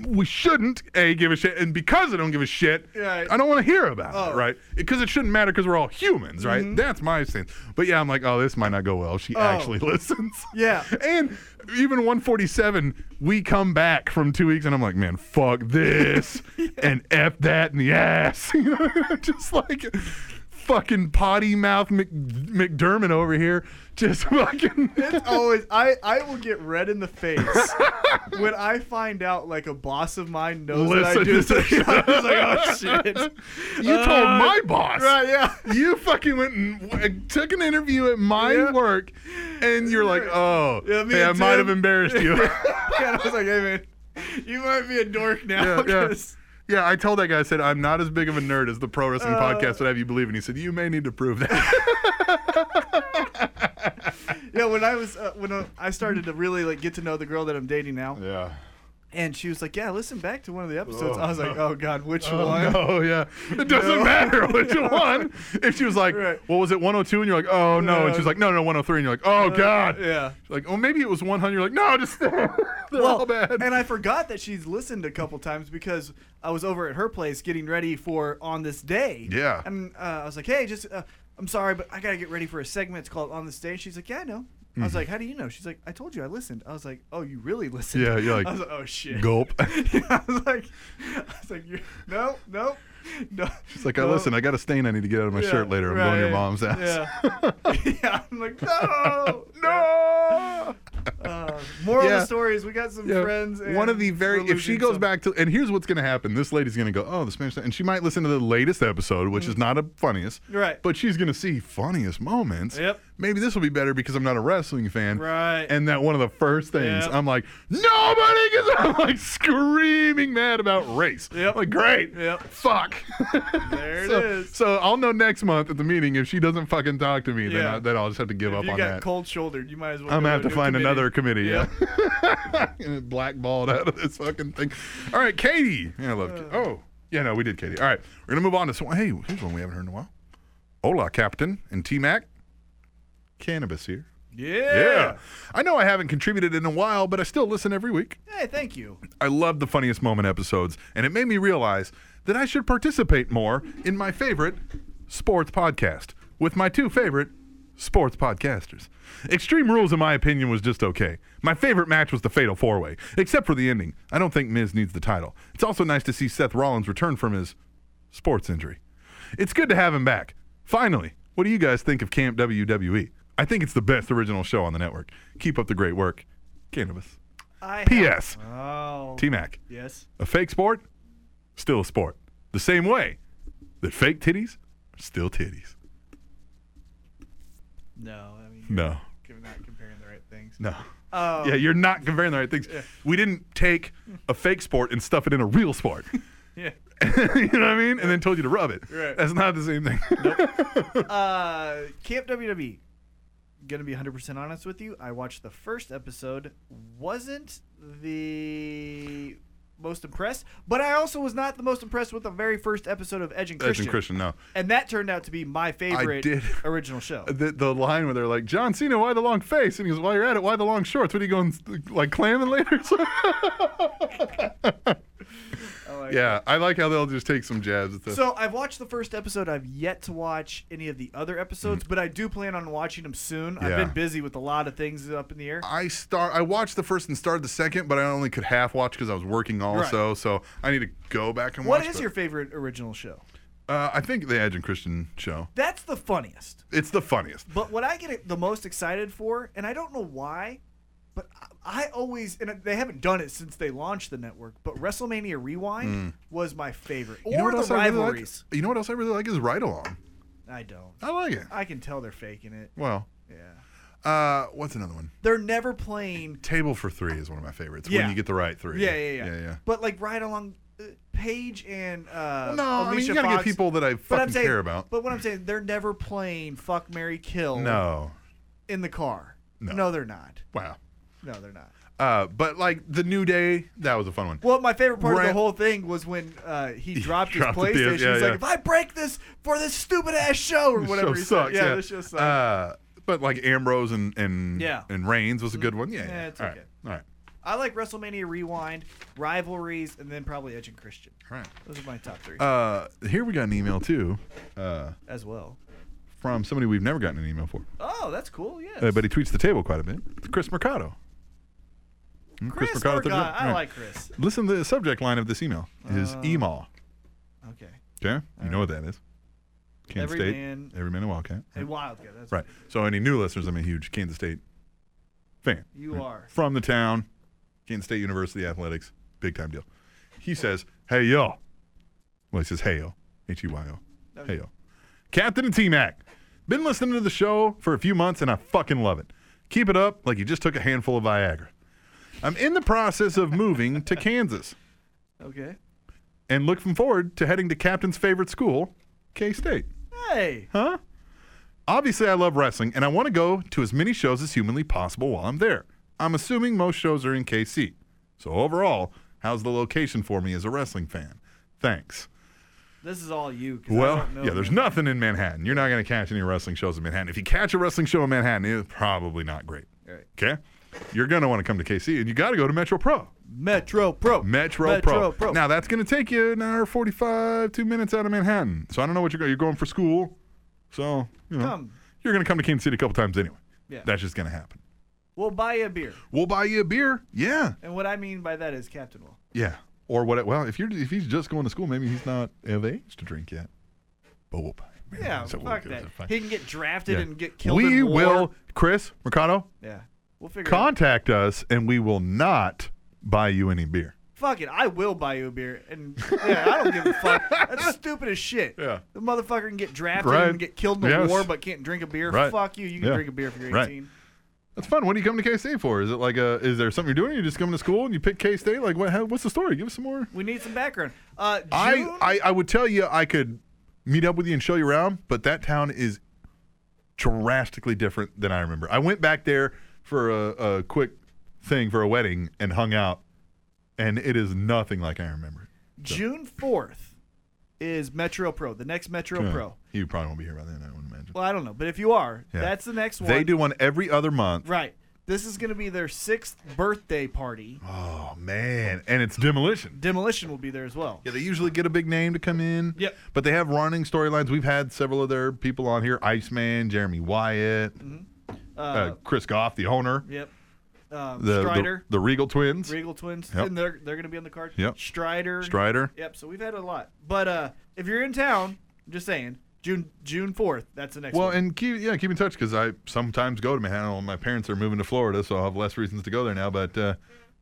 S3: we shouldn't a give a shit, and because I don't give a shit,
S4: Right.
S3: I don't want to hear about it,
S4: Oh. Mm-hmm.
S3: right? Because it shouldn't matter because we're all humans, right? That's my stance. But yeah, I'm like, oh, this might not go well. She actually listens.
S4: Yeah.
S3: And even 147, we come back from two weeks, and I'm like, man, fuck this, and f that in the ass, you know, just like. Fucking potty mouth Mc, McDermott over here, just fucking.
S4: It's always I, I will get red in the face when I find out like a boss of mine knows that I
S3: Listen
S4: do
S3: to
S4: something.
S3: this.
S4: I was like, oh shit.
S3: You told
S4: Uh,
S3: my boss.
S4: Right, yeah.
S3: You fucking went and w- uh, took an interview at my
S4: Yeah.
S3: work, and you're like, oh,
S4: Yeah, me
S3: hey, I
S4: and
S3: might
S4: Tim.
S3: have embarrassed you.
S4: and I was like, hey man, you might be a dork now.
S3: yeah, yeah.
S4: 'cause-
S3: Yeah, I told that guy, I said, I'm not as big of a nerd as the pro wrestling
S4: Uh.
S3: podcast would have you believe. And he said, You may need to prove that.
S4: yeah, when I was uh, when uh, I started to really like get to know the girl that I'm dating now,
S3: yeah.
S4: and she was like, "Yeah, listen back to one of the episodes." I was like, "Oh God, which one?"
S3: Oh, yeah. It doesn't matter which one. If she was like,
S4: Right.
S3: What was it, 102? And you're like, Oh, no. And
S4: Yeah. Uh,
S3: she's like, No, no, 103. And you're like, Oh, God.
S4: Yeah.
S3: She's like, Oh, maybe it was 100. You're like, No, just. They're all bad.
S4: And I forgot that she's listened a couple times because I was over at her place getting ready for on this day.
S3: Yeah.
S4: And uh, I was like, hey, just uh, I'm sorry, but I gotta get ready for a segment. It's called on this day. She's like, yeah, I know. I
S3: Mm-hmm.
S4: was like, how do you know? She's like, I told you I listened. I was like, oh, you really listened?
S3: Yeah, you're like,
S4: I was like, oh shit.
S3: Gulp.
S4: I was like, I was like, you no, no, no.
S3: It's like, I listen, I got a stain I need to get out of my shirt later. I'm going to your mom's house.
S4: Yeah. yeah. I'm like, no,
S3: No.
S4: Uh, moral of
S3: Yeah.
S4: the story is we got some
S3: Yeah.
S4: friends. And
S3: One of the very,
S4: we're
S3: if she
S4: losing
S3: goes
S4: some-
S3: back to, and here's what's going to happen. This lady's going to go, oh, the Spanish, and she might listen to the latest episode, which is not a funniest.
S4: Mm-hmm. Right.
S3: But she's going to see funniest moments.
S4: Yep.
S3: Maybe this will be better because I'm not a wrestling fan.
S4: Right.
S3: And that one of the first things,
S4: Yep.
S3: I'm like, nobody gets, I'm like screaming mad about race.
S4: Yep.
S3: Like, great.
S4: Yep.
S3: Fuck.
S4: there it
S3: so,
S4: is.
S3: so I'll know next month at the meeting if she doesn't fucking talk to me, then,
S4: Yeah.
S3: I, then I'll just have to give
S4: if
S3: up
S4: you
S3: on
S4: got
S3: that.
S4: cold shouldered, you might as well.
S3: I'm
S4: go
S3: gonna have to
S4: a
S3: find
S4: committee.
S3: another committee. Yeah,
S4: Yeah.
S3: and it blackballed out of this fucking thing. All right, Katie. Yeah, I love. Ka- oh, yeah, no, we did Katie. All right, we're gonna move on to some. Hey, here's one we haven't heard in a while. Hola, Captain and T Mac. Cannabis here.
S4: Yeah.
S3: Yeah. I know I haven't contributed in a while, but I still listen every week.
S4: Hey, thank you.
S3: I love the funniest moment episodes, and it made me realize that I should participate more in my favorite sports podcast with my two favorite sports podcasters. Extreme Rules, in my opinion, was just okay. My favorite match was the Fatal Four Way, except for the ending. I don't think Miz needs the title. It's also nice to see Seth Rollins return from his sports injury. It's good to have him back. Finally, what do you guys think of Camp WWE? I think it's the best original show on the network. Keep up the great work. Cannabis.
S4: I have-
S3: P.S.
S4: Oh.
S3: T Mac.
S4: yes.
S3: A fake sport, still a sport. The same way that fake titties are still titties.
S4: No. I mean,
S3: No.
S4: you're not comparing the right things.
S3: No.
S4: Oh.
S3: Yeah, you're not comparing the right things. We didn't take a fake sport and stuff it in a real sport.
S4: Yeah.
S3: you know what I mean? And then told you to rub it.
S4: Right.
S3: That's not the same thing.
S4: Uh, Camp WWE. Gonna be 100% honest with you. I watched the first episode. Wasn't the most impressed, but I also was not the most impressed with the very first episode of Edge and
S3: Edge
S4: Christian.
S3: and Christian, no.
S4: And that turned out to be my favorite
S3: did.
S4: original show.
S3: The, the line where they're like, John Cena, why the long face? And he goes, while you're at it, why the long shorts? What are you going, like clamming later? yeah, I like how they'll just take some jabs at this.
S4: So I've watched the first episode. I've yet to watch any of the other episodes, but I do plan on watching them soon. I've
S3: Mm. Yeah.
S4: been busy with a lot of things up in the air.
S3: I start. I watched the first and started the second, but I only could half watch because I was working also. So I need to go back and
S4: What
S3: watch.
S4: is
S3: but-
S4: your favorite original show?
S3: Uh, I think the Edge and Christian show.
S4: That's the funniest.
S3: It's the funniest.
S4: But what I get the most excited for, and I don't know why, but I I always and they haven't done it since they launched the network. But WrestleMania Rewind
S3: Mm.
S4: was my favorite, or the rivalries.
S3: I really like? You know what else I really like is Ride Along.
S4: I don't.
S3: I like it.
S4: I can tell they're faking it.
S3: Well,
S4: Yeah,
S3: uh, what's another one?
S4: they're never playing.
S3: Table for Three is one of my favorites.
S4: Yeah.
S3: When you get the right three.
S4: Yeah, yeah, yeah.
S3: yeah, yeah.
S4: But like right along, uh, Paige and uh,
S3: no, I mean
S4: Alicia
S3: you gotta
S4: Fox-
S3: get people that I
S4: But
S3: fucking
S4: I'm saying,
S3: care about.
S4: But what I'm saying, they're never playing fuck Mary Kill.
S3: no,
S4: in the car.
S3: No.
S4: they're not.
S3: wow.
S4: No, they're not.
S3: Uh, but like the New Day, that was a fun one.
S4: Well, my favorite part of
S3: Ran-
S4: the whole thing was when uh, he dropped his
S3: dropped the PS-
S4: PlayStation.
S3: yeah,
S4: He's
S3: yeah.
S4: like, if I break this for this stupid ass show or
S3: This
S4: whatever,
S3: show
S4: he
S3: sucks.
S4: said. Yeah, this show sucks.
S3: Uh, but like Ambrose and and
S4: Yeah.
S3: and Reigns was a good one. Yeah, yeah.
S4: Yeah, it's
S3: All right.
S4: okay.
S3: All right.
S4: I like WrestleMania Rewind, Rivalries, and then probably Edge and Christian.
S3: All right.
S4: Those are my top three
S3: Uh, here we got an email too, uh,
S4: as well.
S3: from somebody we've never gotten an email for,
S4: Oh, that's cool. Yeah,
S3: uh, but he tweets the table quite a bit. It's Chris Mercado. Mm,
S4: Chris,
S3: Mercado
S4: Mercado,
S3: thirty one.
S4: I
S3: All right.
S4: like Uh, Chris.
S3: Listen to the subject line of this email is email.
S4: Okay,
S3: Okay, you know what that is. Kansas
S4: Every
S3: State,
S4: man-
S3: every man a Wildcat.
S4: a Wildcat. That's
S3: Right. So any new listeners, I'm a huge Kansas State fan.
S4: You
S3: Right.
S4: are.
S3: From the town, Kansas State University athletics, big time deal. He says, hey, yo. Well, he says, hey, yo. H-E-Y-O. Hey, yo. Captain and T-Mac. Been listening to the show for a few months, and I fucking love it. Keep it up like you just took a handful of Viagra. I'm in the process of moving to Kansas
S4: Okay.
S3: and looking forward to heading to Captain's favorite school, K-State.
S4: Hey,
S3: Huh? Obviously, I love wrestling and I want to go to as many shows as humanly possible while I'm there. I'm assuming most shows are in KC. So, overall, how's the location for me as a wrestling fan? Thanks.
S4: this is all you. 'cause I
S3: Well,
S4: don't know
S3: yeah, there's
S4: you.
S3: nothing in Manhattan. You're not going to catch any wrestling shows in Manhattan. If you catch a wrestling show in Manhattan, it's probably not great.
S4: Right.
S3: Okay? You're going to want to come to KC and you got to go to Metro Pro.
S4: Metro Pro.
S3: Metro, Pro. Now, that's going to take you an hour 45, two minutes out of Manhattan. So, I don't know what you're going. You're going for school. So, you know
S4: come,
S3: you're going to come to Kansas City a couple times anyway.
S4: Yeah.
S3: That's just going to happen.
S4: we'll buy you a beer.
S3: We'll buy you a beer. Yeah.
S4: And what I mean by that is Captain Will.
S3: Yeah. Or what? Well, if you're if he's just going to school, maybe he's not of age to drink yet. But we'll buy. him.
S4: Yeah,
S3: So we'll
S4: fuck
S3: give
S4: that.
S3: it a fuck.
S4: He can get drafted
S3: Yeah.
S4: and get killed.
S3: we
S4: in war.
S3: will, Chris Mercado,
S4: Yeah, we'll figure. it out.
S3: contact us, and we will not buy you any beer.
S4: Fuck it, I will buy you a beer, and yeah, I don't give a fuck. That's stupid as shit.
S3: Yeah.
S4: the motherfucker can get drafted
S3: Right.
S4: and get killed in a
S3: Yes.
S4: war, but can't drink a beer.
S3: Right.
S4: Fuck you. You can
S3: Yeah.
S4: drink a beer if you're
S3: Right.
S4: 18.
S3: That's fun. What do you come to KC for? Is it like a? Is there something you're doing? You're just coming to school and you pick K State. Like what? How, what's the story? Give us some more.
S4: We need some background. Uh, June,
S3: I, I I would tell you I could meet up with you and show you around, but that town is drastically different than I remember. I went back there for a, a quick thing for a wedding and hung out, and it is nothing like I remember.
S4: June fourth is Metro Pro. The next Metro
S3: Yeah.
S4: Pro.
S3: you probably won't be here by then. I wouldn't imagine.
S4: Well, I don't know, but if you are,
S3: Yeah.
S4: that's the next one.
S3: They do one every other month.
S4: right. This is going to be their sixth birthday party.
S3: Oh man, and it's demolition.
S4: Demolition will be there as well.
S3: Yeah, they usually get a big name to come in.
S4: Yep.
S3: But they have running storylines. We've had several of their people on here: Iceman, Jeremy Wyatt,
S4: Mm-hmm.
S3: uh, Chris Goff, the owner.
S4: Yep. Um,
S3: the,
S4: Strider,
S3: the, the Regal twins.
S4: Regal twins,
S3: Yep.
S4: and they're they're gonna be on the card.
S3: Yep.
S4: Strider.
S3: Strider.
S4: Yep. So we've had a lot, but uh, if you're in town, I'm just saying, June June fourth. That's the next.
S3: Well,
S4: one.
S3: and keep yeah, keep in touch because I sometimes go to Manhattan. Well, My parents are moving to Florida, so I'll have less reasons to go there now. But uh,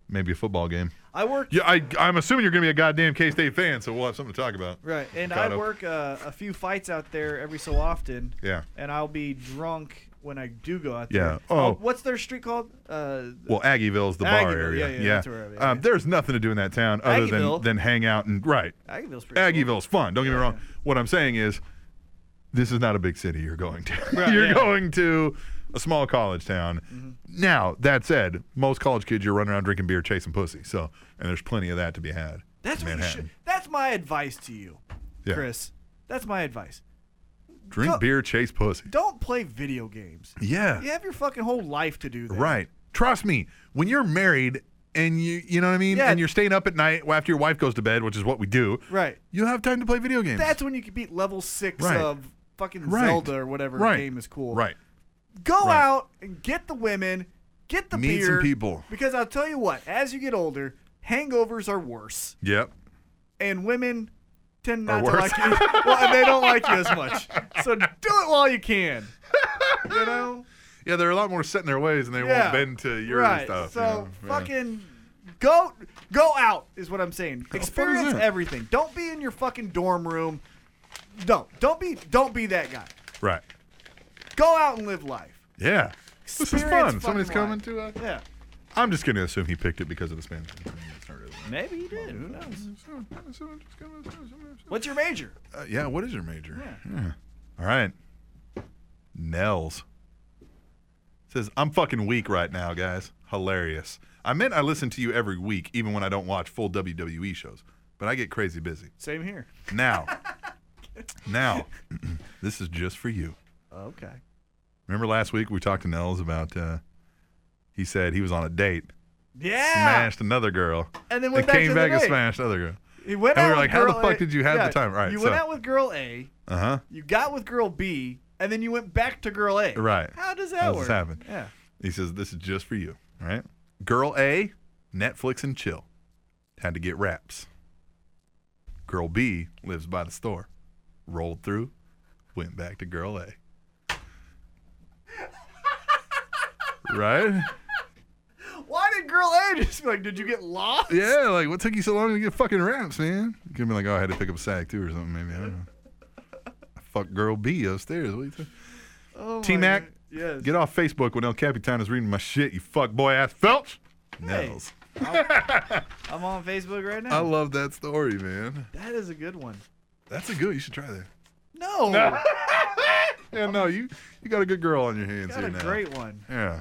S3: maybe a football game.
S4: I work
S3: Yeah, I, I'm assuming you're gonna be a goddamn K State fan, so we'll have something to talk about.
S4: right, and
S3: Got
S4: I
S3: it.
S4: work uh, a few fights out there every so often.
S3: Yeah.
S4: And I'll be drunk when I do go out
S3: Yeah.
S4: there. Uh,
S3: Oh.
S4: what's their street called? Uh,
S3: Well, Aggieville's the
S4: Aggieville,
S3: bar area.
S4: yeah, yeah, that's where I- yeah,
S3: um,
S4: yeah.
S3: There's nothing to do in that town other than
S4: Aggieville.
S3: than hang out and right.
S4: Aggieville's pretty. cool.
S3: Aggieville's fun. Don't get me wrong. What I'm saying is, this is not a big city you're going to.
S4: Right,
S3: you're
S4: yeah. Mm-hmm.
S3: going to a small college town. Now, that said, most college kids you're running around drinking beer chasing pussy. So, and there's plenty of that to be had.
S4: That's
S3: in
S4: what you should,
S3: Manhattan.
S4: That's my advice to you,
S3: Yeah.
S4: Chris. That's my advice.
S3: Drink
S4: Co-
S3: beer, chase pussy.
S4: Don't play video games.
S3: Yeah.
S4: You have your fucking whole life to do that.
S3: Right. Trust me, when you're married and you you know what I mean,
S4: Yeah.
S3: and you're staying up at night after your wife goes to bed, which is what we do.
S4: Right.
S3: You'll have time to play video games.
S4: That's when you can beat level six
S3: Right.
S4: of fucking
S3: Right.
S4: Zelda or whatever
S3: Right.
S4: game is cool.
S3: right.
S4: Go
S3: Right.
S4: out and get the women, get the
S3: Meet some
S4: beer,
S3: people.
S4: Because I'll tell you what, as you get older, hangovers are worse,
S3: Yep.
S4: and women tend not to
S3: worse.
S4: like you. well, and they don't like you as much. So do it while you can. You know.
S3: Yeah, they're a lot more set in their ways and they
S4: Yeah.
S3: won't bend to your
S4: right.
S3: stuff.
S4: So
S3: you know? Yeah.
S4: fucking go go out is what I'm saying.
S3: fuck is
S4: Experience
S3: that?
S4: everything. Don't be in your fucking dorm room. Don't don't be don't be that guy.
S3: Right.
S4: Go out and live life.
S3: Yeah. This is
S4: Experience
S3: fun.
S4: fucking
S3: Somebody's
S4: life.
S3: coming to uh
S4: Yeah.
S3: I'm just gonna assume he picked it because of the Spanish. Started.
S4: Maybe you did. Who knows?
S3: What?
S4: What's your major?
S3: Uh, yeah, what is your major? Yeah. All right. Nels. Says, I'm fucking weak right now, guys. Hilarious. I meant I listen to you every week, even when I don't watch full WWE shows, but I get crazy busy.
S4: Same here.
S3: Now, now, this is just for you.
S4: Okay.
S3: Remember last week we talked to Nels about, uh, he said he was on a date,
S4: Yeah.
S3: smashed another girl,
S4: And then
S3: and
S4: went back
S3: came
S4: to
S3: back
S4: the
S3: and
S4: date.
S3: smashed another girl.
S4: He went
S3: And
S4: out
S3: we were
S4: with
S3: like, how the
S4: girl
S3: fuck
S4: A-
S3: did you have the
S4: yeah,
S3: time? Right,
S4: You went
S3: so-
S4: out with girl A.
S3: Uh huh.
S4: You got with girl B, and then you went back to girl A.
S3: Right.
S4: How does that
S3: How
S4: work?
S3: does this happen?
S4: Yeah.
S3: He says, This is just for you. All right. Girl A, Netflix and chill. Had to get wraps. Girl B lives by the store. Rolled through, went back to girl A. right?
S4: Why did girl A just be like, did you get lost?
S3: Yeah, like what took you so long to get fucking wraps, man? You could be like, oh, I had to pick up a sack too or something, maybe. I don't know. Fuck girl B upstairs. What do you think?
S4: Oh my
S3: T Mac,
S4: God. Yes.
S3: get off Facebook when El Capitan is reading my shit, you fuck boy ass Phelps. Nels.
S4: I'm on Facebook right
S3: I
S4: now.
S3: love that story, man.
S4: that is a good one.
S3: That's a good. You should try that.
S4: No.
S3: Yeah, no, you you got a good girl on your hands
S4: Got
S3: here
S4: a
S3: now.
S4: great one.
S3: Yeah,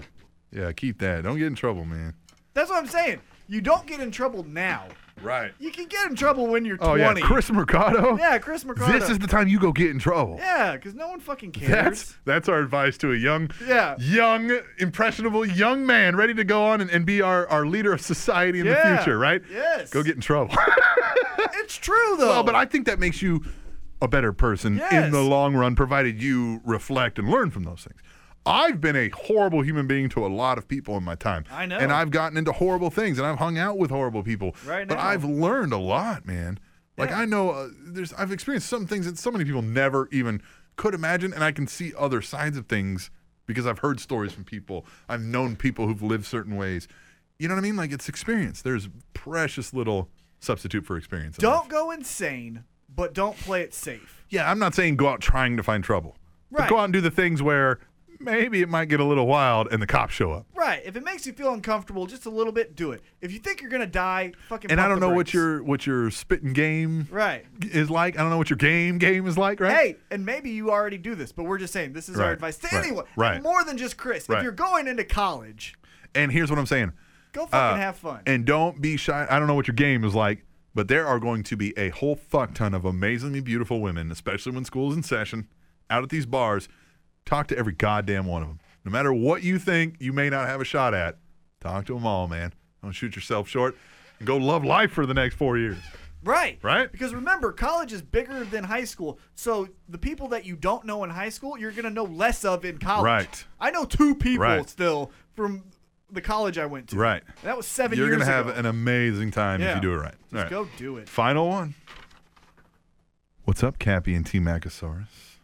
S3: yeah. Keep that. Don't get in trouble, man.
S4: That's what I'm saying. You don't get in trouble now.
S3: Right.
S4: You can get in trouble when you're
S3: Oh
S4: 20.
S3: yeah, Chris Mercado.
S4: Yeah, Chris Mercado.
S3: This is the time you go get in trouble.
S4: yeah, because no one fucking cares.
S3: That's that's our advice to a young,
S4: Yeah.
S3: young, impressionable young man ready to go on and, and be our, our leader of society in the
S4: Yeah.
S3: future, right?
S4: Yes.
S3: Go get in trouble.
S4: It's true though.
S3: Well, but I think that makes you a better person in
S4: Yes.
S3: the long run, provided you reflect and learn from those things. I've been a horrible human being to a lot of people in my time.
S4: I know.
S3: And I've gotten into horrible things and I've hung out with horrible people.
S4: Right
S3: But
S4: now.
S3: I've learned a lot, man. Like
S4: Yeah.
S3: I know uh, there's I've experienced some things that so many people never even could imagine and I can see other sides of things because I've heard stories from people. I've known people who've lived certain ways. You know what I mean? Like it's experience. There's precious little substitute for experience. in life.
S4: don't go insane, but don't play it safe.
S3: Yeah, I'm not saying go out trying to find trouble. But
S4: Right.
S3: go out and do the things where maybe it might get a little wild and the cops show up.
S4: Right. If it makes you feel uncomfortable just a little bit, do it. If you think you're gonna die, fucking.
S3: And I
S4: pump
S3: don't
S4: the
S3: know what
S4: brakes.
S3: your what your spitting game
S4: Right.
S3: is like. I don't know what your game game is like, right?
S4: Hey, and maybe you already do this, but we're just saying this is
S3: Right,
S4: our advice to
S3: right,
S4: anyone,
S3: right.
S4: more than just Chris.
S3: Right.
S4: If you're going into college,
S3: And here's what I'm saying.
S4: go fucking
S3: Uh,
S4: have fun.
S3: And don't be shy. I don't know what your game is like, but there are going to be a whole fuck ton of amazingly beautiful women, especially when school is in session, out at these bars. Talk to every goddamn one of them. No matter what you think you may not have a shot at, talk to them all, man. Don't shoot yourself short and go love life for the next four years.
S4: Right.
S3: Right?
S4: Because remember, college is bigger than high school. So the people that you don't know in high school, you're going to know less of in college.
S3: Right.
S4: I know two people
S3: Right.
S4: still from the college I went to.
S3: Right.
S4: And that was 7
S3: You're
S4: years
S3: going to have
S4: ago.
S3: an amazing time if
S4: Yeah.
S3: you do it right. All
S4: Just
S3: right.
S4: go do it.
S3: Final one. What's up, Cappy and T Macosaurus?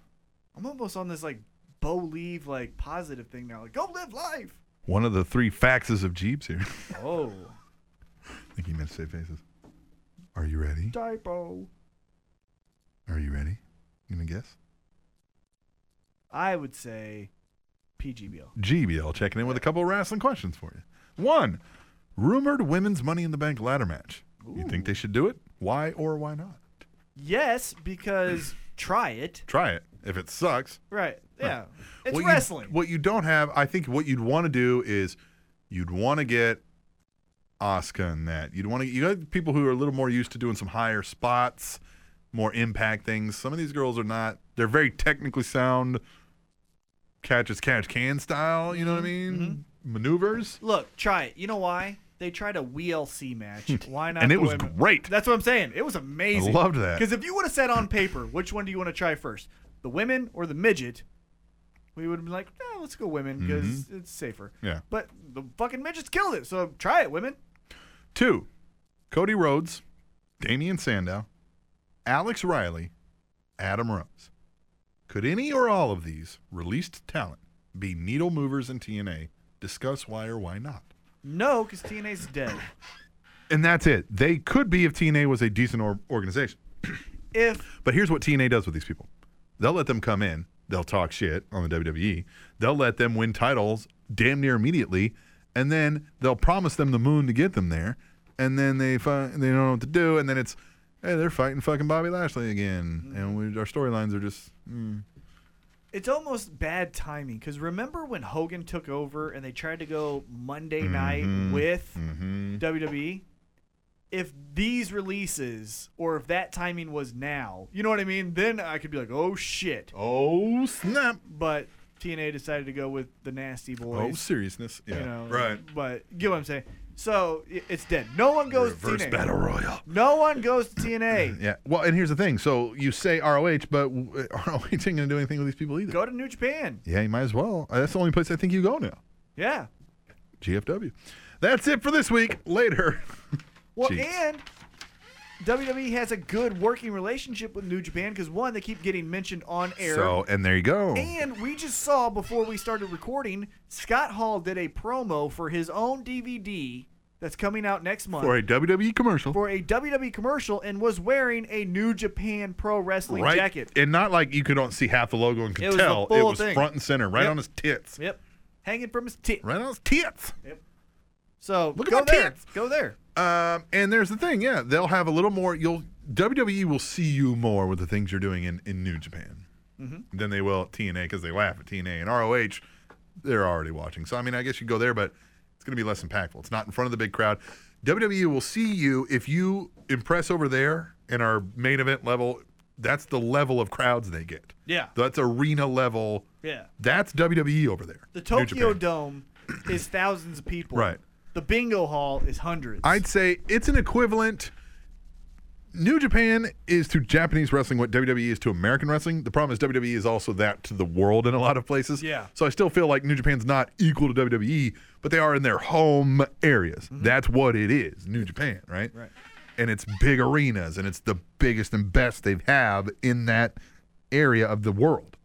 S4: I'm almost on this like Bo Leave like positive thing now. Like go live life.
S3: One of the three faxes of Jeeps here.
S4: Oh.
S3: I think he meant to say faces. Are you ready?
S4: Typo.
S3: Are you ready? You gonna guess?
S4: I would say PGBL.
S3: GBL checking in with a couple of wrestling questions for you. One, rumored women's Money in the Bank ladder match. You think they should do it? Why or why not?
S4: Yes, because try it.
S3: Try it. if it sucks.
S4: Right. Yeah. It's
S3: What you-
S4: wrestling.
S3: what you don't have, I think, what you'd want to do is you'd want to get Oscar in that. You'd want to you got people who are a little more used to doing some higher spots, more impact things. Some of these girls are not. They're very technically sound, catch as catch can style. You know what I
S4: Mm-hmm.
S3: mean? Maneuvers.
S4: Look, try it. You know why? They tried a WLC match. Why not?
S3: And it
S4: the
S3: was
S4: women?
S3: great.
S4: That's what I'm saying. It was amazing.
S3: I loved that.
S4: Because if you would have said on paper, which one do you want to try first, the women or the midget, we would have been like, eh, let's go women because it's safer.
S3: Mm-hmm. Yeah.
S4: But the fucking midgets killed it. So try it, women.
S3: Two, Cody Rhodes, Damian Sandow, Alex Riley, Adam Rose. Could any or all of these released talent be needle movers in TNA? Discuss why or why not.
S4: No, because TNA's dead.
S3: And that's it. They could be if TNA was a decent or- organization.
S4: If
S3: But here's what TNA does with these people they'll let them come in, they'll talk shit on the WWE, they'll let them win titles damn near immediately, and then they'll promise them the moon to get them there, and then they fi- they don't know what to do, and then it's hey they're fighting fucking Bobby Lashley again,
S4: Mm-hmm.
S3: and we, our storylines are just
S4: it's almost bad timing, because remember when Hogan took over and they tried to go Monday
S3: Mm-hmm.
S4: night with WWE? If these releases or if that timing was now, you know what I mean? Then I could be like, oh shit.
S3: oh snap,
S4: But TNA decided to go with the Nasty
S3: oh
S4: Boys.
S3: seriousness, yeah,
S4: you know,
S3: right,
S4: But you get what I'm saying. So i- it's dead. No one goes
S3: reverse
S4: to TNA.
S3: battle royal.
S4: No one goes to TNA.
S3: Yeah. Well, and here's the thing. So you say ROH, but w- ROH ain't gonna do anything with these people either.
S4: Go to New Japan.
S3: Yeah, you might as well. That's the only place I think you go now.
S4: Yeah.
S3: GFW. That's it for this week. Later.
S4: Well,
S3: Jeez.
S4: and WWE has a good working relationship with New Japan because one, they keep getting mentioned on air.
S3: So, and there you go.
S4: and we just saw before we started recording, Scott Hall did a promo for his own DVD that's coming out next month
S3: For a WWE commercial.
S4: for a WWE commercial and was wearing a New Japan Pro Wrestling
S3: right?
S4: jacket.
S3: And not like you could not see half the logo and could
S4: It was the
S3: tell. it
S4: full
S3: was
S4: thing.
S3: front and center, right
S4: Yep.
S3: on his tits.
S4: Yep. Hanging from his tit.
S3: Right on his tits.
S4: So
S3: Look at
S4: go
S3: my
S4: there.
S3: tits.
S4: Go there.
S3: Um, and there's the thing, yeah. They'll have a little more. You'll WWE will see you more with the things you're doing in, in New Japan
S4: Mm-hmm.
S3: than they will at TNA because they laugh at TNA and ROH. They're already watching, so I mean, I guess you go there, but it's going to be less impactful. It's not in front of the big crowd. WWE will see you if you impress over there in our main event level. That's the level of crowds they get.
S4: Yeah.
S3: that's arena level.
S4: Yeah.
S3: That's WWE over there.
S4: The
S3: New
S4: Tokyo
S3: Japan.
S4: Dome is thousands of people.
S3: Right.
S4: The bingo hall is hundreds.
S3: I'd say it's an equivalent. New Japan is to Japanese wrestling what WWE is to American wrestling. The problem is WWE is also that to the world in a lot of places.
S4: Yeah.
S3: So I still feel like New Japan's not equal to WWE, but they are in their home areas. That's what it is, New Japan, right? Mm-hmm. Right. And it's big arenas, and it's the biggest and best they have in that area of the world,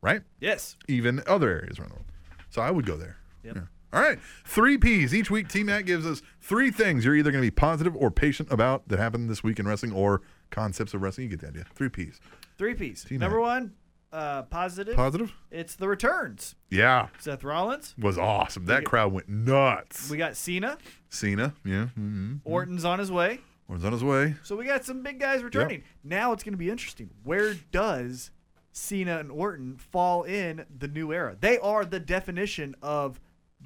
S3: right?
S4: yes.
S3: even other areas around the world. So I would go there.
S4: Yep.
S3: Yeah. All right. Three P's. Each week, T Mac gives us three things you're either going to be positive or patient about that happened this week in wrestling or concepts of wrestling. You get the idea. Three P's.
S4: Three piece.
S3: T-Mac.
S4: Number one, uh, positive.
S3: Positive?
S4: it's the returns.
S3: Yeah.
S4: Seth Rollins.
S3: Was awesome. That crowd went nuts.
S4: We got Cena.
S3: Cena. Yeah. Mm-hmm.
S4: Orton's on his way.
S3: Was on his way.
S4: So we got some big guys returning. Now it's going to be interesting. Where does Cena and Orton fall in the new era? They are the definition of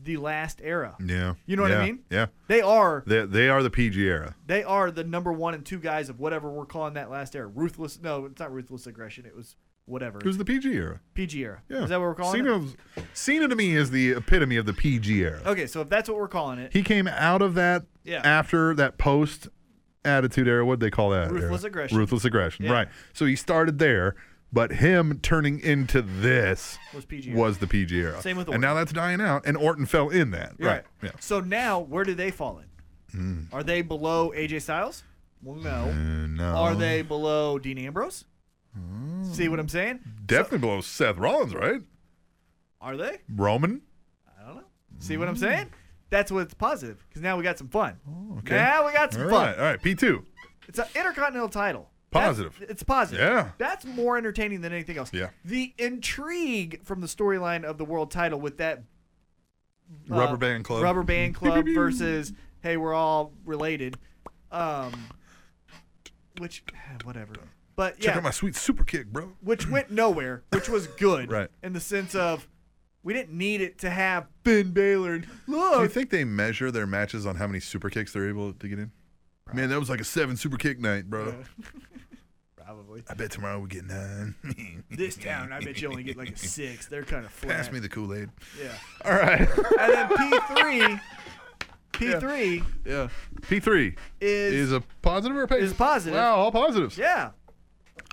S4: the last era.
S3: Yeah.
S4: You know what
S3: Yeah.
S4: I mean?
S3: Yeah.
S4: They are
S3: They, they are the PG era.
S4: they are the number one and two guys of whatever we're calling that last era. Ruthless. No, it's not ruthless aggression. It was whatever.
S3: It was the PG era.
S4: PG era.
S3: Yeah.
S4: Is that what we're calling
S3: Cena,
S4: it?
S3: was- Cena to me is the epitome of the PG era.
S4: Okay, so if that's what we're calling it,
S3: He came out of that
S4: Yeah.
S3: after that post attitude era. What would they call that? era?
S4: Ruthless aggression.
S3: Ruthless aggression.
S4: Yeah.
S3: Right. So he started there, but him turning into this
S4: Was PG era.
S3: was the PG era.
S4: Same with
S3: and now that's dying out, and Orton fell in that.
S4: You're
S3: Right. Yeah.
S4: So now, where do they fall in? Are they below AJ Styles? Well, no.
S3: Uh, no.
S4: Are they below Dean Ambrose?
S3: Hmm.
S4: See what I'm saying?
S3: definitely below Seth Rollins? Right.
S4: Are they?
S3: Roman.
S4: I don't know. See
S3: Hmm.
S4: what I'm saying? That's what's positive because now we got some fun.
S3: Oh, okay.
S4: Now we got some
S3: All
S4: fun.
S3: right. All right. P two.
S4: It's an intercontinental title.
S3: Positive.
S4: That's- it's positive.
S3: Yeah.
S4: That's more entertaining than anything else.
S3: Yeah.
S4: The intrigue from the storyline of the world title with that uh,
S3: Rubber band club.
S4: rubber band club versus hey, we're all related. Um, which whatever. But
S3: Check
S4: yeah,
S3: out my sweet super kick, bro.
S4: which went nowhere, which was good.
S3: Right.
S4: In the sense of we didn't need it to have Ben Baylor and look.
S3: Do you think they measure their matches on how many super kicks they're able to get in? Man, that was like a seven super kick night, bro.
S4: Probably.
S3: I bet tomorrow we get nine.
S4: This town, I bet you only get like a six. They're kind of flat.
S3: Pass me the Kool Aid.
S4: Yeah.
S3: All right.
S4: And then P three P three
S3: yeah. P3
S4: is,
S3: is a positive or a
S4: Is positive.
S3: Wow, all positives.
S4: Yeah.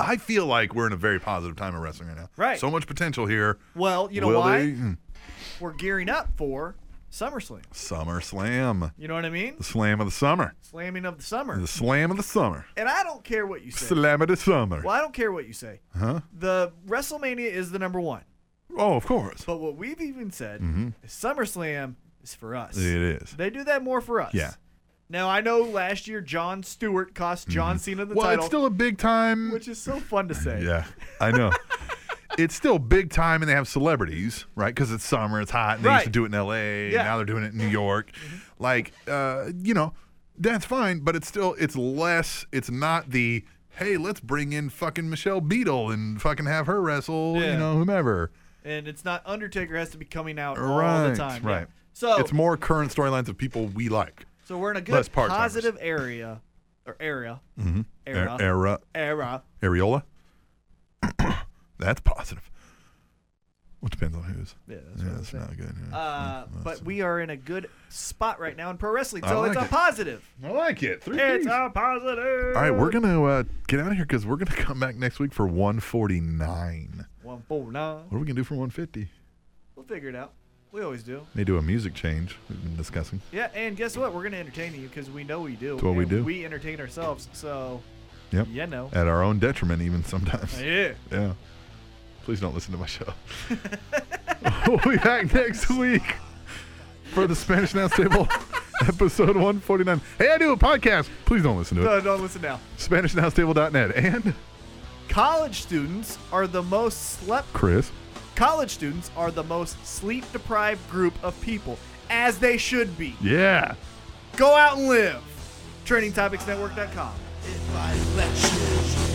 S3: I feel like we're in a very positive time of wrestling right now.
S4: Right.
S3: So much potential here.
S4: Well, you know
S3: Will
S4: why?
S3: they? Mm.
S4: We're gearing up for SummerSlam.
S3: Summer Slam.
S4: You know what I mean?
S3: The slam of the summer.
S4: Slamming of the summer.
S3: The slam of the summer.
S4: And I don't care what you say.
S3: Slam of the summer.
S4: Well, I don't care what you say.
S3: Huh?
S4: The WrestleMania is the number one.
S3: Oh, of course.
S4: But what we've even said is SummerSlam is for us.
S3: Mm-hmm. It is.
S4: They do that more for us.
S3: Yeah. Mm-hmm.
S4: Now I know last year John Stewart cost John Cena the
S3: Well,
S4: title,
S3: it's still a big time.
S4: which is so fun to say.
S3: Yeah, I know. it's still big time, and they have celebrities, right? Because it's summer, it's hot, and they used to
S4: Right.
S3: do it in L.A.
S4: Yeah. Mm-hmm.
S3: And now they're doing it in New York. Like, uh, you know, that's fine, but it's still it's less. It's not the hey, let's bring in fucking Michelle Beadle and fucking have her wrestle, you
S4: Yeah.
S3: know, whomever.
S4: And it's not Undertaker has to be coming out all
S3: right,
S4: the time. Yeah.
S3: right.
S4: So
S3: it's more current storylines of people we like.
S4: so we're in a
S3: less
S4: good
S3: part-timers.
S4: positive area or area. Era.
S3: A- Er, era,
S4: Era.
S3: areola. that's positive. Well, depends on who's.
S4: Yeah, that's what
S3: Yeah,
S4: I'm
S3: that's
S4: saying.
S3: not good. yeah.
S4: Uh, but we are in a good spot right now in pro wrestling,
S3: I
S4: so
S3: like
S4: it's a
S3: it.
S4: positive.
S3: I like it. Three
S4: It's
S3: Ps.
S4: a positive.
S3: All right, we're gonna uh, get out of here because we're gonna come back next week for 149.
S4: one four nine.
S3: What are we gonna do for 150?
S4: We'll figure it out. We always do.
S3: They do a music change. We've been discussing.
S4: Yeah, and guess what? We're gonna entertain you because we know we do.
S3: It's what we
S4: and
S3: do.
S4: We entertain ourselves, so
S3: Yep.
S4: you know.
S3: At our own detriment, even sometimes.
S4: Yeah.
S3: Yeah. Please don't listen to my show. we'll be back next week for the Spanish Announce Table, episode 149. Hey, I do a podcast. Please don't listen to it.
S4: No, don't listen now.
S3: SpanishAnnounceTable.net and
S4: College students are the most slept.
S3: Chris.
S4: College students are the most sleep-deprived group of people, as they should be.
S3: Yeah.
S4: Go out and live. TrainingTopicsNetwork.com.
S5: If I let you